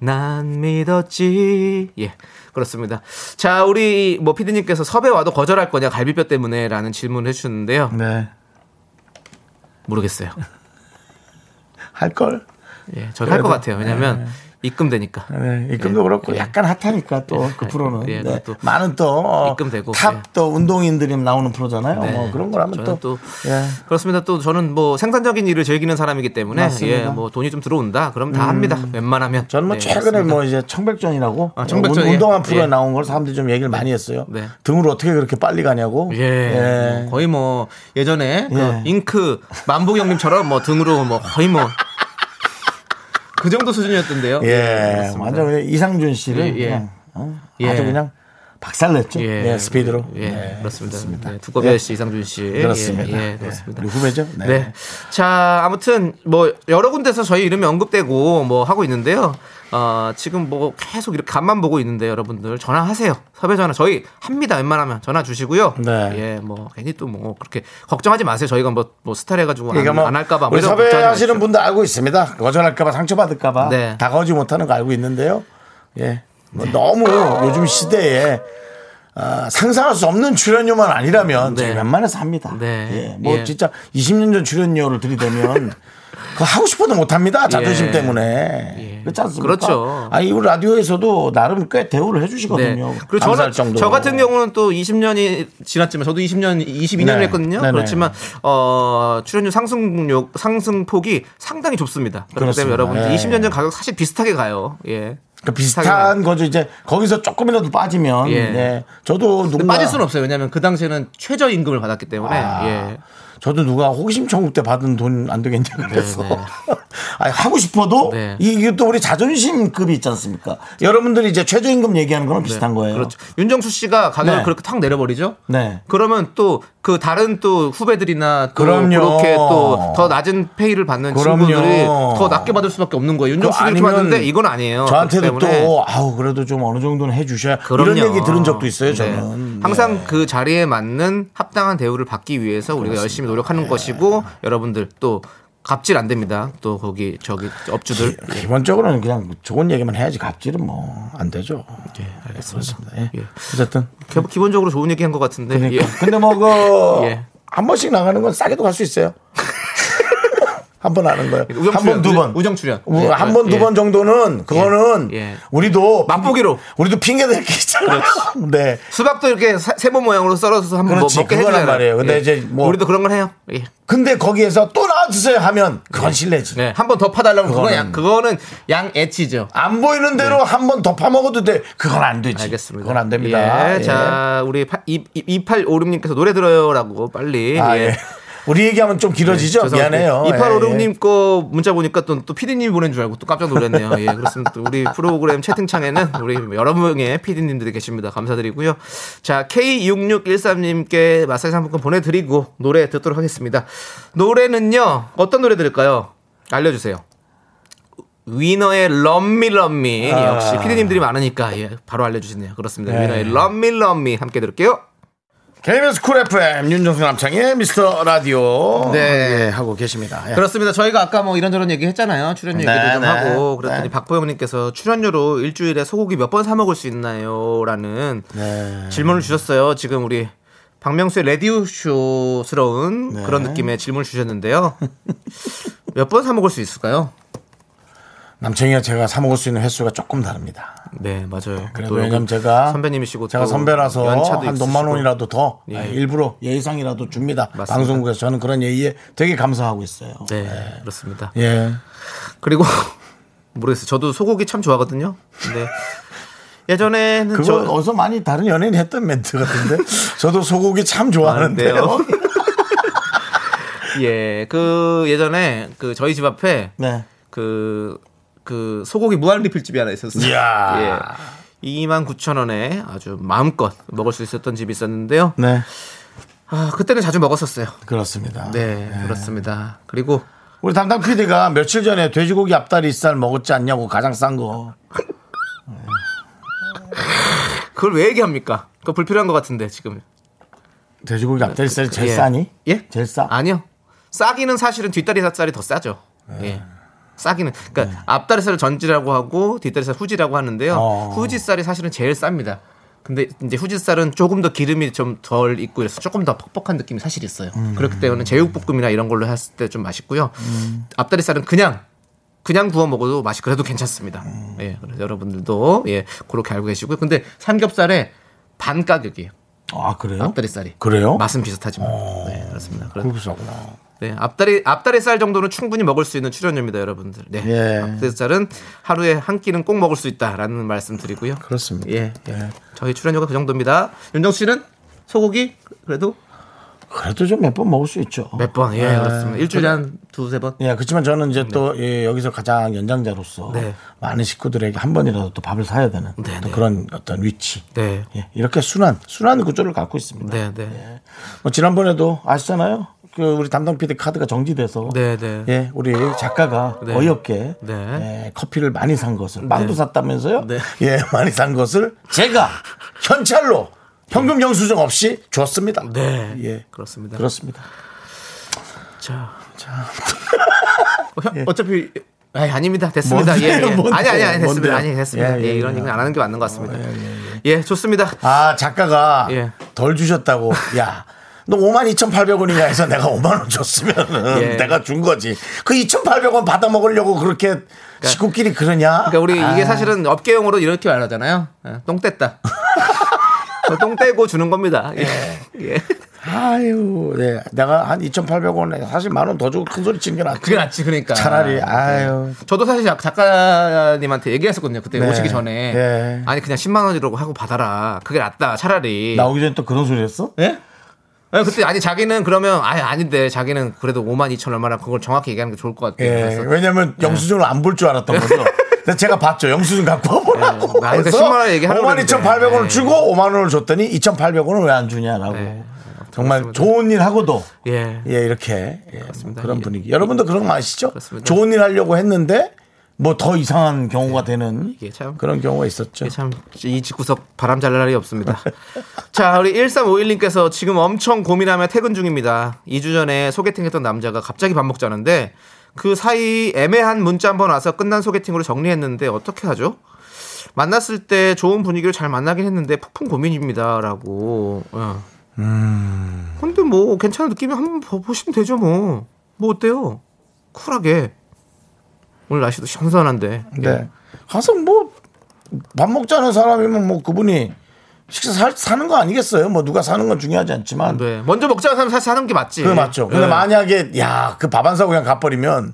[SPEAKER 2] 난 믿었지. 예. 그렇습니다. 자, 우리 뭐 피디님께서 섭외 와도 거절할 거냐 갈비뼈 때문에라는 질문을 해주셨는데요.
[SPEAKER 1] 네.
[SPEAKER 2] 모르겠어요.
[SPEAKER 1] 할 걸.
[SPEAKER 2] 예, 저는 할
[SPEAKER 1] 그래도,
[SPEAKER 2] 것 같아요. 왜냐하면 입금되니까.
[SPEAKER 1] 네, 입금도
[SPEAKER 2] 예,
[SPEAKER 1] 그렇고
[SPEAKER 2] 예.
[SPEAKER 1] 약간 핫하니까 또 그 프로는
[SPEAKER 2] 예,
[SPEAKER 1] 네.
[SPEAKER 2] 또
[SPEAKER 1] 많은 또 어,
[SPEAKER 2] 입금되고, 예.
[SPEAKER 1] 탑 또 운동인들이 나오는 프로잖아요.
[SPEAKER 2] 네.
[SPEAKER 1] 뭐 그런 걸 하면 또,
[SPEAKER 2] 저는 또
[SPEAKER 1] 예.
[SPEAKER 2] 그렇습니다. 또 저는 뭐 생산적인 일을 즐기는 사람이기 때문에
[SPEAKER 1] 맞습니다. 음.
[SPEAKER 2] 예, 뭐 돈이 좀 들어온다. 그럼 다 합니다. 웬만하면.
[SPEAKER 1] 저는 뭐
[SPEAKER 2] 네,
[SPEAKER 1] 최근에
[SPEAKER 2] 그렇습니다.
[SPEAKER 1] 뭐 이제 청백전이라고
[SPEAKER 2] 아, 청백전,
[SPEAKER 1] 운-
[SPEAKER 2] 예.
[SPEAKER 1] 운동한 프로에
[SPEAKER 2] 예.
[SPEAKER 1] 나온 걸 사람들이 좀 얘기를 많이 했어요.
[SPEAKER 2] 네.
[SPEAKER 1] 등으로 어떻게 그렇게 빨리 가냐고.
[SPEAKER 2] 예, 뭐 거의 뭐 예전에 그
[SPEAKER 1] 예.
[SPEAKER 2] 잉크 만복 형님처럼 뭐 등으로 뭐
[SPEAKER 1] *laughs*
[SPEAKER 2] 거의 뭐 그 정도 수준이었던데요.
[SPEAKER 1] 예,
[SPEAKER 2] 그렇습니다.
[SPEAKER 1] 완전 그냥 이상준 씨를
[SPEAKER 2] 네, 예, 예.
[SPEAKER 1] 그냥, 어?
[SPEAKER 2] 예.
[SPEAKER 1] 아주 그냥 박살냈죠. 예, 스피드로.
[SPEAKER 2] 예,
[SPEAKER 1] 네,
[SPEAKER 2] 그렇습니다.
[SPEAKER 1] 그렇습니다.
[SPEAKER 2] 네, 두꺼비
[SPEAKER 1] 예.
[SPEAKER 2] 씨, 이상준 씨.
[SPEAKER 1] 그렇습니다.
[SPEAKER 2] 예, 예, 그렇습니다.
[SPEAKER 1] 예, 우리 후배죠?
[SPEAKER 2] 네.
[SPEAKER 1] 네.
[SPEAKER 2] 자, 아무튼 뭐 여러 군데서 저희 이름이 언급되고 뭐 하고 있는데요. 어, 지금 뭐 계속 이렇게 간만 보고 있는데 여러분들 전화하세요. 섭외 전화 저희 합니다. 웬만하면 전화 주시고요.
[SPEAKER 1] 네.
[SPEAKER 2] 예, 뭐 괜히 또 뭐 그렇게 걱정하지 마세요. 저희가 뭐, 뭐 스타를 해가지고
[SPEAKER 1] 그러니까
[SPEAKER 2] 안,
[SPEAKER 1] 뭐
[SPEAKER 2] 안 할까봐.
[SPEAKER 1] 우리
[SPEAKER 2] 뭐 이런 걱정하지
[SPEAKER 1] 섭외하시는
[SPEAKER 2] 마십시오.
[SPEAKER 1] 분도 알고 있습니다. 거절할까봐 상처받을까봐
[SPEAKER 2] 네.
[SPEAKER 1] 다가오지 못하는 거 알고 있는데요. 예, 뭐 너무 요즘 시대에 아, 상상할 수 없는 출연료만 아니라면
[SPEAKER 2] 네.
[SPEAKER 1] 저희 웬만해서 합니다.
[SPEAKER 2] 네.
[SPEAKER 1] 예, 뭐
[SPEAKER 2] 예.
[SPEAKER 1] 진짜 20년 전 출연료를 들이대면 그거 하고 싶어도 못합니다. 자존심
[SPEAKER 2] 예.
[SPEAKER 1] 때문에
[SPEAKER 2] 예.
[SPEAKER 1] 그렇지 않습니까?
[SPEAKER 2] 그렇죠.
[SPEAKER 1] 아니 우리 라디오에서도 나름 꽤 대우를 해주시거든요.
[SPEAKER 2] 네. 그리고
[SPEAKER 1] 감사할
[SPEAKER 2] 저는
[SPEAKER 1] 정도로.
[SPEAKER 2] 저 같은 경우는 또 20년이 지났지만 저도 20년, 22년을
[SPEAKER 1] 네.
[SPEAKER 2] 했거든요.
[SPEAKER 1] 네네.
[SPEAKER 2] 그렇지만 어, 출연료 상승률 상승폭이 상당히 좁습니다. 그렇기 때문에
[SPEAKER 1] 그렇습니다.
[SPEAKER 2] 여러분들
[SPEAKER 1] 예.
[SPEAKER 2] 20년 전 가격 사실 비슷하게 가요. 예.
[SPEAKER 1] 그
[SPEAKER 2] 가요.
[SPEAKER 1] 비슷한 거죠. 이제 거기서 조금이라도 빠지면
[SPEAKER 2] 예.
[SPEAKER 1] 예. 저도
[SPEAKER 2] 근데
[SPEAKER 1] 누군가 아,
[SPEAKER 2] 빠질 수는 없어요. 왜냐하면 그 당시에는 최저 임금을 받았기 때문에 예.
[SPEAKER 1] 저도 누가 호기심 천국 때 받은 돈 안 되겠냐 그래서
[SPEAKER 2] 네.
[SPEAKER 1] *laughs* 아니, 하고 싶어도
[SPEAKER 2] 네.
[SPEAKER 1] 이게 또 우리 자존심급이 있지 않습니까? 여러분들이 이제 최저임금 얘기하는 거랑 비슷한 거예요.
[SPEAKER 2] 그렇죠. 윤정수 씨가 가격을
[SPEAKER 1] 네.
[SPEAKER 2] 그렇게 탁 내려버리죠.
[SPEAKER 1] 네.
[SPEAKER 2] 그러면 또 그 다른 또 후배들이나 또
[SPEAKER 1] 그럼요.
[SPEAKER 2] 그렇게 또 더 낮은 페이를 받는
[SPEAKER 1] 그럼요.
[SPEAKER 2] 친구들이 더 낮게 받을 수밖에 없는 거예요. 윤정수 씨를
[SPEAKER 1] 아니면
[SPEAKER 2] 받는데 이건 아니에요.
[SPEAKER 1] 저한테도
[SPEAKER 2] 그렇기 때문에
[SPEAKER 1] 또 아우 그래도 좀 어느 정도는 해주셔야
[SPEAKER 2] 그럼요.
[SPEAKER 1] 이런 얘기 들은 적도 있어요.
[SPEAKER 2] 네.
[SPEAKER 1] 저는
[SPEAKER 2] 항상
[SPEAKER 1] 네.
[SPEAKER 2] 그 자리에 맞는 합당한 대우를 받기 위해서 우리가 열심히 노력하는
[SPEAKER 1] 네.
[SPEAKER 2] 것이고 여러분들 또 갑질 안 됩니다. 또 거기 저기 업주들
[SPEAKER 1] 예, 기- 기본적으로는 그냥 좋은 얘기만 해야지 갑질은 뭐 안 되죠.
[SPEAKER 2] 예, 알겠습니다.
[SPEAKER 1] 예.
[SPEAKER 2] 예.
[SPEAKER 1] 어쨌든
[SPEAKER 2] 기- 기본적으로 좋은 얘기 한 것 같은데
[SPEAKER 1] 그러니까.
[SPEAKER 2] 예.
[SPEAKER 1] 근데 뭐 그 한
[SPEAKER 2] *laughs* 예.
[SPEAKER 1] 번씩 나가는 건 싸게도 갈 수 있어요. *laughs* 한 번 하는 거예요.
[SPEAKER 2] 우정
[SPEAKER 1] 한 번
[SPEAKER 2] 출연,
[SPEAKER 1] 두 번.
[SPEAKER 2] 우정 출연. 예,
[SPEAKER 1] 한 번,
[SPEAKER 2] 예.
[SPEAKER 1] 두 번 정도는 그거는
[SPEAKER 2] 예.
[SPEAKER 1] 우리도
[SPEAKER 2] 맛보기로. 그렇죠.
[SPEAKER 1] 우리도 핑계 댈게 있잖아요. *laughs* 네.
[SPEAKER 2] 수박도 이렇게 사- 세모 모양으로 썰어서 한번 뭐
[SPEAKER 1] 그렇지,
[SPEAKER 2] 먹게
[SPEAKER 1] 그거란
[SPEAKER 2] 해주잖아요.
[SPEAKER 1] 말이에요. 근데
[SPEAKER 2] 예.
[SPEAKER 1] 이제 뭐-
[SPEAKER 2] 우리도 그런 걸 해요. 예.
[SPEAKER 1] 근데 거기에서 또 나와주세요 하면 그건 실례지.
[SPEAKER 2] 네, 한 번 더 파달라면 그건
[SPEAKER 1] 그거는-
[SPEAKER 2] 양 그거는 양 애치죠.
[SPEAKER 1] 안 보이는 대로 한 번 더 파먹어도 돼. 그건 안 되지.
[SPEAKER 2] 네. 알겠습니다.
[SPEAKER 1] 그건 안 됩니다.
[SPEAKER 2] 예,
[SPEAKER 1] 예.
[SPEAKER 2] 자, 우리 2856님께서 노래 들어요라고 빨리.
[SPEAKER 1] 아,
[SPEAKER 2] 예. 네,
[SPEAKER 1] 예. 우리 얘기하면 좀 길어지죠?
[SPEAKER 2] 죄송합니다.
[SPEAKER 1] 미안해요. 예, 예.
[SPEAKER 2] 2856님 거 문자 보니까 또, 또 피디님이 보낸 줄 알고 또 깜짝 놀랐네요. 예, 그렇습니다. 또 우리 프로그램 채팅창에는 우리 여러 명의 피디님들이 계십니다. 감사드리고요. 자, K6613님께 마사지 상품권 보내드리고 노래 듣도록 하겠습니다. 노래는요, 어떤 노래 들을까요? 알려주세요. 위너의 럼미 럼미
[SPEAKER 1] 아.
[SPEAKER 2] 역시 피디님들이 많으니까 예, 바로 알려주시네요. 그렇습니다.
[SPEAKER 1] 네.
[SPEAKER 2] 위너의 럼미 럼미 함께 들을게요.
[SPEAKER 1] KBS 쿨 FM 윤정수 남창의 미스터 라디오
[SPEAKER 2] 네.
[SPEAKER 1] 예, 하고 계십니다. 예.
[SPEAKER 2] 그렇습니다. 저희가 아까 뭐 이런저런 얘기 했잖아요. 출연료
[SPEAKER 1] 네,
[SPEAKER 2] 얘기도 좀
[SPEAKER 1] 네.
[SPEAKER 2] 하고 그랬더니
[SPEAKER 1] 네.
[SPEAKER 2] 박보영님께서 출연료로 일주일에 소고기 몇 번 사 먹을 수 있나요?라는
[SPEAKER 1] 네.
[SPEAKER 2] 질문을 주셨어요. 지금 우리 박명수의 라디오 쇼스러운
[SPEAKER 1] 네.
[SPEAKER 2] 그런 느낌의 질문을 주셨는데요. 몇 번 사 먹을 수 있을까요?
[SPEAKER 1] 남창이와 제가 사 먹을 수 있는 횟수가 조금 다릅니다.
[SPEAKER 2] 네, 맞아요.
[SPEAKER 1] 그래도
[SPEAKER 2] 또
[SPEAKER 1] 왜냐면 제가
[SPEAKER 2] 선배님이시고
[SPEAKER 1] 제가
[SPEAKER 2] 또
[SPEAKER 1] 선배라서
[SPEAKER 2] 연차도
[SPEAKER 1] 한 돈만
[SPEAKER 2] 있으시고.
[SPEAKER 1] 원이라도 더
[SPEAKER 2] 예.
[SPEAKER 1] 아, 일부러 예의상이라도 줍니다.
[SPEAKER 2] 맞습니다.
[SPEAKER 1] 방송국에서 저는 그런 예의에 되게 감사하고 있어요.
[SPEAKER 2] 네, 그렇습니다.
[SPEAKER 1] 예.
[SPEAKER 2] 그리고 *laughs* 모르겠어요. 저도 소고기 참 좋아하거든요. 근데 예전에는
[SPEAKER 1] 그거
[SPEAKER 2] 저
[SPEAKER 1] 어디서 많이 다른 연예인 이 했던 멘트
[SPEAKER 2] *laughs*
[SPEAKER 1] 같은데 저도 소고기 참 좋아하는데요.
[SPEAKER 2] 많은데요. 예, 그 예전에 그 저희 집 앞에
[SPEAKER 1] *laughs* 네.
[SPEAKER 2] 그, 그 소고기 무한 리필집이 하나 있었어요.
[SPEAKER 1] 이야.
[SPEAKER 2] 예. 2만 9천 원에 아주 마음껏 먹을 수 있었던 집이 있었는데요.
[SPEAKER 1] 네.
[SPEAKER 2] 아, 그때는 자주 먹었었어요.
[SPEAKER 1] 그렇습니다.
[SPEAKER 2] 네, 그렇습니다. 그리고
[SPEAKER 1] 우리 담당 PD가 며칠 전에 돼지고기 앞다리 살 먹었지 않냐고 가장 싼 거.
[SPEAKER 2] 그걸 왜 얘기합니까? 그거 불필요한 것 같은데 지금.
[SPEAKER 1] 돼지고기 앞다리 살이 제일
[SPEAKER 2] 예.
[SPEAKER 1] 싸니?
[SPEAKER 2] 예?
[SPEAKER 1] 제일 싸.
[SPEAKER 2] 아니요. 싸기는 사실은 뒷다리 살이 더 싸죠. 예.
[SPEAKER 1] 아.
[SPEAKER 2] 싸기는 그러니까 앞다리살을 전지라고 하고 뒷다리살 후지라고 하는데요.
[SPEAKER 1] 네. 어.
[SPEAKER 2] 후지살이 사실은 제일 쌉니다. 근데 이제 후지살은 조금 더 기름이 좀 덜 있고 그래서 조금 더 퍽퍽한 느낌이 사실 있어요.
[SPEAKER 1] 음.
[SPEAKER 2] 그렇기 때문에 제육볶음이나 이런 걸로 했을 때 좀 맛있고요.
[SPEAKER 1] 음.
[SPEAKER 2] 앞다리살은 그냥 그냥 구워 먹어도 맛이 그래도 괜찮습니다.
[SPEAKER 1] 음.
[SPEAKER 2] 예, 그래서 여러분들도 예 그렇게 알고 계시고요. 근데 삼겹살에 반 가격이에요.
[SPEAKER 1] 아 그래요?
[SPEAKER 2] 앞다리살이
[SPEAKER 1] 그래요?
[SPEAKER 2] 맛은 비슷하지만
[SPEAKER 1] 어.
[SPEAKER 2] 네 그렇습니다. 그래서
[SPEAKER 1] 그렇게 싸구나.
[SPEAKER 2] 네, 앞다리 앞다리살 정도는 충분히 먹을 수 있는 출연료입니다, 여러분들. 네.
[SPEAKER 1] 예.
[SPEAKER 2] 앞다리살은 하루에 한 끼는 꼭 먹을 수 있다라는 말씀 드리고요.
[SPEAKER 1] 그렇습니다.
[SPEAKER 2] 예. 저희 출연료가 그 정도입니다. 윤정수 씨는 소고기 그래도
[SPEAKER 1] 그래도 좀 몇 번 먹을 수 있죠.
[SPEAKER 2] 몇 번? 예,
[SPEAKER 1] 네.
[SPEAKER 2] 그렇습니다. 일주일에 한 두세 번.
[SPEAKER 1] 예, 그렇지만 저는 이제 또 예, 여기서 가장 연장자로서
[SPEAKER 2] 네.
[SPEAKER 1] 많은 식구들에게 한 번이라도 또 밥을 사야 되는
[SPEAKER 2] 네,
[SPEAKER 1] 또
[SPEAKER 2] 네.
[SPEAKER 1] 그런 어떤 위치.
[SPEAKER 2] 네.
[SPEAKER 1] 예, 이렇게 순환, 순환 구조를 갖고 있습니다.
[SPEAKER 2] 네, 네.
[SPEAKER 1] 뭐 지난번에도 아시잖아요. 그 우리 담당 PD 카드가 정지돼서
[SPEAKER 2] 네, 네.
[SPEAKER 1] 예, 우리 작가가
[SPEAKER 2] 네.
[SPEAKER 1] 어이없게
[SPEAKER 2] 네.
[SPEAKER 1] 예, 커피를 많이 산 것을 빵도 샀다면서요?
[SPEAKER 2] 네.
[SPEAKER 1] 예, 많이 산 것을 제가 현찰로 현금 영수증 없이 줬습니다.
[SPEAKER 2] 네.
[SPEAKER 1] 예.
[SPEAKER 2] 그렇습니다.
[SPEAKER 1] 그렇습니다.
[SPEAKER 2] 자. 어, 형, 어차피 아니, 아닙니다. 됐습니다.
[SPEAKER 1] 예. 뭔데요?
[SPEAKER 2] 예, 예.
[SPEAKER 1] 뭔데요?
[SPEAKER 2] 아니 아니 아니
[SPEAKER 1] 뭔데요?
[SPEAKER 2] 됐습니다. 아니 됐습니다.
[SPEAKER 1] 예,
[SPEAKER 2] 예,
[SPEAKER 1] 예,
[SPEAKER 2] 이런
[SPEAKER 1] 예.
[SPEAKER 2] 얘기는 안 하는 게 맞는 것 같습니다. 예, 좋습니다.
[SPEAKER 1] 아 작가가
[SPEAKER 2] 예.
[SPEAKER 1] 덜 주셨다고 야 너 52,800원이냐 해서 내가 5만 원 줬으면
[SPEAKER 2] 예.
[SPEAKER 1] 내가 준 거지 그 2,800원 받아 먹으려고 그렇게 식구끼리 그러냐
[SPEAKER 2] 그러니까 우리
[SPEAKER 1] 아,
[SPEAKER 2] 이게 사실은 업계용어로 이렇게 말하잖아요. 예, 똥 뗐다. 그똥 떼고 주는 겁니다. 예. 예.
[SPEAKER 1] 아유 네. 내가 한 2,800원에 사실 만 원 더 주고 큰 소리 치는 게 낫지
[SPEAKER 2] 그게 낫지 그러니까.
[SPEAKER 1] 차라리 아유
[SPEAKER 2] 저도 사실 작- 작가님한테 얘기했었거든요. 그때
[SPEAKER 1] 네.
[SPEAKER 2] 오시기 전에.
[SPEAKER 1] 네.
[SPEAKER 2] 아니 그냥 10만 원이라고 하고 받아라. 그게 낫다. 차라리.
[SPEAKER 1] 나오기 전에 또 그런 소리 했어?
[SPEAKER 2] 예? 아니, 그때 아니 자기는 그러면 아예 아닌데 자기는 그래도 5만 2천 얼마나 그걸 정확히 얘기하는 게 좋을 것 같아요.
[SPEAKER 1] 예
[SPEAKER 2] 그래서
[SPEAKER 1] 왜냐면 영수증을 안 볼 줄 알았던
[SPEAKER 2] *laughs*
[SPEAKER 1] 거죠 근데 제가 봤죠 영수증 갖고 와보라고
[SPEAKER 2] 예, 나한테 10만 원에 얘기하라고
[SPEAKER 1] 52,800원을
[SPEAKER 2] 그랬는데.
[SPEAKER 1] 주고 5만 원을 줬더니 2,800원을 왜 안 주냐라고
[SPEAKER 2] 예,
[SPEAKER 1] 정말 좋은 일 하고도
[SPEAKER 2] 예.
[SPEAKER 1] 예, 이렇게. 예,
[SPEAKER 2] 그렇습니다.
[SPEAKER 1] 뭐 그런
[SPEAKER 2] 예.
[SPEAKER 1] 분위기. 여러분도 그런 거 아시죠?
[SPEAKER 2] 그렇습니다.
[SPEAKER 1] 좋은 일 하려고 했는데 뭐 더 이상한 경우가 되는
[SPEAKER 2] 예. 이게 참-
[SPEAKER 1] 그런 경우가 있었죠.
[SPEAKER 2] 이게 참, 이 집구석 바람 잘 날이 없습니다. *laughs* 자, 우리 1351님께서 지금 엄청 고민하며 퇴근 중입니다. 2주 전에 소개팅했던 남자가 갑자기 밥 먹자는데 그 사이 애매한 문자 한 번 와서 끝난 소개팅으로 정리했는데 어떻게 하죠? 만났을 때 좋은 분위기로 잘 만나긴 했는데 폭풍 고민입니다라고. 예.
[SPEAKER 1] 음.
[SPEAKER 2] 근데 뭐 괜찮은 느낌이 한번 봐- 보시면 되죠 뭐. 뭐 어때요? 쿨하게. 오늘 날씨도 선선한데.
[SPEAKER 1] 네. 가서 뭐 밥 먹자는 사람이면 뭐 그분이 식사 살- 사는 거 아니겠어요? 뭐 누가 사는 건 중요하지 않지만.
[SPEAKER 2] 네. 먼저 먹자는 사람 사실 하는 게 맞지.
[SPEAKER 1] 그거 맞죠. 근데
[SPEAKER 2] 예.
[SPEAKER 1] 만약에 야 그 밥 안 사고 그냥 가버리면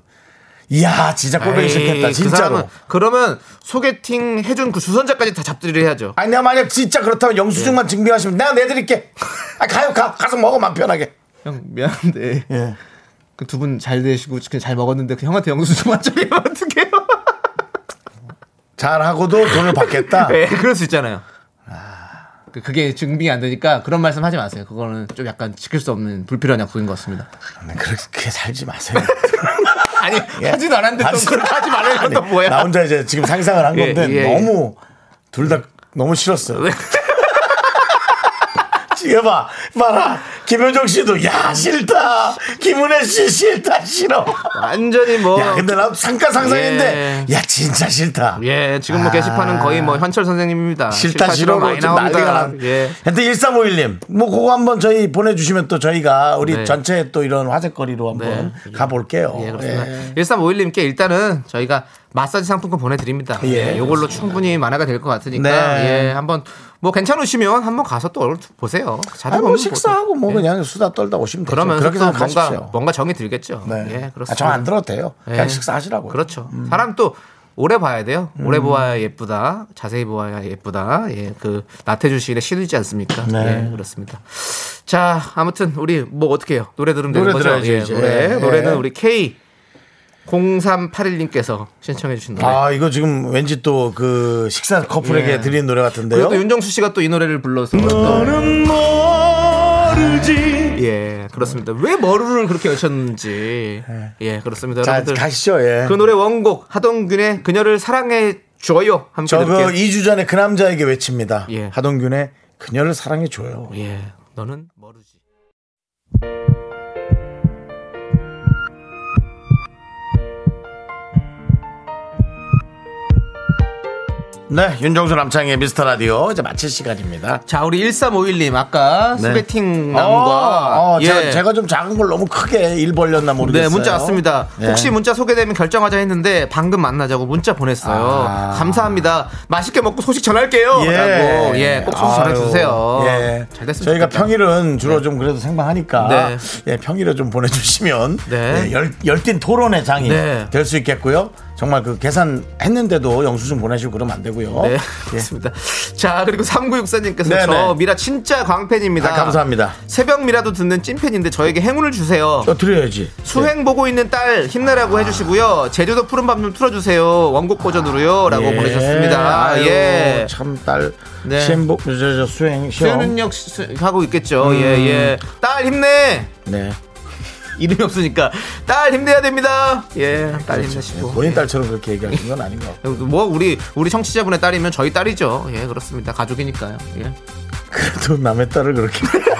[SPEAKER 1] 이야 진짜 꼴보기
[SPEAKER 2] 에이,
[SPEAKER 1] 싫겠다
[SPEAKER 2] 그
[SPEAKER 1] 진짜로.
[SPEAKER 2] 사람은 그러면 소개팅 해준 그 주선자까지 다 잡들이를 해야죠.
[SPEAKER 1] 아니 내가 만약 진짜 그렇다면
[SPEAKER 2] 예.
[SPEAKER 1] 영수증만 증빙하시면 내가 내드릴게. 아, 가요 가 가서 먹어 맘 편하게.
[SPEAKER 2] 형 미안한데
[SPEAKER 1] 예.
[SPEAKER 2] 두 분 잘 되시고 그냥 잘 먹었는데 그 형한테 영수증 맞춰요 어떡해요?
[SPEAKER 1] 잘하고도 돈을
[SPEAKER 2] *laughs*
[SPEAKER 1] 받겠다.
[SPEAKER 2] 예, 그럴 수 있잖아요. 그- 그게 증빙이 안 되니까 그런 말씀 하지 마세요. *laughs* 그거는 좀 약간 지킬 수 없는 불필요한 약속인 것 같습니다.
[SPEAKER 1] 네, 그렇게 살지 마세요.
[SPEAKER 2] 예. 아니 하진 않았는데 또
[SPEAKER 1] 하지-
[SPEAKER 2] 그걸 하지 말라는 건
[SPEAKER 1] 아니,
[SPEAKER 2] 뭐야?
[SPEAKER 1] 나 혼자 이제 지금 상상을 한
[SPEAKER 2] 예,
[SPEAKER 1] 건데
[SPEAKER 2] 예, 네. 예.
[SPEAKER 1] 너무 둘 다 너무 싫었어요. *laughs* 지금 봐, 봐라. 김효정 씨도 야 싫다. 김은혜 씨 싫다 싫어.
[SPEAKER 2] 완전히 뭐.
[SPEAKER 1] 야 근데 나 잠깐 상상했는데
[SPEAKER 2] 예.
[SPEAKER 1] 야 진짜 싫다.
[SPEAKER 2] 예, 지금 뭐
[SPEAKER 1] 아.
[SPEAKER 2] 게시판은 거의 뭐 현철 선생님입니다.
[SPEAKER 1] 싫다
[SPEAKER 2] 많이
[SPEAKER 1] 싫어로 좀
[SPEAKER 2] 나옵니다.
[SPEAKER 1] 난리가 난.
[SPEAKER 2] 예.
[SPEAKER 1] 근데 1351님 뭐 그거 한번 저희 보내주시면 또 저희가 우리
[SPEAKER 2] 네.
[SPEAKER 1] 전체 또 이런 화제거리로 한번 가볼게요.
[SPEAKER 2] 예, 그렇습니다.
[SPEAKER 1] 네.
[SPEAKER 2] 1351님께 일단은 저희가 마사지 상품권 보내드립니다.
[SPEAKER 1] 예,
[SPEAKER 2] 예, 요걸로 충분히 만화가 될 것 같으니까.
[SPEAKER 1] 네.
[SPEAKER 2] 예, 한번 뭐 괜찮으시면 한번 가서 또 얼른 보세요. 자주
[SPEAKER 1] 아니, 뭐
[SPEAKER 2] 보면
[SPEAKER 1] 식사하고 뭐 그냥 수다 떨다 오시면 되죠.
[SPEAKER 2] 그러면
[SPEAKER 1] 그렇게
[SPEAKER 2] 또 뭔가
[SPEAKER 1] 생각하십시오.
[SPEAKER 2] 뭔가 정이 들겠죠.
[SPEAKER 1] 네.
[SPEAKER 2] 예, 그렇습니다.
[SPEAKER 1] 아, 저안 들어도 돼요. 그냥
[SPEAKER 2] 예.
[SPEAKER 1] 식사하시라고요.
[SPEAKER 2] 그렇죠.
[SPEAKER 1] 음.
[SPEAKER 2] 사람 또 오래 봐야 돼요. 오래 보아야 예쁘다. 자세히 보아야 예쁘다. 예, 그 나태주 시인의 시도있지 않습니까?
[SPEAKER 1] 네.
[SPEAKER 2] 예, 그렇습니다. 자, 아무튼 우리 뭐 어떻게 해요? 노래 들으면 되는
[SPEAKER 1] 노래
[SPEAKER 2] 거죠.
[SPEAKER 1] 들어야죠,
[SPEAKER 2] 예,
[SPEAKER 1] 이제.
[SPEAKER 2] 노래.
[SPEAKER 1] 예.
[SPEAKER 2] 노래는 우리 K 0381님께서 신청해 주신 노래.
[SPEAKER 1] 아 이거 지금 왠지 또 그 식사 커플에게
[SPEAKER 2] 네. 예.
[SPEAKER 1] 드리는 노래 같은데요.
[SPEAKER 2] 그리고 또 윤정수 씨가 또 이 노래를 불러서 또-
[SPEAKER 11] 너는 모르지
[SPEAKER 2] 예, 그렇습니다. 왜 머루를 그렇게 외쳤는지. 예, 그렇습니다.
[SPEAKER 1] 네. 자
[SPEAKER 2] 여러분들
[SPEAKER 1] 가시죠. 예.
[SPEAKER 2] 그 노래 원곡 하동균의 그녀를 사랑해 줘요. 함께
[SPEAKER 1] 저거
[SPEAKER 2] 들을게요.
[SPEAKER 1] 2주 전에 그 남자에게 외칩니다.
[SPEAKER 2] 예.
[SPEAKER 1] 하동균의 그녀를 사랑해 줘요.
[SPEAKER 2] 예, 너는 모르지.
[SPEAKER 1] 네, 윤정수 남창의 미스터 라디오 이제 마칠 시간입니다.
[SPEAKER 2] 자, 우리 1351님 아까
[SPEAKER 1] 네.
[SPEAKER 2] 소개팅 남과
[SPEAKER 1] 어, 어,
[SPEAKER 2] 예.
[SPEAKER 1] 제가, 제가 좀 작은 걸 너무 크게 일 벌렸나 모르겠어요.
[SPEAKER 2] 네, 문자 왔습니다.
[SPEAKER 1] 예.
[SPEAKER 2] 혹시 문자 소개되면 결정하자 했는데 방금 만나자고 문자 보냈어요.
[SPEAKER 1] 아.
[SPEAKER 2] 감사합니다. 맛있게 먹고 소식 전할게요.
[SPEAKER 1] 예.
[SPEAKER 2] 라고. 예, 꼭 소식 전해 주세요.
[SPEAKER 1] 아유, 예.
[SPEAKER 2] 잘 됐습니다.
[SPEAKER 1] 저희가 평일은 주로 좀 그래도 생방하니까
[SPEAKER 2] 네.
[SPEAKER 1] 예, 평일에 좀 보내주시면
[SPEAKER 2] 네.
[SPEAKER 1] 예, 열, 열띤 토론의 장이
[SPEAKER 2] 네.
[SPEAKER 1] 될 수 있겠고요. 정말 그 계산했는데도 영수증 보내시고 그러면 안 되고요.
[SPEAKER 2] *laughs* 네, 그렇습니다. 자, 그리고 3964님께서
[SPEAKER 1] 예. 네, 네.
[SPEAKER 2] 저 미라 진짜 광팬입니다.
[SPEAKER 1] 아, 감사합니다.
[SPEAKER 2] 새벽 미라도 듣는 찐팬인데 저에게 행운을 주세요.
[SPEAKER 1] 어, 드려야지.
[SPEAKER 2] 수행 보고 있는 딸
[SPEAKER 1] 아.
[SPEAKER 2] 힘내라고 해주시고요. 제주도 푸른밤 좀 틀어주세요. 원곡 버전으로요.라고
[SPEAKER 1] 예.
[SPEAKER 2] 보내셨습니다.
[SPEAKER 1] 아유,
[SPEAKER 2] 예.
[SPEAKER 1] 참딸
[SPEAKER 2] 네.
[SPEAKER 1] 시행복 저, 저, 수행 시험.
[SPEAKER 2] 수현은력 하고 있겠죠.
[SPEAKER 1] 음.
[SPEAKER 2] 예, 예. 딸 힘내.
[SPEAKER 1] 네.
[SPEAKER 2] 이름이 없으니까 딸 힘내야 됩니다. 예, 딸
[SPEAKER 1] 예,
[SPEAKER 2] 힘내시고.
[SPEAKER 1] 본인 딸처럼 그렇게 얘기하는 건 아닌 것 같고.
[SPEAKER 2] 예. 뭐 우리 우리 청취자분의 딸이면 저희 딸이죠. 예, 그렇습니다. 가족이니까요. 예.
[SPEAKER 1] 그렇죠. 그래도 남의 딸을 그렇게 *laughs*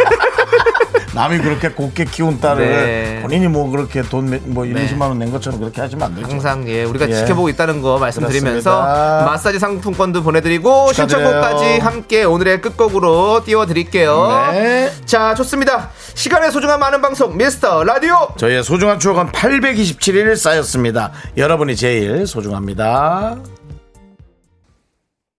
[SPEAKER 1] 남이 그렇게 곱게 키운 딸을
[SPEAKER 2] 네.
[SPEAKER 1] 본인이 뭐 그렇게 돈 뭐 1,
[SPEAKER 2] 네.
[SPEAKER 1] 20만 원 낸 것처럼 그렇게 하지면 안 되죠.
[SPEAKER 2] 항상 예, 우리가
[SPEAKER 1] 예.
[SPEAKER 2] 지켜보고 있다는 거 말씀드리면서
[SPEAKER 1] 그렇습니다.
[SPEAKER 2] 마사지 상품권도 보내드리고
[SPEAKER 1] 축하드려요.
[SPEAKER 2] 신청곡까지 함께 오늘의 끝곡으로 띄워드릴게요.
[SPEAKER 1] 네.
[SPEAKER 2] 자, 좋습니다. 시간의 소중한 많은 방송 미스터 라디오.
[SPEAKER 1] 저희의 소중한 추억은 827일 쌓였습니다. 여러분이 제일 소중합니다.